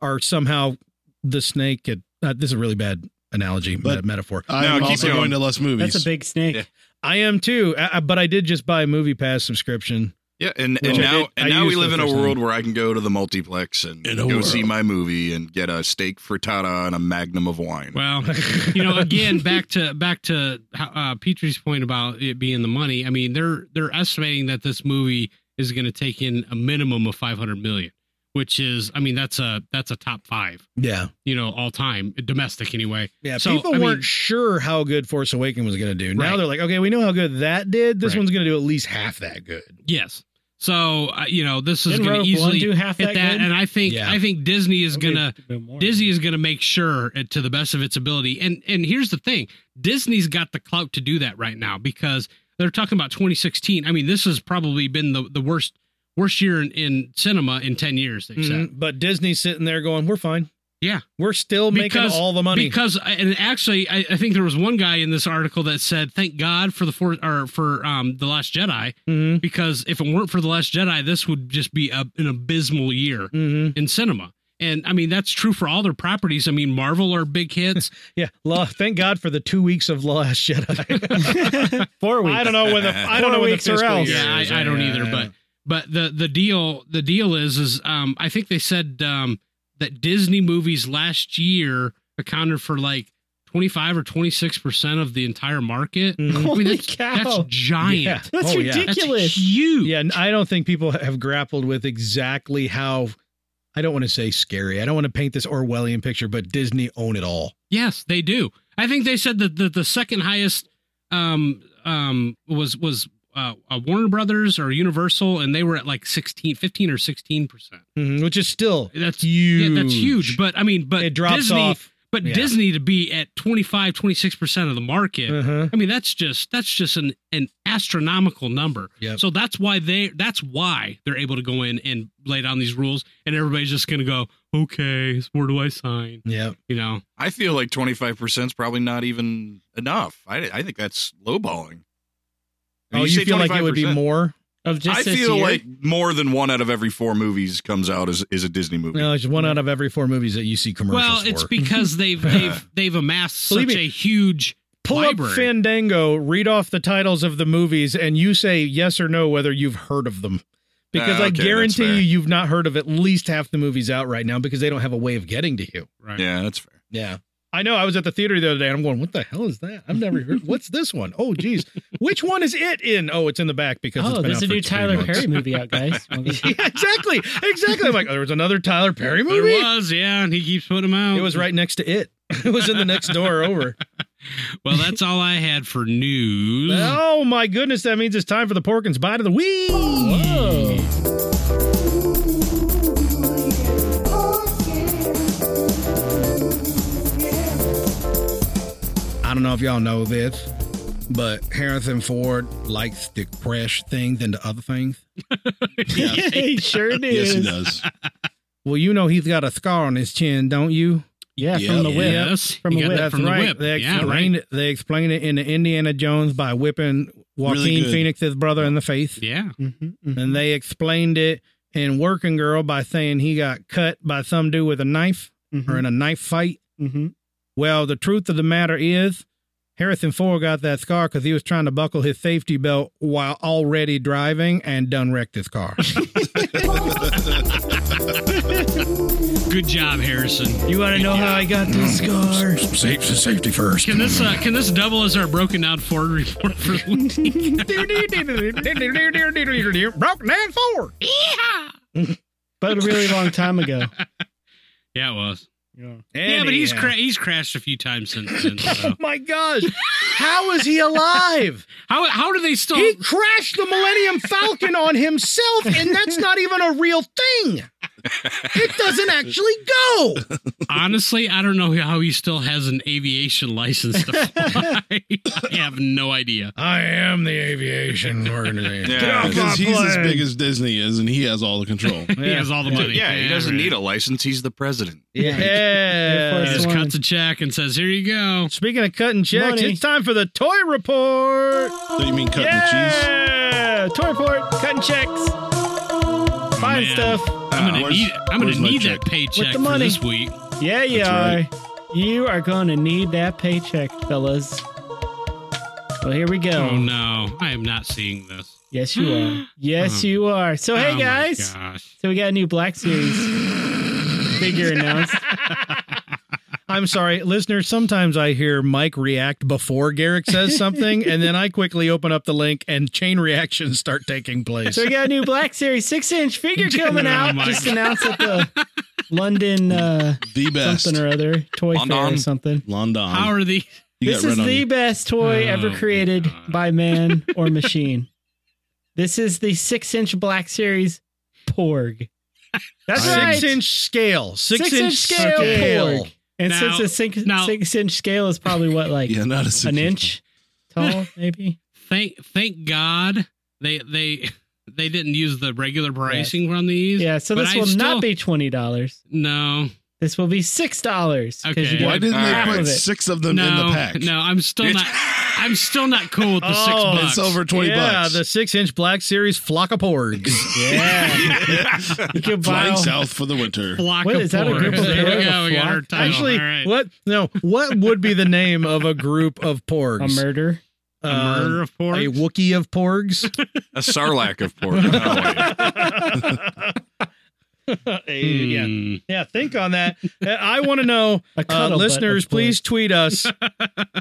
[SPEAKER 1] are somehow the snake. At, uh, this is a really bad analogy,
[SPEAKER 6] But-
[SPEAKER 1] bad metaphor.
[SPEAKER 5] No,
[SPEAKER 6] I'm
[SPEAKER 5] keep
[SPEAKER 6] also
[SPEAKER 5] going.
[SPEAKER 6] going to less movies.
[SPEAKER 3] That's a big snake.
[SPEAKER 5] Yeah.
[SPEAKER 1] uh, I am too, I, I- but I did just buy a Movie Pass subscription.
[SPEAKER 5] Yeah, and,
[SPEAKER 1] Which
[SPEAKER 5] and
[SPEAKER 1] I
[SPEAKER 5] now
[SPEAKER 1] did- I
[SPEAKER 5] and now we
[SPEAKER 1] used
[SPEAKER 5] live
[SPEAKER 1] the
[SPEAKER 5] in a
[SPEAKER 1] first
[SPEAKER 5] world
[SPEAKER 1] time.
[SPEAKER 5] where I can go to the multiplex and
[SPEAKER 6] In a
[SPEAKER 5] go see
[SPEAKER 6] world.
[SPEAKER 5] my movie and get a steak frittata and a magnum of wine.
[SPEAKER 4] Well, you know, again, back to back to uh, Petrie's point about it being the money. I mean, they're they're estimating that this movie is going to take in a minimum of 500 million, which is, I mean, that's a that's a top five,
[SPEAKER 1] Yeah.
[SPEAKER 4] you know, all time domestic anyway.
[SPEAKER 1] Yeah,
[SPEAKER 4] So,
[SPEAKER 1] people
[SPEAKER 4] I
[SPEAKER 1] weren't
[SPEAKER 4] mean-
[SPEAKER 1] sure how good Force Awaken was going to do. Now
[SPEAKER 4] Right.
[SPEAKER 1] they're like, okay, we know how good that did. This
[SPEAKER 4] Right.
[SPEAKER 1] one's going to do at least half that good.
[SPEAKER 4] Yes. So uh, you know, this is
[SPEAKER 3] Didn't
[SPEAKER 4] going
[SPEAKER 3] Rogue
[SPEAKER 4] to
[SPEAKER 3] One
[SPEAKER 4] easily
[SPEAKER 3] do half
[SPEAKER 4] hit
[SPEAKER 3] that
[SPEAKER 4] that,
[SPEAKER 3] good?
[SPEAKER 4] and I think
[SPEAKER 1] Yeah.
[SPEAKER 4] I think Disney is going to
[SPEAKER 3] to
[SPEAKER 4] Disney is going to make sure uh, to the best of its ability. And and here's the thing, Disney's got the clout to do that right now because they're talking about 2016. I mean, this has probably been the, the worst worst year in, in cinema in 10 years. They said
[SPEAKER 1] Mhm. But Disney's sitting there going, we're fine.
[SPEAKER 4] Mm-hmm. Yeah.
[SPEAKER 1] We're still
[SPEAKER 4] Because-
[SPEAKER 1] making all the money.
[SPEAKER 4] because uh, and actually, I, I think there was one guy in this article that said, "Thank God for the four or for um the Last Jedi
[SPEAKER 1] hmm
[SPEAKER 4] because if it weren't for the Last Jedi, this would just be a, an abysmal year."
[SPEAKER 1] hmm
[SPEAKER 4] in cinema. And I mean, that's true for all their properties. I mean, Marvel are big hits.
[SPEAKER 1] Yeah. Law, thank God for the two weeks of The Last Jedi. Four weeks. I don't know when the I don't
[SPEAKER 3] Four
[SPEAKER 1] know when the
[SPEAKER 3] weeks or
[SPEAKER 1] fiscal
[SPEAKER 3] else.
[SPEAKER 1] year
[SPEAKER 4] yeah, I,
[SPEAKER 1] is.
[SPEAKER 4] I don't
[SPEAKER 1] Yeah,
[SPEAKER 4] either.
[SPEAKER 1] yeah.
[SPEAKER 4] But but the the deal the deal is is um I think they said um that Disney movies last year accounted for like twenty five or twenty six percent of the entire market.
[SPEAKER 1] Mhm.
[SPEAKER 4] I mean,
[SPEAKER 3] Holy
[SPEAKER 4] that's,
[SPEAKER 3] cow.
[SPEAKER 4] that's giant.
[SPEAKER 1] Yeah.
[SPEAKER 3] That's
[SPEAKER 1] Oh, yeah.
[SPEAKER 4] That's
[SPEAKER 3] ridiculous.
[SPEAKER 4] huge.
[SPEAKER 1] Yeah, and I don't think people have grappled with exactly how I don't want to say scary. I don't want to paint this Orwellian picture, but Disney own it all.
[SPEAKER 4] Yes, they do. I think they said that the, the second highest um um was was uh, uh Warner Brothers or Universal and they were at like 16 15 or 16%.
[SPEAKER 1] Mhm, Which is still
[SPEAKER 4] That's
[SPEAKER 1] huge.
[SPEAKER 4] Yeah, that's huge. But I mean, but
[SPEAKER 1] it drops
[SPEAKER 4] Disney,
[SPEAKER 1] off.
[SPEAKER 4] But
[SPEAKER 1] yeah.
[SPEAKER 4] Disney to be at 25, 26 percent of the market.
[SPEAKER 1] Uh-huh.
[SPEAKER 4] I mean, that's just that's just an an astronomical number.
[SPEAKER 1] Yep.
[SPEAKER 4] So that's why they that's why they're able to go in and lay down these rules, and everybody's just going to go, okay, where do I sign?
[SPEAKER 1] Yeah.
[SPEAKER 4] You know.
[SPEAKER 5] I feel like twenty five percent is probably not even enough. I I think that's lowballing. I mean,
[SPEAKER 1] oh, you,
[SPEAKER 5] say
[SPEAKER 1] feel like it would be
[SPEAKER 5] 25%.
[SPEAKER 1] more?
[SPEAKER 3] Of just
[SPEAKER 5] I
[SPEAKER 3] this
[SPEAKER 5] feel
[SPEAKER 3] year?
[SPEAKER 5] like more than one out of every four movies comes out is is a Disney movie.
[SPEAKER 1] No, it's one out of every four movies that you see commercials
[SPEAKER 4] Well, it's
[SPEAKER 1] for.
[SPEAKER 4] because they've they've they've amassed
[SPEAKER 1] Believe
[SPEAKER 4] such
[SPEAKER 1] me,
[SPEAKER 4] a huge
[SPEAKER 1] Pull
[SPEAKER 4] library.
[SPEAKER 1] up Fandango, read off the titles of the movies, and you say yes or no whether you've heard of them. Because
[SPEAKER 5] Ah,
[SPEAKER 1] I
[SPEAKER 5] okay, that's
[SPEAKER 1] guarantee
[SPEAKER 5] fair.
[SPEAKER 1] you, you've not heard of at least half the movies out right now because they don't have a way of getting to you.
[SPEAKER 4] right.
[SPEAKER 5] Yeah, that's fair.
[SPEAKER 1] Yeah. I know. I was at the theater the other day and I'm going, what the hell is that? I've never heard. What's this one? Oh, geez. Which one is it in? Oh, it's in the back because it's
[SPEAKER 3] Oh,
[SPEAKER 1] been
[SPEAKER 3] there's
[SPEAKER 1] out
[SPEAKER 3] a
[SPEAKER 1] for
[SPEAKER 3] new
[SPEAKER 1] three
[SPEAKER 3] Tyler
[SPEAKER 1] months.
[SPEAKER 3] Perry movie out, guys. Wanna go-
[SPEAKER 1] yeah, exactly. Exactly. I'm like, oh, there was another Tyler Perry
[SPEAKER 4] There
[SPEAKER 1] movie?
[SPEAKER 4] was, yeah, and he keeps putting them out.
[SPEAKER 1] It was right next to it. It was in the next door over.
[SPEAKER 4] Well, that's all I had for news.
[SPEAKER 1] Oh my goodness, that means it's time for the Porkins bite of the week.
[SPEAKER 3] Whoa.
[SPEAKER 1] I don't know if y'all know this, but Harrison Ford likes to crash things into other things.
[SPEAKER 3] Yeah, he sure did.
[SPEAKER 6] Yes, he does.
[SPEAKER 1] Well, you know he's got a scar on his chin, don't you?
[SPEAKER 3] Yeah,
[SPEAKER 6] Yeah.
[SPEAKER 3] from the whip.
[SPEAKER 4] Yes,
[SPEAKER 3] From
[SPEAKER 4] you
[SPEAKER 3] a
[SPEAKER 4] got
[SPEAKER 3] whip.
[SPEAKER 4] that from the whip.
[SPEAKER 1] They
[SPEAKER 4] yeah,
[SPEAKER 1] explained
[SPEAKER 4] right.
[SPEAKER 1] it. They explained it in the Indiana Jones by whipping Joaquin
[SPEAKER 6] Really good.
[SPEAKER 1] Phoenix's brother in the face,
[SPEAKER 4] Yeah,
[SPEAKER 3] Mhm, mhm.
[SPEAKER 1] and they explained it in Working Girl by saying he got cut by some dude with a knife
[SPEAKER 3] mm-hmm,
[SPEAKER 4] Mm-hmm.
[SPEAKER 1] or in a knife fight.
[SPEAKER 3] Mhm.
[SPEAKER 1] Well, the truth of the matter is, Harrison Ford got that scar because he was trying to buckle his safety belt while already driving and done wrecked his car.
[SPEAKER 4] good job, Harrison.
[SPEAKER 3] You want to know how I got this scar?
[SPEAKER 1] safety, safety first.
[SPEAKER 4] Can this uh, can this double as our broken down Ford report for the week?
[SPEAKER 1] Broken down Ford.
[SPEAKER 3] But a really long time ago.
[SPEAKER 4] Yeah, it was.
[SPEAKER 3] Yeah.
[SPEAKER 4] Yeah, but he's
[SPEAKER 1] Anyhow.
[SPEAKER 4] cra- he's crashed a few times since then.
[SPEAKER 1] Oh
[SPEAKER 4] So.
[SPEAKER 1] my gosh. How is he alive?
[SPEAKER 4] How how do they still?
[SPEAKER 1] He crashed the Millennium Falcon on himself, and that's not even a real thing. It doesn't actually go.
[SPEAKER 4] Honestly, I don't know how he still has an aviation license to fly. I have no idea.
[SPEAKER 1] I am the aviation organization.
[SPEAKER 5] Get off
[SPEAKER 6] Because he's as big as Disney is, and he has all the control.
[SPEAKER 4] He has all the money.
[SPEAKER 5] Yeah, he doesn't need a license. He's the president.
[SPEAKER 3] Air
[SPEAKER 1] Yeah.
[SPEAKER 3] Force
[SPEAKER 4] Just
[SPEAKER 3] One.
[SPEAKER 4] cuts a check and says, "Here you go."
[SPEAKER 1] Speaking of cutting checks,
[SPEAKER 3] Money.
[SPEAKER 1] it's time for the toy report.
[SPEAKER 6] So you mean cutting the cheese?
[SPEAKER 3] Yeah, toy report, cutting checks, buying
[SPEAKER 4] man.
[SPEAKER 3] stuff.
[SPEAKER 4] I'm
[SPEAKER 6] Ah,
[SPEAKER 4] gonna
[SPEAKER 6] where's-
[SPEAKER 4] need I'm gonna
[SPEAKER 6] where's my
[SPEAKER 4] need
[SPEAKER 6] check?
[SPEAKER 4] that paycheck
[SPEAKER 3] the
[SPEAKER 4] for
[SPEAKER 3] money.
[SPEAKER 4] this week. Oh,
[SPEAKER 3] Yeah, you are.
[SPEAKER 6] That's
[SPEAKER 3] You are going to need that paycheck, fellas. Well, here we go.
[SPEAKER 4] Oh no, I am not seeing this.
[SPEAKER 3] Yes, you are. Yes, you are. So, hey,
[SPEAKER 4] Oh my
[SPEAKER 3] guys.
[SPEAKER 4] gosh.
[SPEAKER 3] So, we got a new Black Series figure announced.
[SPEAKER 1] I'm sorry, listeners. Sometimes I hear Mike react before Garrick says something, and then I quickly open up the link and chain reactions start taking place.
[SPEAKER 3] So, we got a new Black Series six inch figure coming
[SPEAKER 4] Oh
[SPEAKER 3] out.
[SPEAKER 4] my
[SPEAKER 3] Just announced at the London uh,
[SPEAKER 6] The best.
[SPEAKER 3] something or other toy fair or
[SPEAKER 5] London.
[SPEAKER 3] something.
[SPEAKER 6] London.
[SPEAKER 4] How are the
[SPEAKER 6] You
[SPEAKER 3] this
[SPEAKER 6] got red
[SPEAKER 3] is
[SPEAKER 6] on
[SPEAKER 3] the
[SPEAKER 6] you.
[SPEAKER 3] best toy
[SPEAKER 4] Oh,
[SPEAKER 3] ever created
[SPEAKER 4] God.
[SPEAKER 3] by man or machine. this is the six inch Black Series Porg. That's
[SPEAKER 1] six
[SPEAKER 3] right.
[SPEAKER 1] inch scale, six,
[SPEAKER 3] Six-inch
[SPEAKER 1] inch
[SPEAKER 3] scale
[SPEAKER 1] scale.
[SPEAKER 3] pork. And
[SPEAKER 4] Now-
[SPEAKER 3] since a six,
[SPEAKER 4] now-
[SPEAKER 3] six inch scale is probably what, like
[SPEAKER 6] Yeah, not a six
[SPEAKER 3] an inch tall, maybe?
[SPEAKER 4] thank thank God they they they didn't use the regular pricing on these.
[SPEAKER 3] Yeah, so
[SPEAKER 4] But
[SPEAKER 3] this
[SPEAKER 4] I
[SPEAKER 3] will
[SPEAKER 4] still-
[SPEAKER 3] not be $20.
[SPEAKER 4] No,
[SPEAKER 3] This will be $6.
[SPEAKER 4] Okay.
[SPEAKER 3] you get
[SPEAKER 6] Why didn't
[SPEAKER 5] All
[SPEAKER 6] they
[SPEAKER 5] right.
[SPEAKER 6] put
[SPEAKER 3] Of it.
[SPEAKER 6] six of them
[SPEAKER 4] no,
[SPEAKER 6] in the pack?
[SPEAKER 4] no. I'm still
[SPEAKER 5] It's-
[SPEAKER 4] not. I'm still not cool with the six
[SPEAKER 1] Oh,
[SPEAKER 4] bucks.
[SPEAKER 6] It's over twenty
[SPEAKER 1] yeah,
[SPEAKER 6] bucks.
[SPEAKER 1] the six inch Black Series flock of porgs.
[SPEAKER 3] Yeah. you can
[SPEAKER 6] Flying
[SPEAKER 3] buy
[SPEAKER 6] south for the winter.
[SPEAKER 4] Flock
[SPEAKER 3] What
[SPEAKER 4] of
[SPEAKER 3] is that, a
[SPEAKER 4] porgs.
[SPEAKER 3] group of
[SPEAKER 4] There
[SPEAKER 3] porgs?
[SPEAKER 4] we go. We got our
[SPEAKER 3] Flock?
[SPEAKER 4] title.
[SPEAKER 1] Actually,
[SPEAKER 4] All right.
[SPEAKER 1] what? No, what would be the name of a group of
[SPEAKER 3] a
[SPEAKER 1] porgs? Uh,
[SPEAKER 3] murder.
[SPEAKER 4] a
[SPEAKER 3] um,
[SPEAKER 4] murder of
[SPEAKER 1] a
[SPEAKER 4] porgs?
[SPEAKER 1] Wookiee of porgs.
[SPEAKER 5] A sarlacc of pork. Oh,
[SPEAKER 1] Yeah,
[SPEAKER 4] Hmm.
[SPEAKER 1] yeah. Think on that. Uh, I want to know,
[SPEAKER 3] A
[SPEAKER 1] uh,
[SPEAKER 3] cuddle butt,
[SPEAKER 1] listeners.
[SPEAKER 3] of course.
[SPEAKER 1] Please tweet us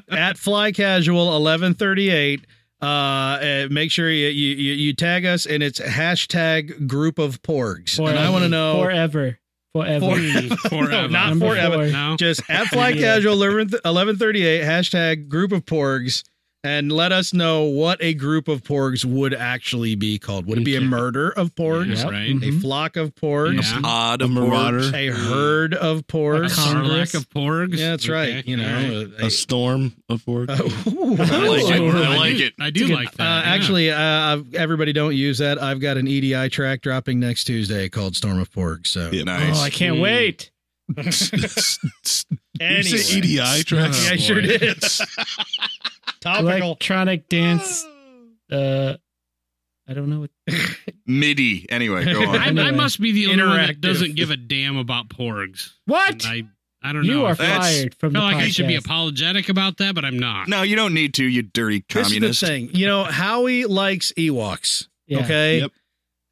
[SPEAKER 1] at Fly Casual eleven thirty eight. Uh, uh, make sure you, you you you tag us, and it's hashtag group of porgs. and I want to know
[SPEAKER 3] Forever. Forever.
[SPEAKER 4] Hmm,
[SPEAKER 1] No,
[SPEAKER 4] Forever.
[SPEAKER 1] not
[SPEAKER 3] Number
[SPEAKER 1] forever.
[SPEAKER 3] four.
[SPEAKER 4] No.
[SPEAKER 1] just at Fly
[SPEAKER 3] Yeah.
[SPEAKER 1] Casual 1138 hashtag group of porgs and let us know what a group of porgs would actually be called. Would it be a
[SPEAKER 4] Yeah.
[SPEAKER 1] murder of porgs,
[SPEAKER 4] That's
[SPEAKER 3] Yep.
[SPEAKER 4] right.
[SPEAKER 3] Mhm.
[SPEAKER 1] a flock of porgs,
[SPEAKER 4] Yeah.
[SPEAKER 5] Odd
[SPEAKER 6] A
[SPEAKER 5] of pork.
[SPEAKER 6] marauder,
[SPEAKER 1] a herd of
[SPEAKER 4] A
[SPEAKER 1] porgs?
[SPEAKER 4] sarlacc of porgs.
[SPEAKER 1] yeah, that's right.
[SPEAKER 4] Okay.
[SPEAKER 1] You
[SPEAKER 4] All right.
[SPEAKER 1] know, a-
[SPEAKER 6] a storm of pork.
[SPEAKER 1] a- Ooh.
[SPEAKER 5] I like it.
[SPEAKER 4] Ooh,
[SPEAKER 5] I like
[SPEAKER 4] do-
[SPEAKER 5] it.
[SPEAKER 4] I do like that.
[SPEAKER 1] Uh,
[SPEAKER 4] yeah.
[SPEAKER 1] Actually, uh, I've- everybody don't use that. I've got an EDI track dropping next Tuesday called Storm of Porgs. So
[SPEAKER 6] Yeah.
[SPEAKER 5] Nice.
[SPEAKER 3] Oh, I can't
[SPEAKER 4] Hmm.
[SPEAKER 3] wait.
[SPEAKER 6] You say E EDI tracks?
[SPEAKER 1] Yeah, I sure did. Topical.
[SPEAKER 3] Electronic dance. Uh, I don't know what.
[SPEAKER 5] MIDI. Anyway, go
[SPEAKER 4] I,
[SPEAKER 5] on.
[SPEAKER 4] I
[SPEAKER 3] Anyway.
[SPEAKER 4] must be the only one
[SPEAKER 1] Interactive.
[SPEAKER 4] that doesn't give a damn about porgs.
[SPEAKER 3] What?
[SPEAKER 4] I, I don't
[SPEAKER 3] You
[SPEAKER 4] know.
[SPEAKER 3] are
[SPEAKER 4] I
[SPEAKER 5] That's-
[SPEAKER 3] fired from the
[SPEAKER 4] feel like
[SPEAKER 3] podcast.
[SPEAKER 4] I should be apologetic about that, but I'm not.
[SPEAKER 5] No, you don't need to, you dirty
[SPEAKER 1] This
[SPEAKER 5] communist.
[SPEAKER 1] is the thing. You know, Howie likes Ewoks.
[SPEAKER 3] Yeah.
[SPEAKER 1] Okay.
[SPEAKER 6] Yep.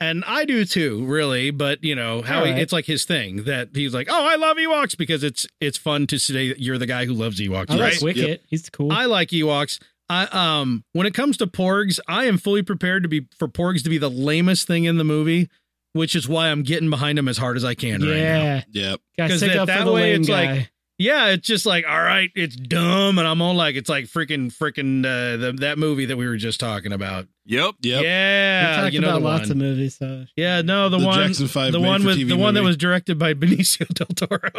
[SPEAKER 1] And I do too, really. But you know, Howie,
[SPEAKER 3] Alright.
[SPEAKER 1] it's like his thing that he's like, "Oh, I love Ewoks" because it's it's fun to say that you're the guy who loves Ewoks,
[SPEAKER 3] I like
[SPEAKER 1] right?
[SPEAKER 3] Wicket. He's cool.
[SPEAKER 1] I like Ewoks. I um, when it comes to Porgs, I am fully prepared to be for Porgs to be the lamest thing in the movie, which is why I'm getting behind him as hard as I can right now.
[SPEAKER 3] yeah.
[SPEAKER 6] Yep.
[SPEAKER 3] Got
[SPEAKER 1] 'Cause
[SPEAKER 3] sick
[SPEAKER 1] that-
[SPEAKER 3] up for
[SPEAKER 1] that
[SPEAKER 3] the
[SPEAKER 1] way
[SPEAKER 3] lame
[SPEAKER 1] it's like-
[SPEAKER 3] guy.
[SPEAKER 1] Yeah, it's just like, all right, it's dumb, and I'm all like, it's like freaking, freaking uh, the, that movie that we were just talking about.
[SPEAKER 5] Yep.
[SPEAKER 6] Yep.
[SPEAKER 1] Yeah,
[SPEAKER 3] we talked
[SPEAKER 1] you know
[SPEAKER 3] about
[SPEAKER 1] the
[SPEAKER 3] lots
[SPEAKER 1] one.
[SPEAKER 3] of movies. So.
[SPEAKER 1] Yeah, no, the, one,
[SPEAKER 6] Jackson Five.
[SPEAKER 1] the one with the
[SPEAKER 6] made-for-TV
[SPEAKER 1] one that
[SPEAKER 6] movie.
[SPEAKER 1] was directed by Benicio del Toro.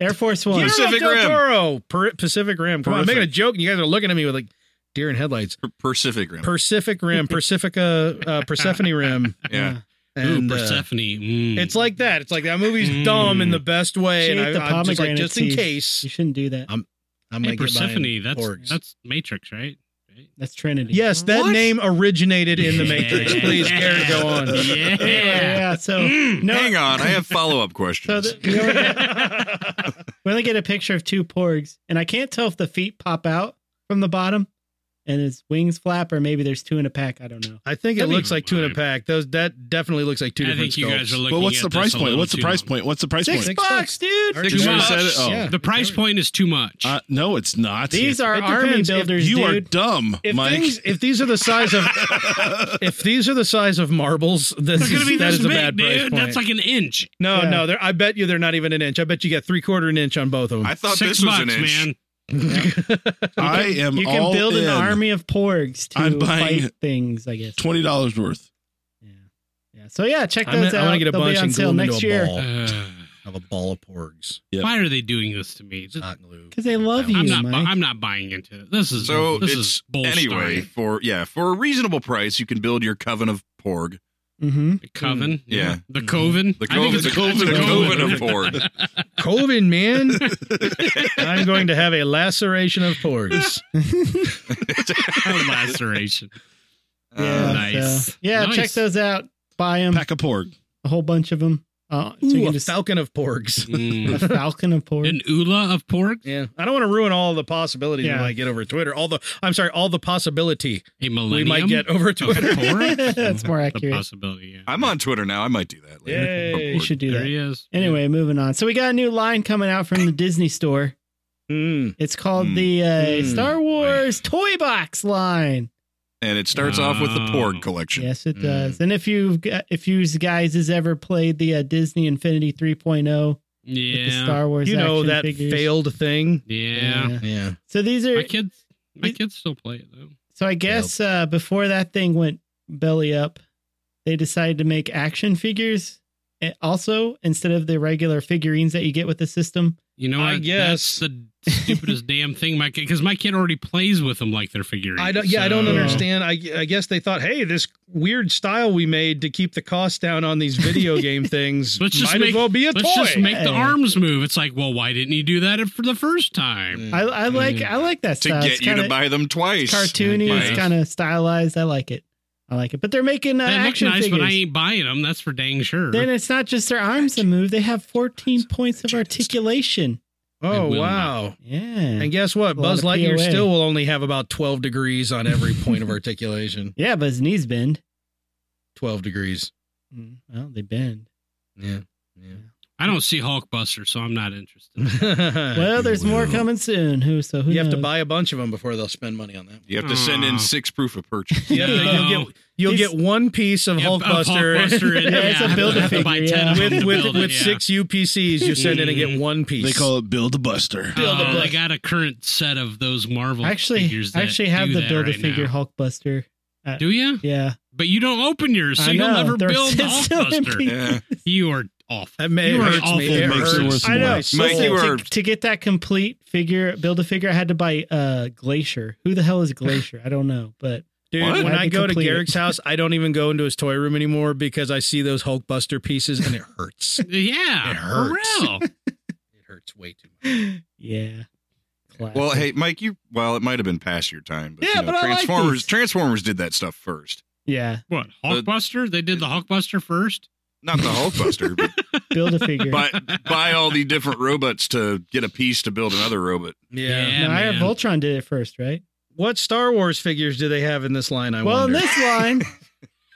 [SPEAKER 3] Air Force One.
[SPEAKER 1] Guillermo
[SPEAKER 5] Pacific
[SPEAKER 1] del
[SPEAKER 5] Rim.
[SPEAKER 1] Toro, Per- Pacific Rim. Come on, I'm
[SPEAKER 5] Perfect.
[SPEAKER 1] making a joke, and you guys are looking at me with like deer in headlights.
[SPEAKER 5] Per- Pacific Rim.
[SPEAKER 1] Pacific Rim, Pacifica, uh, Persephone Rim,
[SPEAKER 5] yeah.
[SPEAKER 1] and
[SPEAKER 4] Ooh,
[SPEAKER 1] uh,
[SPEAKER 4] Persephone. mm.
[SPEAKER 1] it's like that. It's like that movie's
[SPEAKER 4] Mm.
[SPEAKER 1] dumb in the best way,
[SPEAKER 3] She
[SPEAKER 1] and
[SPEAKER 3] ate the
[SPEAKER 1] I, I'm just like,
[SPEAKER 3] pomegranate
[SPEAKER 1] just in
[SPEAKER 3] seed.
[SPEAKER 1] case,
[SPEAKER 3] You shouldn't do that.
[SPEAKER 1] I'm- I'm
[SPEAKER 4] hey,
[SPEAKER 1] like
[SPEAKER 4] Persephone. That's
[SPEAKER 1] porgs.
[SPEAKER 4] that's Matrix, right?
[SPEAKER 3] That's Trinity.
[SPEAKER 1] yes, that
[SPEAKER 4] What?
[SPEAKER 1] name originated in the Matrix.
[SPEAKER 4] Yeah.
[SPEAKER 1] Please, Gary, go on.
[SPEAKER 4] Yeah.
[SPEAKER 3] Anyway, yeah. So
[SPEAKER 1] Mm.
[SPEAKER 3] no.
[SPEAKER 5] Hang on, I have follow up
[SPEAKER 3] So
[SPEAKER 5] questions.
[SPEAKER 3] the, we, only get, we only get a picture of two porgs, and I can't tell if the feet pop out from the bottom and his wings flap, or maybe there's two in a pack. I don't know.
[SPEAKER 1] I think it
[SPEAKER 4] That'd be
[SPEAKER 1] looks like two in a
[SPEAKER 4] fine.
[SPEAKER 1] pack. Those that definitely looks like two
[SPEAKER 4] I
[SPEAKER 1] different.
[SPEAKER 4] think you guys
[SPEAKER 1] sculpts.
[SPEAKER 4] are looking.
[SPEAKER 6] But what's
[SPEAKER 4] at
[SPEAKER 6] the
[SPEAKER 4] this
[SPEAKER 6] price
[SPEAKER 4] a
[SPEAKER 6] point?
[SPEAKER 4] little
[SPEAKER 6] What's the
[SPEAKER 4] too
[SPEAKER 6] price
[SPEAKER 4] long.
[SPEAKER 6] point? What's the price
[SPEAKER 3] Six,
[SPEAKER 6] point?
[SPEAKER 3] bucks, dude.
[SPEAKER 1] Aren't
[SPEAKER 5] Six
[SPEAKER 6] You
[SPEAKER 4] Too
[SPEAKER 6] already
[SPEAKER 4] much.
[SPEAKER 6] said it. Oh.
[SPEAKER 1] Yeah.
[SPEAKER 4] The price point is too much.
[SPEAKER 6] Uh, no, it's not.
[SPEAKER 3] These are
[SPEAKER 1] It
[SPEAKER 3] army
[SPEAKER 1] depends if
[SPEAKER 3] builders,
[SPEAKER 6] you are
[SPEAKER 3] dude.
[SPEAKER 6] dumb,
[SPEAKER 1] if
[SPEAKER 6] Mike.
[SPEAKER 1] things if these are the size of
[SPEAKER 5] Oh.
[SPEAKER 1] if these are the size of marbles, this
[SPEAKER 4] They're
[SPEAKER 1] is,
[SPEAKER 4] gonna be
[SPEAKER 1] that
[SPEAKER 4] this
[SPEAKER 1] is a
[SPEAKER 4] big,
[SPEAKER 1] bad price
[SPEAKER 4] dude.
[SPEAKER 1] point.
[SPEAKER 4] That's like an inch.
[SPEAKER 1] no,
[SPEAKER 3] Yeah.
[SPEAKER 1] no. they're- I bet you they're not even an inch. I bet you get three quarter an inch on both of them.
[SPEAKER 5] I thought
[SPEAKER 4] Six
[SPEAKER 5] this was
[SPEAKER 4] bucks,
[SPEAKER 5] an inch.
[SPEAKER 4] man.
[SPEAKER 6] I am
[SPEAKER 3] You can
[SPEAKER 6] all
[SPEAKER 3] build
[SPEAKER 6] in.
[SPEAKER 3] an army of porgs to
[SPEAKER 6] I'm buying-
[SPEAKER 3] fight things, I guess.
[SPEAKER 6] Twenty dollars worth.
[SPEAKER 3] Yeah. yeah. So yeah, check
[SPEAKER 1] I'm
[SPEAKER 3] those
[SPEAKER 1] gonna, I'm
[SPEAKER 3] out.
[SPEAKER 1] gonna get a
[SPEAKER 3] They'll
[SPEAKER 1] bunch
[SPEAKER 3] be on
[SPEAKER 1] and glue
[SPEAKER 3] sale
[SPEAKER 1] them into
[SPEAKER 3] next
[SPEAKER 1] a
[SPEAKER 3] year
[SPEAKER 1] ball.
[SPEAKER 4] Uh,
[SPEAKER 1] Have a ball of porgs.
[SPEAKER 6] Yep.
[SPEAKER 4] Why are they doing this to me?
[SPEAKER 1] It's not glue.
[SPEAKER 3] because they love you,
[SPEAKER 4] I'm not. bu-
[SPEAKER 3] Mike.
[SPEAKER 4] I'm not buying into it. This is
[SPEAKER 5] So
[SPEAKER 4] This
[SPEAKER 5] it's
[SPEAKER 4] is bullshit.
[SPEAKER 5] anyway for yeah for a reasonable price you can build your coven of porg.
[SPEAKER 3] hmm
[SPEAKER 4] The coven.
[SPEAKER 5] Yeah.
[SPEAKER 4] The coven.
[SPEAKER 5] The
[SPEAKER 4] I think
[SPEAKER 5] coven,
[SPEAKER 4] it's
[SPEAKER 5] the
[SPEAKER 4] a- it's a
[SPEAKER 5] coven, the coven of porg.
[SPEAKER 1] Coven, man. I'm going to have a laceration of porgs.
[SPEAKER 3] Mm-hmm.
[SPEAKER 4] laceration.
[SPEAKER 3] Yeah,
[SPEAKER 5] Uh,
[SPEAKER 1] Oh,
[SPEAKER 4] nice.
[SPEAKER 3] yeah.
[SPEAKER 4] Nice.
[SPEAKER 3] Check those out. Buy them.
[SPEAKER 6] Pack a porg.
[SPEAKER 3] A whole bunch of them. Uh, so you
[SPEAKER 1] Ooh,
[SPEAKER 3] can
[SPEAKER 1] a
[SPEAKER 3] just
[SPEAKER 1] falcon of porgs.
[SPEAKER 4] Mm.
[SPEAKER 3] a falcon of pork.
[SPEAKER 4] An Ula of pork?
[SPEAKER 1] Yeah, I don't want to ruin all the possibilities
[SPEAKER 3] Yeah.
[SPEAKER 1] we might get over Twitter. All the, I'm sorry, all the possibility
[SPEAKER 4] A millennium?
[SPEAKER 1] we might get over
[SPEAKER 4] of
[SPEAKER 1] Twitter.
[SPEAKER 4] pork?
[SPEAKER 3] That's more
[SPEAKER 4] The
[SPEAKER 3] accurate.
[SPEAKER 4] possibility, yeah.
[SPEAKER 5] I'm on Twitter now. I might do that later.
[SPEAKER 1] Yay.
[SPEAKER 5] I'm bored.
[SPEAKER 3] You should do
[SPEAKER 4] there
[SPEAKER 3] that.
[SPEAKER 4] he is.
[SPEAKER 3] Anyway, moving on. So we got a new line coming out from the Disney store.
[SPEAKER 1] Mm.
[SPEAKER 3] It's called
[SPEAKER 5] Hmm.
[SPEAKER 3] the uh,
[SPEAKER 1] Hmm.
[SPEAKER 3] Star Wars Toy Box line.
[SPEAKER 5] And it starts off with the
[SPEAKER 4] Oh.
[SPEAKER 5] Porg collection.
[SPEAKER 3] Yes,
[SPEAKER 1] Hmm.
[SPEAKER 3] it does. And if you've got, if you guys has ever played the uh, Disney Infinity 3.0
[SPEAKER 4] Yeah.
[SPEAKER 3] with the Star Wars,
[SPEAKER 1] You know
[SPEAKER 3] action
[SPEAKER 1] that
[SPEAKER 3] figures.
[SPEAKER 1] failed thing.
[SPEAKER 4] yeah.
[SPEAKER 1] Yeah.
[SPEAKER 3] So these
[SPEAKER 4] My
[SPEAKER 3] are
[SPEAKER 4] kids, my kids still play it though.
[SPEAKER 3] so I guess uh, before that thing went belly up, they decided to make action figures eh, also instead of the regular figurines that you get with the system.
[SPEAKER 4] You know,
[SPEAKER 1] I
[SPEAKER 4] what?
[SPEAKER 1] guess.
[SPEAKER 4] that's the stupidest damn thing my kid because my kid already plays with them like they're figurines.
[SPEAKER 1] I don't. Yeah, I don't
[SPEAKER 4] so-
[SPEAKER 1] understand. I, I guess they thought, hey, this weird style we made to keep the cost down on these video game things
[SPEAKER 4] Let's just
[SPEAKER 1] might as
[SPEAKER 4] make-
[SPEAKER 1] well be a
[SPEAKER 4] Let's
[SPEAKER 1] toy.
[SPEAKER 4] just make the
[SPEAKER 3] Hey.
[SPEAKER 4] arms move. It's like, well, why didn't you do that for the first time?
[SPEAKER 3] I, I like
[SPEAKER 4] Mm-hmm.
[SPEAKER 3] I like that
[SPEAKER 5] To
[SPEAKER 3] style.
[SPEAKER 5] get
[SPEAKER 3] It's
[SPEAKER 5] you to
[SPEAKER 3] kinda-
[SPEAKER 5] buy them twice.
[SPEAKER 3] cartoony.
[SPEAKER 5] Right.
[SPEAKER 3] It's kind of stylized. I like it. I like it. But they're making uh,
[SPEAKER 4] They look
[SPEAKER 3] action
[SPEAKER 4] nice,
[SPEAKER 3] figures.
[SPEAKER 4] but I ain't buying them. That's for dang sure.
[SPEAKER 3] Then it's not just their arms that move; they have 14 points of articulation.
[SPEAKER 4] I
[SPEAKER 1] oh
[SPEAKER 4] will
[SPEAKER 1] wow.
[SPEAKER 3] Yeah.
[SPEAKER 1] And guess what?
[SPEAKER 3] A lot
[SPEAKER 1] Buzz
[SPEAKER 3] of
[SPEAKER 1] Lightyear
[SPEAKER 3] POA.
[SPEAKER 1] still will only have about 12 degrees on every point of articulation.
[SPEAKER 3] yeah, but his knees bend.
[SPEAKER 1] 12 degrees.
[SPEAKER 3] Mm, Well, they bend.
[SPEAKER 1] Yeah.
[SPEAKER 4] I don't see Hulkbuster, so I'm not interested. Uh,
[SPEAKER 1] well,
[SPEAKER 3] Well, there's more
[SPEAKER 5] will.
[SPEAKER 3] coming soon. Who? So who?
[SPEAKER 1] you have to
[SPEAKER 3] knows?
[SPEAKER 1] buy a bunch of them before they'll spend money on that.
[SPEAKER 5] You have to send
[SPEAKER 4] Aw.
[SPEAKER 3] Hmm.
[SPEAKER 5] in six proof of purchase.
[SPEAKER 1] You have to- You'll get you'll
[SPEAKER 3] These-
[SPEAKER 1] get one piece of
[SPEAKER 4] Yeah,
[SPEAKER 1] Hulkbuster
[SPEAKER 4] Hulkbuster and-
[SPEAKER 3] Yeah, it's a
[SPEAKER 4] I have to-
[SPEAKER 3] build-a-figure,
[SPEAKER 4] I have to buy 10
[SPEAKER 3] yeah.
[SPEAKER 4] of them
[SPEAKER 1] with
[SPEAKER 4] to
[SPEAKER 1] with,
[SPEAKER 4] build it,
[SPEAKER 1] with
[SPEAKER 4] yeah.
[SPEAKER 1] six UPCs. You send in and get
[SPEAKER 4] Mhm.
[SPEAKER 1] one piece.
[SPEAKER 6] They call it Build a Buster.
[SPEAKER 4] Oh,
[SPEAKER 1] Build-A-Buster.
[SPEAKER 4] I got a current set of those Marvel
[SPEAKER 3] Actually,
[SPEAKER 4] figures.
[SPEAKER 3] I
[SPEAKER 4] that
[SPEAKER 3] actually have
[SPEAKER 4] do
[SPEAKER 3] the
[SPEAKER 4] that
[SPEAKER 3] build a
[SPEAKER 4] right
[SPEAKER 3] figure
[SPEAKER 4] now.
[SPEAKER 3] Hulkbuster.
[SPEAKER 4] Do you?
[SPEAKER 3] Yeah,
[SPEAKER 4] But you don't open yours, so
[SPEAKER 3] I
[SPEAKER 4] you'll
[SPEAKER 3] know.
[SPEAKER 4] never
[SPEAKER 3] They're
[SPEAKER 4] build the
[SPEAKER 3] still in
[SPEAKER 4] Hulkbuster.
[SPEAKER 3] pieces.
[SPEAKER 5] yeah.
[SPEAKER 4] You are awful.
[SPEAKER 1] That may
[SPEAKER 4] You are
[SPEAKER 1] hurts
[SPEAKER 4] awful.
[SPEAKER 1] me. It
[SPEAKER 6] It makes it
[SPEAKER 1] hurts.
[SPEAKER 6] worth
[SPEAKER 1] I know.
[SPEAKER 6] more.
[SPEAKER 5] Mike,
[SPEAKER 3] Listen,
[SPEAKER 5] you
[SPEAKER 3] to,
[SPEAKER 5] are-
[SPEAKER 3] to get that complete figure, build a figure. I had to buy uh, Glacier. Who the hell is Glacier? I don't know, but
[SPEAKER 1] Dude,
[SPEAKER 5] What?
[SPEAKER 1] when
[SPEAKER 3] Why'd
[SPEAKER 1] I
[SPEAKER 3] they
[SPEAKER 1] go to
[SPEAKER 3] complete it?
[SPEAKER 1] Garrick's house, I don't even go into his toy room anymore because I see those Hulkbuster pieces and it hurts. it
[SPEAKER 4] Yeah,
[SPEAKER 1] It
[SPEAKER 4] for
[SPEAKER 1] hurts.
[SPEAKER 4] real.
[SPEAKER 1] hurts way too much.
[SPEAKER 3] yeah. Classic.
[SPEAKER 5] Well, hey, Mike, you well, it might have been past your time, but,
[SPEAKER 3] Yeah,
[SPEAKER 5] you know,
[SPEAKER 3] but I like
[SPEAKER 5] Transformers
[SPEAKER 3] these.
[SPEAKER 5] Transformers did that stuff first.
[SPEAKER 3] yeah,
[SPEAKER 4] What Hulkbuster? They did the Hulkbuster first.
[SPEAKER 5] Not the Hulkbuster, but
[SPEAKER 3] build a figure.
[SPEAKER 5] buy, buy all the different robots to get a piece to build another robot.
[SPEAKER 1] Yeah.
[SPEAKER 4] Yeah.
[SPEAKER 3] no, I have
[SPEAKER 4] man.
[SPEAKER 3] Voltron did it first, right?
[SPEAKER 1] What Star Wars figures do they have in this line? I
[SPEAKER 3] well, in
[SPEAKER 1] wonder.
[SPEAKER 3] this line,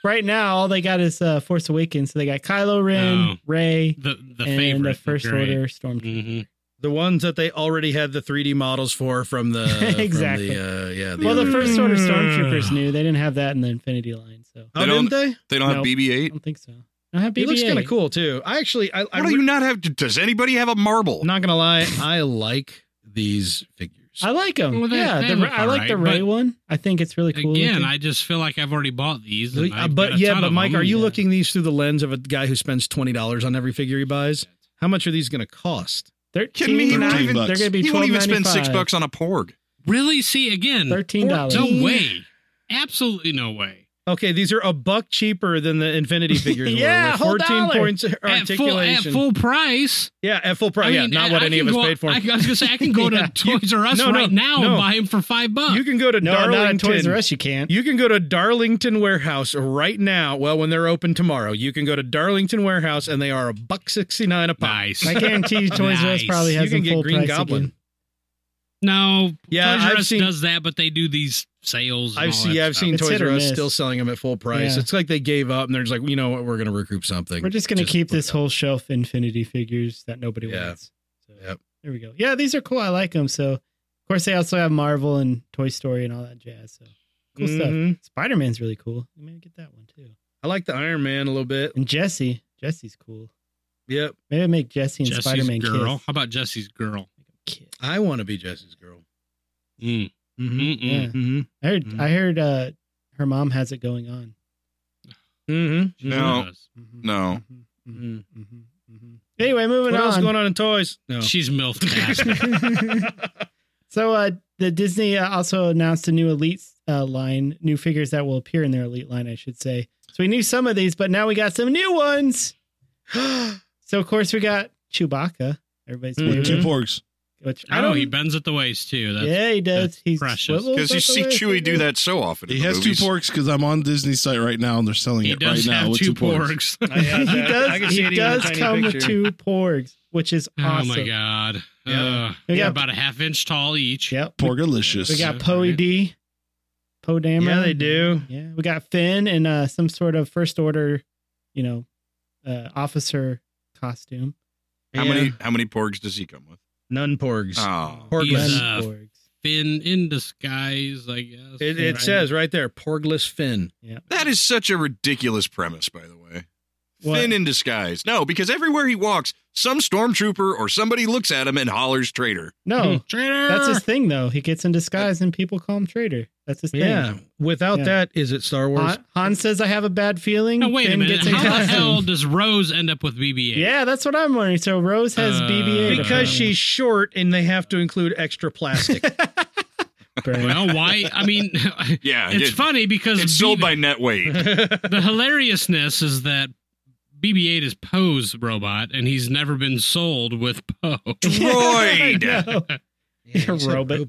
[SPEAKER 3] right now, all they got is uh, Force Awakens. So they got Kylo Ren,
[SPEAKER 4] Oh.
[SPEAKER 3] Ray,
[SPEAKER 4] The the
[SPEAKER 3] and
[SPEAKER 4] favorite.
[SPEAKER 3] the First
[SPEAKER 4] right?
[SPEAKER 3] Order Stormtrooper.
[SPEAKER 4] hmm
[SPEAKER 1] the ones that they already had the 3D models for from the from
[SPEAKER 3] Exactly.
[SPEAKER 1] the, uh, yeah.
[SPEAKER 4] Mm.
[SPEAKER 1] The
[SPEAKER 3] Well, the
[SPEAKER 1] other-
[SPEAKER 3] First Order Stormtroopers knew they didn't have that in the Infinity line, so
[SPEAKER 1] oh,
[SPEAKER 5] They don't-
[SPEAKER 1] didn't they?
[SPEAKER 5] They don't
[SPEAKER 3] Nope.
[SPEAKER 5] have
[SPEAKER 3] I
[SPEAKER 5] BB-8.
[SPEAKER 3] don't think so. I have BB-8.
[SPEAKER 1] He looks kind of cool too. I actually, I, I
[SPEAKER 5] What do you not have? Does anybody have a marble?
[SPEAKER 1] am not gonna lie, I like these figures.
[SPEAKER 3] I like them.
[SPEAKER 4] Well, they-
[SPEAKER 3] yeah,
[SPEAKER 4] they
[SPEAKER 3] the,
[SPEAKER 4] look
[SPEAKER 3] I like the
[SPEAKER 4] alright,
[SPEAKER 3] Ray
[SPEAKER 4] but-
[SPEAKER 3] one. I think it's really cool.
[SPEAKER 4] Again,
[SPEAKER 3] looking.
[SPEAKER 4] I just feel like I've already bought these. and
[SPEAKER 1] Uh,
[SPEAKER 4] I've
[SPEAKER 1] but
[SPEAKER 4] got a
[SPEAKER 1] yeah,
[SPEAKER 4] ton
[SPEAKER 1] but
[SPEAKER 4] of
[SPEAKER 1] Mike,
[SPEAKER 4] them.
[SPEAKER 1] are you
[SPEAKER 3] yeah.
[SPEAKER 1] looking these through the lens of a guy who spends twenty dollars on every figure he buys? How much are these gonna cost?
[SPEAKER 5] kidding me? He
[SPEAKER 3] thirteen.
[SPEAKER 5] won't
[SPEAKER 3] nine-
[SPEAKER 5] even-
[SPEAKER 3] They're going to be
[SPEAKER 5] he won't even spend six
[SPEAKER 3] $12.95.
[SPEAKER 5] bucks on a Porg.
[SPEAKER 4] Really? See again?
[SPEAKER 3] Thirteen dollars.
[SPEAKER 4] No way. Absolutely no way.
[SPEAKER 1] Okay, these are a buck cheaper than the Infinity figures.
[SPEAKER 3] Yeah,
[SPEAKER 1] were, with
[SPEAKER 3] whole
[SPEAKER 1] fourteen
[SPEAKER 3] dollar.
[SPEAKER 1] points of
[SPEAKER 4] At full, at
[SPEAKER 1] articulation.
[SPEAKER 4] full price.
[SPEAKER 1] yeah, at full price.
[SPEAKER 4] I
[SPEAKER 1] yeah,
[SPEAKER 4] mean,
[SPEAKER 1] not
[SPEAKER 4] I-
[SPEAKER 1] what
[SPEAKER 4] I
[SPEAKER 1] any
[SPEAKER 4] can
[SPEAKER 1] of us
[SPEAKER 4] go-
[SPEAKER 1] paid for.
[SPEAKER 4] I, I
[SPEAKER 1] them.
[SPEAKER 4] was gonna say I can go
[SPEAKER 1] Yeah.
[SPEAKER 4] to Toys R Us
[SPEAKER 1] No, no,
[SPEAKER 4] right now and
[SPEAKER 1] no.
[SPEAKER 4] buy him for five bucks.
[SPEAKER 1] you can go to
[SPEAKER 3] No, not
[SPEAKER 1] Darlington.
[SPEAKER 3] at Toys R Us. You can't.
[SPEAKER 1] You can go to Darlington Warehouse right now. Well, when they're open tomorrow, you can go to Darlington Warehouse and they are a buck sixty nine a pop.
[SPEAKER 4] nice.
[SPEAKER 3] I guarantee you, Toys R Us
[SPEAKER 4] Nice.
[SPEAKER 3] probably
[SPEAKER 1] You
[SPEAKER 3] has
[SPEAKER 1] can
[SPEAKER 3] them
[SPEAKER 1] get
[SPEAKER 3] full
[SPEAKER 1] Green
[SPEAKER 3] price
[SPEAKER 1] Goblin.
[SPEAKER 3] again.
[SPEAKER 4] No,
[SPEAKER 1] Yeah,
[SPEAKER 4] Toys R
[SPEAKER 1] I've
[SPEAKER 4] Us
[SPEAKER 1] seen-
[SPEAKER 4] does that, but they do these sales. and
[SPEAKER 1] I've
[SPEAKER 4] all
[SPEAKER 1] seen,
[SPEAKER 4] that
[SPEAKER 1] yeah, I've
[SPEAKER 4] stuff.
[SPEAKER 1] seen
[SPEAKER 3] It's
[SPEAKER 1] Toys
[SPEAKER 3] hit
[SPEAKER 1] R
[SPEAKER 3] or
[SPEAKER 1] Us
[SPEAKER 3] miss.
[SPEAKER 1] still selling them at full price.
[SPEAKER 3] Yeah.
[SPEAKER 1] It's like they gave up and they're just like, you know what, we're gonna recoup something.
[SPEAKER 3] We're just going to keep
[SPEAKER 1] put
[SPEAKER 3] this
[SPEAKER 1] it
[SPEAKER 3] whole shelf Infinity figures that nobody
[SPEAKER 1] Yeah.
[SPEAKER 3] wants. So,
[SPEAKER 1] Yep.
[SPEAKER 3] There we go. Yeah, these are cool. I like them. So, of course, they also have Marvel and Toy Story and all that jazz. So, cool
[SPEAKER 1] Mhm.
[SPEAKER 3] stuff. Spider Man's really cool. You may get that one too.
[SPEAKER 1] I like the Iron Man a little bit.
[SPEAKER 3] And Jesse. Jesse's cool.
[SPEAKER 1] Yep.
[SPEAKER 3] Maybe make Jesse and
[SPEAKER 4] Jesse's
[SPEAKER 3] Spider Man
[SPEAKER 4] girl.
[SPEAKER 3] kiss.
[SPEAKER 4] How about Jesse's girl?
[SPEAKER 3] Kiss.
[SPEAKER 1] I want to be Jesse's girl.
[SPEAKER 4] Mm.
[SPEAKER 1] Mm-hmm.
[SPEAKER 4] Mm-mm.
[SPEAKER 3] Yeah.
[SPEAKER 1] Mm-hmm.
[SPEAKER 3] I heard.
[SPEAKER 1] Mhm.
[SPEAKER 3] I heard. Uh, her mom has it going on.
[SPEAKER 1] Mm-hmm.
[SPEAKER 4] She
[SPEAKER 5] No.
[SPEAKER 4] does.
[SPEAKER 3] Mhm,
[SPEAKER 5] No.
[SPEAKER 3] mhm, mhm, mhm, mhm. Anyway, moving
[SPEAKER 1] What else
[SPEAKER 3] on.
[SPEAKER 1] going on in toys? No.
[SPEAKER 4] She's milf fast.
[SPEAKER 3] so uh, the Disney uh, also announced a new Elite uh, line, new figures that will appear in their Elite line, I should say. So we knew some of these, but now we got some new ones. So of course we got Chewbacca. Everybody's
[SPEAKER 1] Mhm.
[SPEAKER 6] With two
[SPEAKER 3] favorite.
[SPEAKER 6] porgs.
[SPEAKER 3] Which I
[SPEAKER 4] Oh,
[SPEAKER 3] don't.
[SPEAKER 4] Mm-hmm. he bends at the waist too. That's,
[SPEAKER 3] yeah, he does.
[SPEAKER 4] that's
[SPEAKER 3] He
[SPEAKER 4] precious.
[SPEAKER 3] swivels
[SPEAKER 5] Because you
[SPEAKER 3] at the
[SPEAKER 5] see
[SPEAKER 3] waist.
[SPEAKER 5] Chewie do that so often. in
[SPEAKER 6] He
[SPEAKER 5] the
[SPEAKER 6] has
[SPEAKER 5] movies.
[SPEAKER 6] two porks because I'm on Disney's site right now and they're selling
[SPEAKER 4] He
[SPEAKER 6] it
[SPEAKER 4] does
[SPEAKER 6] right now
[SPEAKER 4] have
[SPEAKER 6] with
[SPEAKER 4] two
[SPEAKER 6] porks.
[SPEAKER 4] porgs.
[SPEAKER 3] he does. he does come
[SPEAKER 1] to
[SPEAKER 3] with two porgs, which is awesome.
[SPEAKER 4] Oh my god.
[SPEAKER 1] Yeah.
[SPEAKER 4] Uh,
[SPEAKER 3] We
[SPEAKER 4] they're
[SPEAKER 3] got-
[SPEAKER 4] about a half inch tall each.
[SPEAKER 3] Yep.
[SPEAKER 6] Porgalicious.
[SPEAKER 3] We got
[SPEAKER 4] Yeah,
[SPEAKER 3] Poe
[SPEAKER 4] right.
[SPEAKER 3] D, Poe Dameron.
[SPEAKER 1] Yeah, they do.
[SPEAKER 3] Yeah, we got Finn in uh, some sort of first order, you know, uh, officer costume.
[SPEAKER 5] How many how many porgs does he come with?
[SPEAKER 1] Nun porgs.
[SPEAKER 5] Oh,
[SPEAKER 1] Porgless.
[SPEAKER 4] He's,
[SPEAKER 3] Glenn
[SPEAKER 4] uh,
[SPEAKER 3] Borgs.
[SPEAKER 4] Finn in disguise, I guess.
[SPEAKER 1] it it
[SPEAKER 4] Right.
[SPEAKER 1] says right there, porgless fin.
[SPEAKER 5] that is such a ridiculous premise, by the way.
[SPEAKER 3] What?
[SPEAKER 5] Finn in disguise. No, because everywhere he walks, some stormtrooper or somebody looks at him and hollers
[SPEAKER 1] oh,
[SPEAKER 5] traitor.
[SPEAKER 3] No,
[SPEAKER 4] Traitor!
[SPEAKER 3] that's his thing though. He gets in disguise and people call him traitor. That's his thing.
[SPEAKER 1] Yeah. Without
[SPEAKER 3] Yeah.
[SPEAKER 1] that, is it Star Wars?
[SPEAKER 3] Han, Han says, "I have a bad feeling."
[SPEAKER 4] No, wait a
[SPEAKER 3] Finn
[SPEAKER 4] minute.
[SPEAKER 3] gets in
[SPEAKER 4] How the
[SPEAKER 3] costume.
[SPEAKER 4] hell does Rose end up with BB-8?
[SPEAKER 3] Yeah, that's what I'm wondering. So Rose has
[SPEAKER 4] Uh,
[SPEAKER 3] BB-8
[SPEAKER 1] because she's short and they have to include extra plastic.
[SPEAKER 3] apparently.
[SPEAKER 4] Well, why? I mean,
[SPEAKER 5] Yeah,
[SPEAKER 4] it's
[SPEAKER 5] it-
[SPEAKER 4] funny because
[SPEAKER 5] It's sold
[SPEAKER 4] BB
[SPEAKER 5] by net weight.
[SPEAKER 4] the hilariousness is that BB-8 is Poe's robot, and he's never been sold with Poe.
[SPEAKER 5] Droid.
[SPEAKER 3] No.
[SPEAKER 1] Yeah,
[SPEAKER 3] you said robot.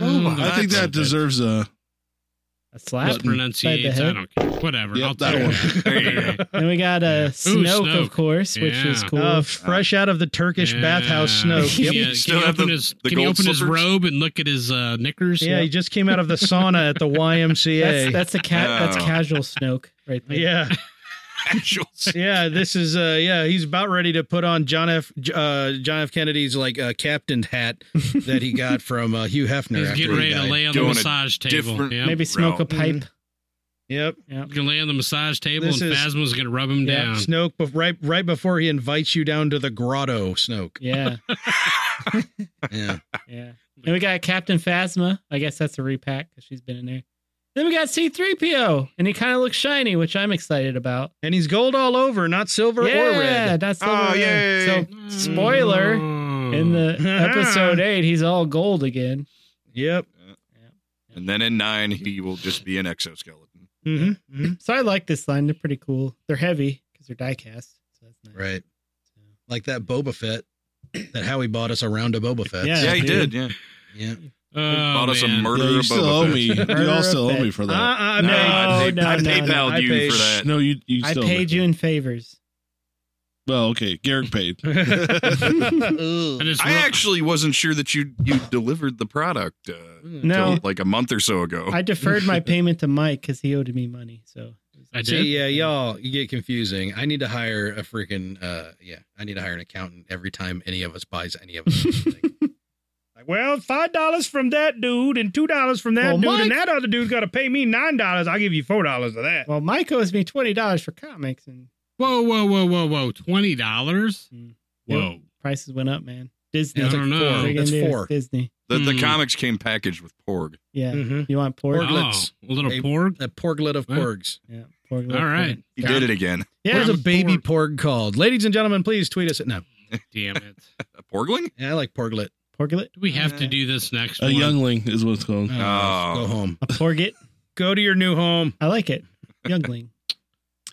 [SPEAKER 6] I think that deserves a.
[SPEAKER 3] A
[SPEAKER 4] That's
[SPEAKER 3] slap.
[SPEAKER 4] pronunciates. I
[SPEAKER 3] head.
[SPEAKER 4] don't care. Whatever.
[SPEAKER 6] Yep,
[SPEAKER 4] I'll
[SPEAKER 6] that
[SPEAKER 4] take
[SPEAKER 6] one.
[SPEAKER 4] it.
[SPEAKER 5] There you go.
[SPEAKER 3] And we got uh, Snoke,
[SPEAKER 4] Snoke.
[SPEAKER 3] of course, which was
[SPEAKER 4] Yeah.
[SPEAKER 3] cool.
[SPEAKER 1] Uh, fresh out of the Turkish
[SPEAKER 4] Yeah.
[SPEAKER 1] bathhouse Snoke.
[SPEAKER 4] Yeah,
[SPEAKER 1] Yep.
[SPEAKER 4] Can,
[SPEAKER 5] Still
[SPEAKER 4] he
[SPEAKER 5] have
[SPEAKER 4] open,
[SPEAKER 5] the-
[SPEAKER 4] his,
[SPEAKER 5] the
[SPEAKER 4] can he
[SPEAKER 5] gold
[SPEAKER 4] open his
[SPEAKER 5] slippers?
[SPEAKER 4] robe and look at his uh, knickers?
[SPEAKER 1] Yeah, he just came out of the sauna at the YMCA.
[SPEAKER 3] that's, that's the cat. That's
[SPEAKER 5] Oh.
[SPEAKER 3] casual Snoke right there.
[SPEAKER 1] yeah,
[SPEAKER 5] Actual
[SPEAKER 1] yeah. This is uh, yeah. He's about ready to put on John F. J- Uh, John F. Kennedy's like uh, captain hat that he got from uh, Hugh Hefner.
[SPEAKER 4] He's
[SPEAKER 1] after
[SPEAKER 4] getting
[SPEAKER 1] he
[SPEAKER 4] ready to
[SPEAKER 1] died.
[SPEAKER 4] lay on the
[SPEAKER 5] Doing a
[SPEAKER 4] massage table.
[SPEAKER 5] different-
[SPEAKER 4] Yeah.
[SPEAKER 3] Maybe smoke a
[SPEAKER 5] Route.
[SPEAKER 3] pipe.
[SPEAKER 4] Mm.
[SPEAKER 1] Yep.
[SPEAKER 3] Yeah.
[SPEAKER 4] He's gonna lay on the massage table
[SPEAKER 1] This
[SPEAKER 4] and
[SPEAKER 1] is-
[SPEAKER 4] Phasma's gonna rub him
[SPEAKER 1] Yeah,
[SPEAKER 4] down.
[SPEAKER 1] Snoke, but right right before he invites you down to the grotto, Snoke.
[SPEAKER 3] Yeah.
[SPEAKER 1] Yeah,
[SPEAKER 3] Yeah. And we got Captain Phasma. I guess that's a repack because she's been in there. Then we got C3PO, and he kind of looks shiny, which I'm excited about.
[SPEAKER 1] and he's gold all over, not silver
[SPEAKER 3] yeah,
[SPEAKER 1] or red.
[SPEAKER 3] that's the
[SPEAKER 5] Oh,
[SPEAKER 3] one.
[SPEAKER 5] yay.
[SPEAKER 3] So, spoiler in the
[SPEAKER 1] Mm.
[SPEAKER 3] episode eight, he's all gold again.
[SPEAKER 1] Yep.
[SPEAKER 5] And then in nine, he will just be an exoskeleton.
[SPEAKER 1] hmm hmm
[SPEAKER 3] So I like this line. They're pretty cool. They're heavy because they're diecast. So that's nice.
[SPEAKER 1] Right. Like that Boba Fett that Howie bought us a round of Boba Fett.
[SPEAKER 3] Yeah,
[SPEAKER 5] Yeah, he
[SPEAKER 3] dude.
[SPEAKER 5] did. Yeah,
[SPEAKER 1] Yeah.
[SPEAKER 4] Oh,
[SPEAKER 5] bought us a
[SPEAKER 4] man.
[SPEAKER 5] murder
[SPEAKER 6] Yeah, you
[SPEAKER 5] of
[SPEAKER 6] still
[SPEAKER 5] Boba
[SPEAKER 6] owe
[SPEAKER 5] Fett.
[SPEAKER 6] me. You all still owe me for
[SPEAKER 1] Uh,
[SPEAKER 6] that.
[SPEAKER 1] uh,
[SPEAKER 5] No,
[SPEAKER 1] no,
[SPEAKER 5] I,
[SPEAKER 3] no,
[SPEAKER 5] I
[SPEAKER 3] no,
[SPEAKER 5] PayPal'd
[SPEAKER 3] no.
[SPEAKER 1] I
[SPEAKER 5] you
[SPEAKER 1] paid-
[SPEAKER 5] for that.
[SPEAKER 6] No, you you
[SPEAKER 3] I
[SPEAKER 6] still. owe
[SPEAKER 3] paid
[SPEAKER 6] me.
[SPEAKER 3] you in favors.
[SPEAKER 6] Well, okay. Garrick paid.
[SPEAKER 1] oh.
[SPEAKER 4] And it's
[SPEAKER 5] I
[SPEAKER 4] real-
[SPEAKER 5] actually wasn't sure that you you delivered the product uh,
[SPEAKER 3] No.
[SPEAKER 5] till like a month or so ago.
[SPEAKER 3] I deferred my payment to Mike because he owed me money. So
[SPEAKER 4] I did.
[SPEAKER 1] See, yeah, y'all, you get confusing. I need to hire a freaking, uh, yeah, I need to hire an accountant every time any of us buys any of us. something. like, well, five dollars from that dude and two dollars from that
[SPEAKER 3] Well,
[SPEAKER 1] dude
[SPEAKER 3] Mike-
[SPEAKER 1] and that other dude's got to pay me nine dollars. I'll give you four dollars of that.
[SPEAKER 3] well, Mike owes me twenty dollars for comics, and
[SPEAKER 4] Whoa, whoa, whoa, whoa, whoa. Twenty dollars?
[SPEAKER 3] Mm.
[SPEAKER 4] Whoa.
[SPEAKER 3] prices went up, man. Disney,
[SPEAKER 4] I
[SPEAKER 1] That's
[SPEAKER 4] don't
[SPEAKER 1] like
[SPEAKER 4] know.
[SPEAKER 1] four.
[SPEAKER 3] Friggin'
[SPEAKER 1] That's
[SPEAKER 3] dude, it's
[SPEAKER 1] four.
[SPEAKER 3] Disney.
[SPEAKER 5] the, the
[SPEAKER 4] Hmm.
[SPEAKER 5] comics came packaged with Porg.
[SPEAKER 3] Yeah,
[SPEAKER 1] Mhm.
[SPEAKER 3] you want pork?
[SPEAKER 1] Pork-
[SPEAKER 4] Oh,
[SPEAKER 1] Porglets.
[SPEAKER 4] a little
[SPEAKER 1] Hey,
[SPEAKER 4] porg?
[SPEAKER 1] A porglet of
[SPEAKER 4] Well,
[SPEAKER 1] porgs.
[SPEAKER 3] Yeah, pork
[SPEAKER 4] All right.
[SPEAKER 5] He did it again.
[SPEAKER 3] Yeah,
[SPEAKER 1] What is
[SPEAKER 3] I'm
[SPEAKER 1] a baby porg called? Ladies and gentlemen, please tweet us at no.
[SPEAKER 4] Damn it.
[SPEAKER 5] A Porgling?
[SPEAKER 1] Yeah, I like porglet.
[SPEAKER 3] porglet,
[SPEAKER 4] Do we have to do this next
[SPEAKER 6] A
[SPEAKER 4] one?
[SPEAKER 6] youngling is what it's called.
[SPEAKER 3] Mm.
[SPEAKER 5] Oh.
[SPEAKER 1] Go home.
[SPEAKER 3] a porget.
[SPEAKER 1] Go to your new home.
[SPEAKER 3] I like it. Youngling.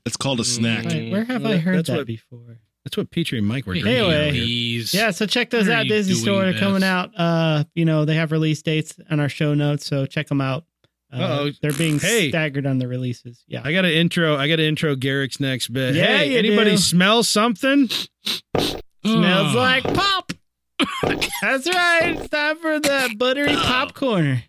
[SPEAKER 6] It's called a snack.
[SPEAKER 4] Mm.
[SPEAKER 3] Wait, where have I
[SPEAKER 1] That-
[SPEAKER 3] heard
[SPEAKER 1] that's
[SPEAKER 3] that
[SPEAKER 1] what-
[SPEAKER 3] before?
[SPEAKER 1] That's what Petrie and Mike were
[SPEAKER 4] Hey,
[SPEAKER 1] drinking.
[SPEAKER 3] Anyway.
[SPEAKER 1] earlier.
[SPEAKER 4] please.
[SPEAKER 3] Yeah, so check those
[SPEAKER 4] Why are
[SPEAKER 3] out.
[SPEAKER 4] you
[SPEAKER 3] Disney
[SPEAKER 4] doing
[SPEAKER 3] Store they're coming
[SPEAKER 4] this?
[SPEAKER 3] out. Uh, you know they have release dates on our show notes, so check them out. Uh,
[SPEAKER 1] Uh-oh.
[SPEAKER 3] they're being
[SPEAKER 1] Hey.
[SPEAKER 3] staggered on the releases. Yeah,
[SPEAKER 1] I got to intro. I got to intro Garrick's next bit.
[SPEAKER 3] Yeah,
[SPEAKER 1] hey,
[SPEAKER 3] you
[SPEAKER 1] anybody
[SPEAKER 3] do.
[SPEAKER 1] smell something?
[SPEAKER 3] Smells
[SPEAKER 4] Oh.
[SPEAKER 3] like pop. That's right. It's time for the buttery popcorn.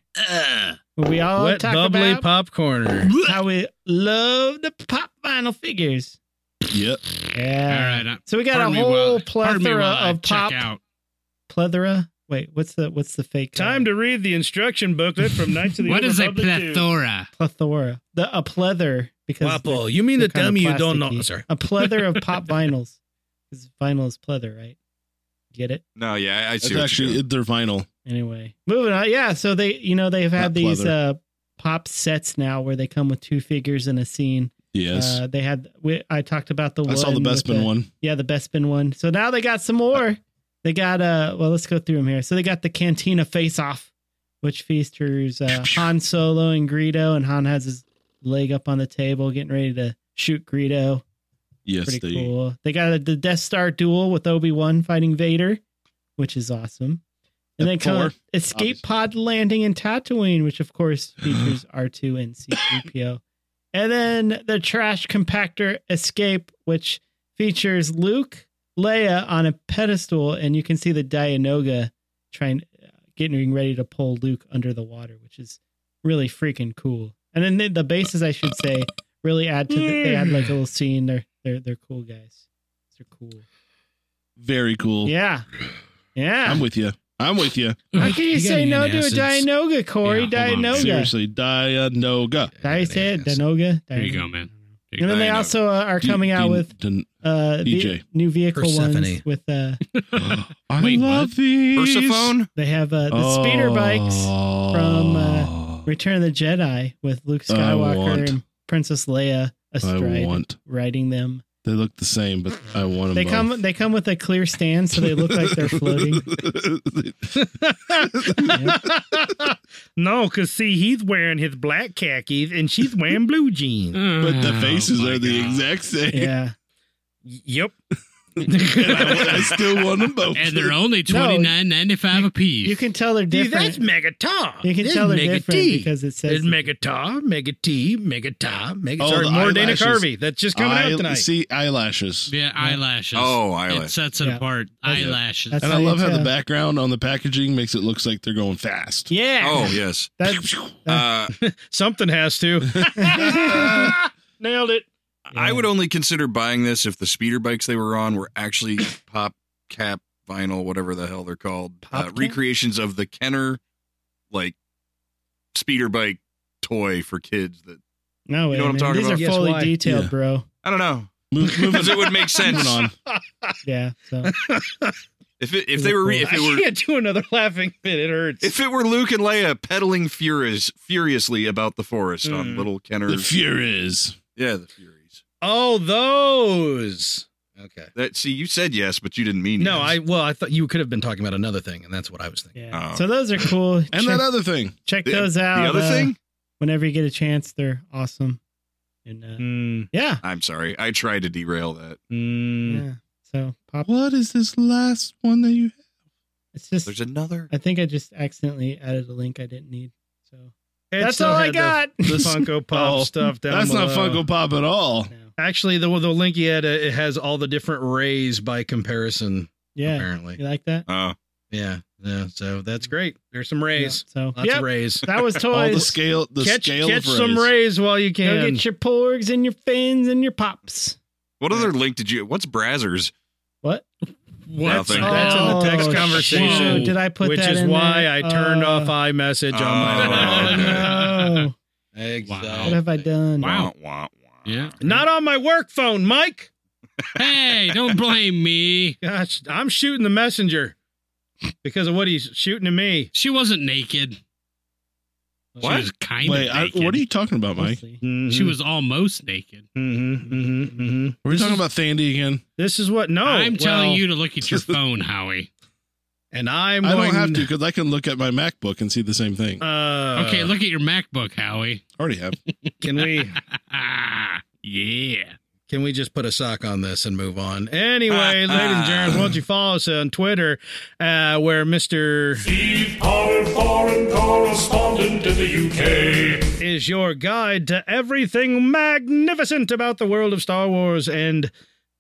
[SPEAKER 3] Where we all
[SPEAKER 1] Wet
[SPEAKER 3] talk
[SPEAKER 1] bubbly
[SPEAKER 3] about
[SPEAKER 1] popcorn.
[SPEAKER 3] how we love the pop vinyl figures. Mm.
[SPEAKER 6] Yep.
[SPEAKER 4] All
[SPEAKER 3] Yeah.
[SPEAKER 4] right. I-
[SPEAKER 3] So we got
[SPEAKER 4] pardon me
[SPEAKER 3] a
[SPEAKER 4] while-
[SPEAKER 3] whole
[SPEAKER 4] pardon me
[SPEAKER 3] plethora
[SPEAKER 4] while I
[SPEAKER 3] of pop
[SPEAKER 4] Check out.
[SPEAKER 3] plethora. Wait, what's the what's the fake uh,
[SPEAKER 1] Time to read the instruction booklet from Knights of the
[SPEAKER 4] What
[SPEAKER 1] Old
[SPEAKER 4] is a
[SPEAKER 1] Republic II.
[SPEAKER 4] plethora?
[SPEAKER 3] plethora? The a plether because
[SPEAKER 1] Wapo, you mean
[SPEAKER 3] they're
[SPEAKER 1] to
[SPEAKER 3] kinda
[SPEAKER 1] tell me you don't know?
[SPEAKER 4] Oh,
[SPEAKER 3] plasticky.
[SPEAKER 1] Sorry.
[SPEAKER 3] a plethora of pop vinyls. Because vinyl is pleather, right? Get it?
[SPEAKER 5] No, yeah, I, I see.
[SPEAKER 6] It's
[SPEAKER 5] What
[SPEAKER 6] actually
[SPEAKER 5] you
[SPEAKER 6] it, they're vinyl.
[SPEAKER 3] Anyway, moving on. Yeah, so they, you know, they've had
[SPEAKER 6] Not
[SPEAKER 3] these uh,
[SPEAKER 6] pleather.
[SPEAKER 3] pop sets now where they come with two figures in a scene.
[SPEAKER 6] Yes.
[SPEAKER 3] Uh, they had. We, I talked about the.
[SPEAKER 6] I saw the
[SPEAKER 3] with
[SPEAKER 6] Bestman one.
[SPEAKER 3] Yeah, the Bespin one. So now they got some more. They got uh. Well, let's go through them here. So they got the Cantina Face Off, which features uh, Han Solo and Greedo, and Han has his leg up on the table, getting ready to shoot Greedo.
[SPEAKER 6] Yes,
[SPEAKER 3] Pretty
[SPEAKER 6] they.
[SPEAKER 3] cool. They got the Death Star duel with Obi Wan fighting Vader, which is awesome. And then
[SPEAKER 6] At
[SPEAKER 3] come
[SPEAKER 6] four,
[SPEAKER 3] Escape
[SPEAKER 6] obviously.
[SPEAKER 3] Pod Landing in Tatooine, which of course features R2 and C3PO. And then the Trash Compactor Escape, which features Luke, Leia on a pedestal, and you can see the Dianoga trying getting ready to pull Luke under the water, which is really freaking cool. And then the, the bases, I should say, really add to the, they add like a little scene. They're they're they're cool guys. They're cool.
[SPEAKER 6] Very cool.
[SPEAKER 3] Yeah, yeah.
[SPEAKER 6] I'm with you. I'm with you.
[SPEAKER 4] Mm-hmm.
[SPEAKER 3] How can you,
[SPEAKER 8] You gotta
[SPEAKER 3] say
[SPEAKER 8] be
[SPEAKER 3] no
[SPEAKER 8] an
[SPEAKER 3] to a
[SPEAKER 8] acids.
[SPEAKER 3] Dianoga, Corey?
[SPEAKER 4] Yeah, hold on.
[SPEAKER 3] Dianoga.
[SPEAKER 6] Seriously, Dianoga.
[SPEAKER 3] Did I say it?
[SPEAKER 8] Yes.
[SPEAKER 3] Dianoga?
[SPEAKER 4] There you
[SPEAKER 3] Dianoga.
[SPEAKER 4] go, man.
[SPEAKER 3] And then they
[SPEAKER 5] Dianoga.
[SPEAKER 3] also uh, are coming out with
[SPEAKER 6] with.
[SPEAKER 3] uh, the
[SPEAKER 6] DJ.
[SPEAKER 3] new vehicle ones.
[SPEAKER 8] Persephone.
[SPEAKER 3] With uh,
[SPEAKER 6] I
[SPEAKER 4] Wait,
[SPEAKER 6] love these.
[SPEAKER 5] Persephone?
[SPEAKER 3] they have uh, the
[SPEAKER 6] Oh.
[SPEAKER 3] speeder bikes, from, uh, Return of the Jedi, with Luke
[SPEAKER 6] I
[SPEAKER 3] Skywalker
[SPEAKER 6] want-
[SPEAKER 3] and Princess Leia
[SPEAKER 6] I
[SPEAKER 3] astride
[SPEAKER 6] want.
[SPEAKER 3] riding them.
[SPEAKER 6] They look the same, but I want them.
[SPEAKER 3] They come they come with a clear stand, so they look like they're floating. Yeah.
[SPEAKER 1] no, because see, he's wearing his black khakis and she's wearing blue jeans.
[SPEAKER 6] but the faces
[SPEAKER 4] Oh, my
[SPEAKER 6] are the
[SPEAKER 4] God.
[SPEAKER 6] exact same.
[SPEAKER 3] yeah.
[SPEAKER 1] Yep.
[SPEAKER 6] And I, want- I still want them both.
[SPEAKER 4] And they're only
[SPEAKER 3] No,
[SPEAKER 4] twenty nine ninety five a piece.
[SPEAKER 3] You can tell they're
[SPEAKER 1] Dude, that's
[SPEAKER 3] different.
[SPEAKER 1] Megatar.
[SPEAKER 3] You can
[SPEAKER 1] This
[SPEAKER 3] tell they're
[SPEAKER 1] Mega
[SPEAKER 3] different
[SPEAKER 1] T.
[SPEAKER 3] because it says
[SPEAKER 1] There's Megatar, Mega T, Megatar, Mega.
[SPEAKER 6] Oh,
[SPEAKER 1] Sorry,
[SPEAKER 6] the
[SPEAKER 1] more Dana
[SPEAKER 6] eyelashes.
[SPEAKER 1] Carvey. That's just coming
[SPEAKER 6] I
[SPEAKER 1] out tonight.
[SPEAKER 6] see eyelashes.
[SPEAKER 4] yeah, eyelashes.
[SPEAKER 5] Oh,
[SPEAKER 4] it
[SPEAKER 5] eyelash.
[SPEAKER 4] sets it
[SPEAKER 3] Yeah.
[SPEAKER 4] apart.
[SPEAKER 3] That's-
[SPEAKER 4] Eyelashes.
[SPEAKER 3] that's-
[SPEAKER 6] And I
[SPEAKER 3] how you
[SPEAKER 6] love how the
[SPEAKER 3] tell.
[SPEAKER 6] background on the packaging makes it looks like they're going fast.
[SPEAKER 3] Yeah.
[SPEAKER 5] Oh yes.
[SPEAKER 3] That's
[SPEAKER 5] Uh,
[SPEAKER 1] Something has to. Nailed it.
[SPEAKER 5] I would only consider buying this if the speeder bikes they were on were actually pop cap vinyl, whatever the hell they're called,
[SPEAKER 3] Pop
[SPEAKER 5] uh,
[SPEAKER 3] cap?
[SPEAKER 5] recreations of the Kenner like speeder bike toy for kids. That
[SPEAKER 3] no way.
[SPEAKER 5] You know what I'm
[SPEAKER 3] man.
[SPEAKER 5] talking
[SPEAKER 3] These
[SPEAKER 5] about?
[SPEAKER 3] are
[SPEAKER 1] Yes,
[SPEAKER 3] fully
[SPEAKER 1] why?
[SPEAKER 3] detailed,
[SPEAKER 6] Yeah.
[SPEAKER 3] bro.
[SPEAKER 5] I don't know
[SPEAKER 6] Move, move
[SPEAKER 5] because it would make
[SPEAKER 6] moving
[SPEAKER 5] sense
[SPEAKER 6] on.
[SPEAKER 3] Yeah. So
[SPEAKER 5] if it, if they were re- if
[SPEAKER 1] I
[SPEAKER 5] it were
[SPEAKER 1] can't do another laughing fit. It hurts.
[SPEAKER 5] if it were Luke and Leia pedaling furious furiously about the forest on
[SPEAKER 1] Mm.
[SPEAKER 5] little Kenner.
[SPEAKER 6] The Furies.
[SPEAKER 5] yeah, the Furies.
[SPEAKER 1] oh, those. Okay.
[SPEAKER 5] That see, you said yes, but you didn't mean
[SPEAKER 1] No, I
[SPEAKER 5] yes.
[SPEAKER 1] well, I thought you could have been talking about another thing, and that's what I was thinking.
[SPEAKER 3] yeah.
[SPEAKER 5] Oh.
[SPEAKER 3] So those are cool.
[SPEAKER 6] And
[SPEAKER 3] check,
[SPEAKER 6] that other thing.
[SPEAKER 3] check
[SPEAKER 5] the-
[SPEAKER 3] those out.
[SPEAKER 5] the other
[SPEAKER 3] uh,
[SPEAKER 5] thing.
[SPEAKER 3] Whenever you get a chance, they're awesome. And uh,
[SPEAKER 1] Mm,
[SPEAKER 3] yeah.
[SPEAKER 5] I'm sorry, I tried to derail that.
[SPEAKER 1] mm.
[SPEAKER 3] Yeah. So pop.
[SPEAKER 6] What is this last one that you
[SPEAKER 3] It's just.
[SPEAKER 5] There's another.
[SPEAKER 3] I think I just accidentally added a link I didn't need. So
[SPEAKER 1] It
[SPEAKER 3] that's
[SPEAKER 1] still
[SPEAKER 3] all I
[SPEAKER 1] had the
[SPEAKER 3] got.
[SPEAKER 1] Funko Pop
[SPEAKER 6] Oh,
[SPEAKER 1] stuff down.
[SPEAKER 6] That's not
[SPEAKER 1] below.
[SPEAKER 6] Funko Pop at all.
[SPEAKER 3] No.
[SPEAKER 1] Actually, the the link he had uh, it has all the different rays by comparison.
[SPEAKER 3] Yeah. You
[SPEAKER 1] Apparently,
[SPEAKER 3] like that?
[SPEAKER 5] Oh,
[SPEAKER 1] yeah, yeah. So that's great. There's some rays.
[SPEAKER 3] Yeah, so
[SPEAKER 1] Lots
[SPEAKER 3] yep.
[SPEAKER 1] of rays.
[SPEAKER 3] That was
[SPEAKER 6] All the
[SPEAKER 3] toys.
[SPEAKER 6] scale, the
[SPEAKER 1] catch
[SPEAKER 6] scale
[SPEAKER 1] catch
[SPEAKER 6] of rays.
[SPEAKER 1] some rays while you
[SPEAKER 3] Go
[SPEAKER 1] can.
[SPEAKER 3] get your porgs and your fins and your pops.
[SPEAKER 5] what other link did you? What's Brazzers?
[SPEAKER 3] What?
[SPEAKER 5] That's-
[SPEAKER 1] Nothing. that's in the text
[SPEAKER 3] Oh,
[SPEAKER 1] conversation,
[SPEAKER 3] shoot. Did I put
[SPEAKER 1] which
[SPEAKER 3] that
[SPEAKER 1] is
[SPEAKER 3] in
[SPEAKER 1] why
[SPEAKER 3] there?
[SPEAKER 1] I turned
[SPEAKER 3] Uh,
[SPEAKER 1] off iMessage on
[SPEAKER 5] Oh,
[SPEAKER 1] my phone.
[SPEAKER 5] okay.
[SPEAKER 3] No. Oh. What have I done?
[SPEAKER 4] Wow.
[SPEAKER 5] Wah, wah, wah.
[SPEAKER 4] yeah.
[SPEAKER 1] Not on my work phone, Mike.
[SPEAKER 4] Hey, don't blame me.
[SPEAKER 1] Gosh, I'm shooting the messenger because of what he's shooting to me.
[SPEAKER 4] She wasn't naked.
[SPEAKER 5] What?
[SPEAKER 4] She was kind
[SPEAKER 6] Wait,
[SPEAKER 4] of
[SPEAKER 6] I,
[SPEAKER 4] naked.
[SPEAKER 6] what are you talking about, Mike?
[SPEAKER 3] Honestly.
[SPEAKER 4] She was almost naked.
[SPEAKER 1] Mm-hmm, mm-hmm, mm-hmm.
[SPEAKER 6] We're talking about Thandi again.
[SPEAKER 1] This is what. No,
[SPEAKER 4] I'm
[SPEAKER 1] Oh,
[SPEAKER 4] telling
[SPEAKER 1] well,
[SPEAKER 4] you to look at your phone, Howie.
[SPEAKER 1] and I'm.
[SPEAKER 6] I
[SPEAKER 1] going,
[SPEAKER 6] don't have to because I can look at my MacBook and see the same thing.
[SPEAKER 1] Uh,
[SPEAKER 4] Okay, look at your MacBook, Howie. Ah,
[SPEAKER 6] Already have.
[SPEAKER 1] Can we?
[SPEAKER 4] yeah.
[SPEAKER 1] Can we just put a sock on this and move on? Anyway, ladies and gentlemen, why don't you follow us on Twitter, uh, where Mister
[SPEAKER 2] Steve Power, foreign correspondent in the UK.
[SPEAKER 1] is your guide to everything magnificent about the world of Star Wars and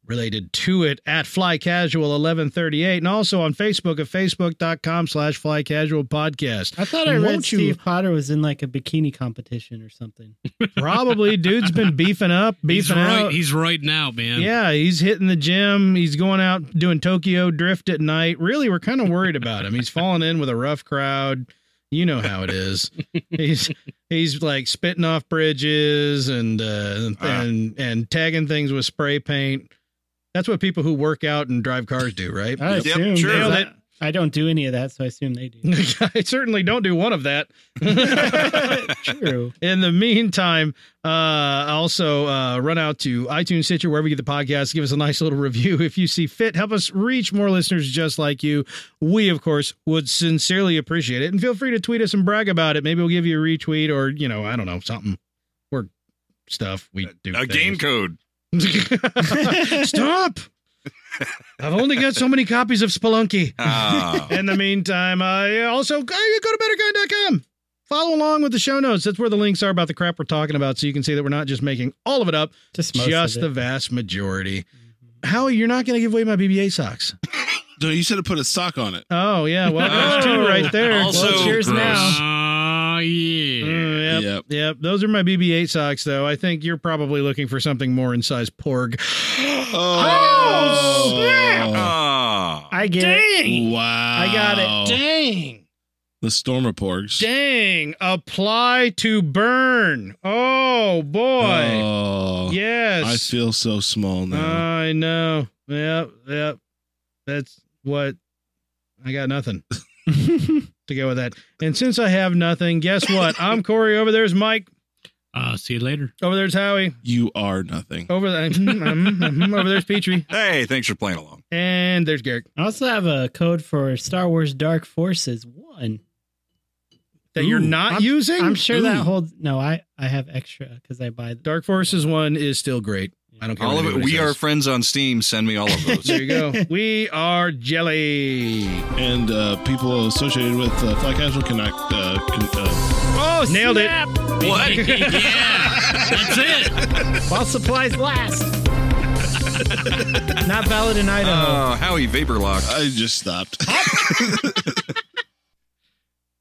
[SPEAKER 1] related to it at Fly Casual 1138 and also on Facebook at facebook.com slash Fly Casual Podcast.
[SPEAKER 3] I thought I
[SPEAKER 1] Won't
[SPEAKER 3] read
[SPEAKER 1] you-
[SPEAKER 3] Steve Potter was in like a bikini competition or something.
[SPEAKER 1] Probably dude's been beefing up,
[SPEAKER 4] He's
[SPEAKER 1] beefing
[SPEAKER 4] right.
[SPEAKER 1] out.
[SPEAKER 4] He's right now, man.
[SPEAKER 1] Yeah, he's hitting the gym. He's going out doing Tokyo drift at night. Really, we're kind of worried about him. He's falling in with a rough crowd. You know how it is. He's he's like spitting off bridges and uh, and and tagging things with spray paint. That's what people who work out and drive cars do, right?
[SPEAKER 3] I
[SPEAKER 5] Yep,
[SPEAKER 3] assume.
[SPEAKER 5] sure.
[SPEAKER 3] because
[SPEAKER 1] Nailed
[SPEAKER 3] I-
[SPEAKER 1] it.
[SPEAKER 3] I don't do any of that, so I assume they do.
[SPEAKER 1] I certainly don't do one of that.
[SPEAKER 3] True.
[SPEAKER 1] In the meantime, uh, also uh, run out to iTunes, Stitcher, wherever you get the podcast. Give us a nice little review if you see fit. Help us reach more listeners just like you. We, of course, would sincerely appreciate it. And feel free to tweet us and brag about it. Maybe we'll give you a retweet or, you know, I don't know, something. We're stuff. We do
[SPEAKER 5] a game
[SPEAKER 1] things.
[SPEAKER 5] code.
[SPEAKER 1] Stop. I've only got so many copies of Spelunky.
[SPEAKER 5] Ah.
[SPEAKER 1] In the meantime, I also uh, go to betterguy.com. Follow along with the show notes. That's where the links are about the crap we're talking about, so you can see that we're not just making all of it up,
[SPEAKER 3] Just most
[SPEAKER 1] just
[SPEAKER 3] of
[SPEAKER 1] the
[SPEAKER 3] it.
[SPEAKER 1] vast majority. Howie, you're not going to give away my BBA socks.
[SPEAKER 6] No, you should have put a sock on it.
[SPEAKER 1] Oh yeah, well there's two right there.
[SPEAKER 5] Also
[SPEAKER 3] Well, cheers
[SPEAKER 5] gross.
[SPEAKER 3] now.
[SPEAKER 4] Ah, yeah.
[SPEAKER 1] Mm, yep,
[SPEAKER 6] Yep.
[SPEAKER 1] yep, Those are my BB-8 socks, though. I think you're probably looking for something more in size porg.
[SPEAKER 6] Oh,
[SPEAKER 5] Ah.
[SPEAKER 3] I get it.
[SPEAKER 6] Wow.
[SPEAKER 3] I got it.
[SPEAKER 1] Dang,
[SPEAKER 6] The Stormaporgs.
[SPEAKER 1] dang! Apply to burn. Oh boy,
[SPEAKER 6] Oh,
[SPEAKER 1] yes. Uh,
[SPEAKER 6] I feel so small now.
[SPEAKER 1] I know. Yep, yep. That's what I got nothing to go with that. And since I have nothing, guess what? I'm Corey. Over there's Mike.
[SPEAKER 4] Uh, see you later.
[SPEAKER 1] Over there's Howie.
[SPEAKER 6] you are nothing.
[SPEAKER 1] Over there, mm-hmm, over there's Petrie.
[SPEAKER 5] Hey, thanks for playing along.
[SPEAKER 1] And there's Garrick.
[SPEAKER 3] I also have a code for Star Wars Dark Forces One.
[SPEAKER 1] That you're
[SPEAKER 6] Ooh.
[SPEAKER 1] not
[SPEAKER 3] I'm-
[SPEAKER 1] using.
[SPEAKER 3] I'm sure that
[SPEAKER 6] Ooh.
[SPEAKER 3] holds. No, I I have extra because I buy the
[SPEAKER 1] Dark Forces one is still great. I don't care.
[SPEAKER 5] All
[SPEAKER 1] what
[SPEAKER 5] of it.
[SPEAKER 1] anybody
[SPEAKER 5] We are
[SPEAKER 1] says.
[SPEAKER 5] friends on Steam. Send me all of those.
[SPEAKER 1] There you go. we are jelly.
[SPEAKER 6] And uh, people associated with uh, Fly Casual cannot. Uh, can, uh,
[SPEAKER 1] Oh, nailed it.
[SPEAKER 5] what?
[SPEAKER 4] yeah, that's it.
[SPEAKER 3] while supplies last. Not valid in Idaho.
[SPEAKER 5] Uh, Howie Vaporlock.
[SPEAKER 6] I just stopped.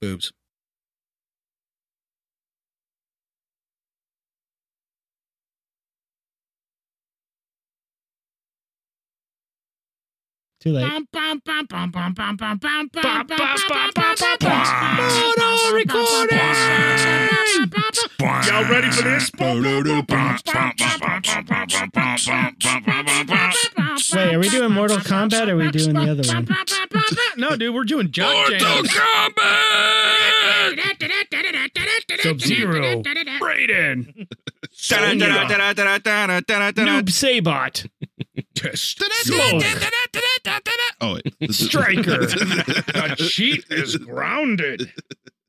[SPEAKER 1] Boobs.
[SPEAKER 3] Too late.
[SPEAKER 2] Mono Y'all ready for this?
[SPEAKER 3] Wait, are we doing Mortal Kombat or are we doing the other one?
[SPEAKER 1] No, dude, we're doing jock jams.
[SPEAKER 2] Sub Zero. Raiden.
[SPEAKER 5] Noob.
[SPEAKER 2] Sabot.
[SPEAKER 6] Oh, wait.
[SPEAKER 2] Striker. the cheat is grounded.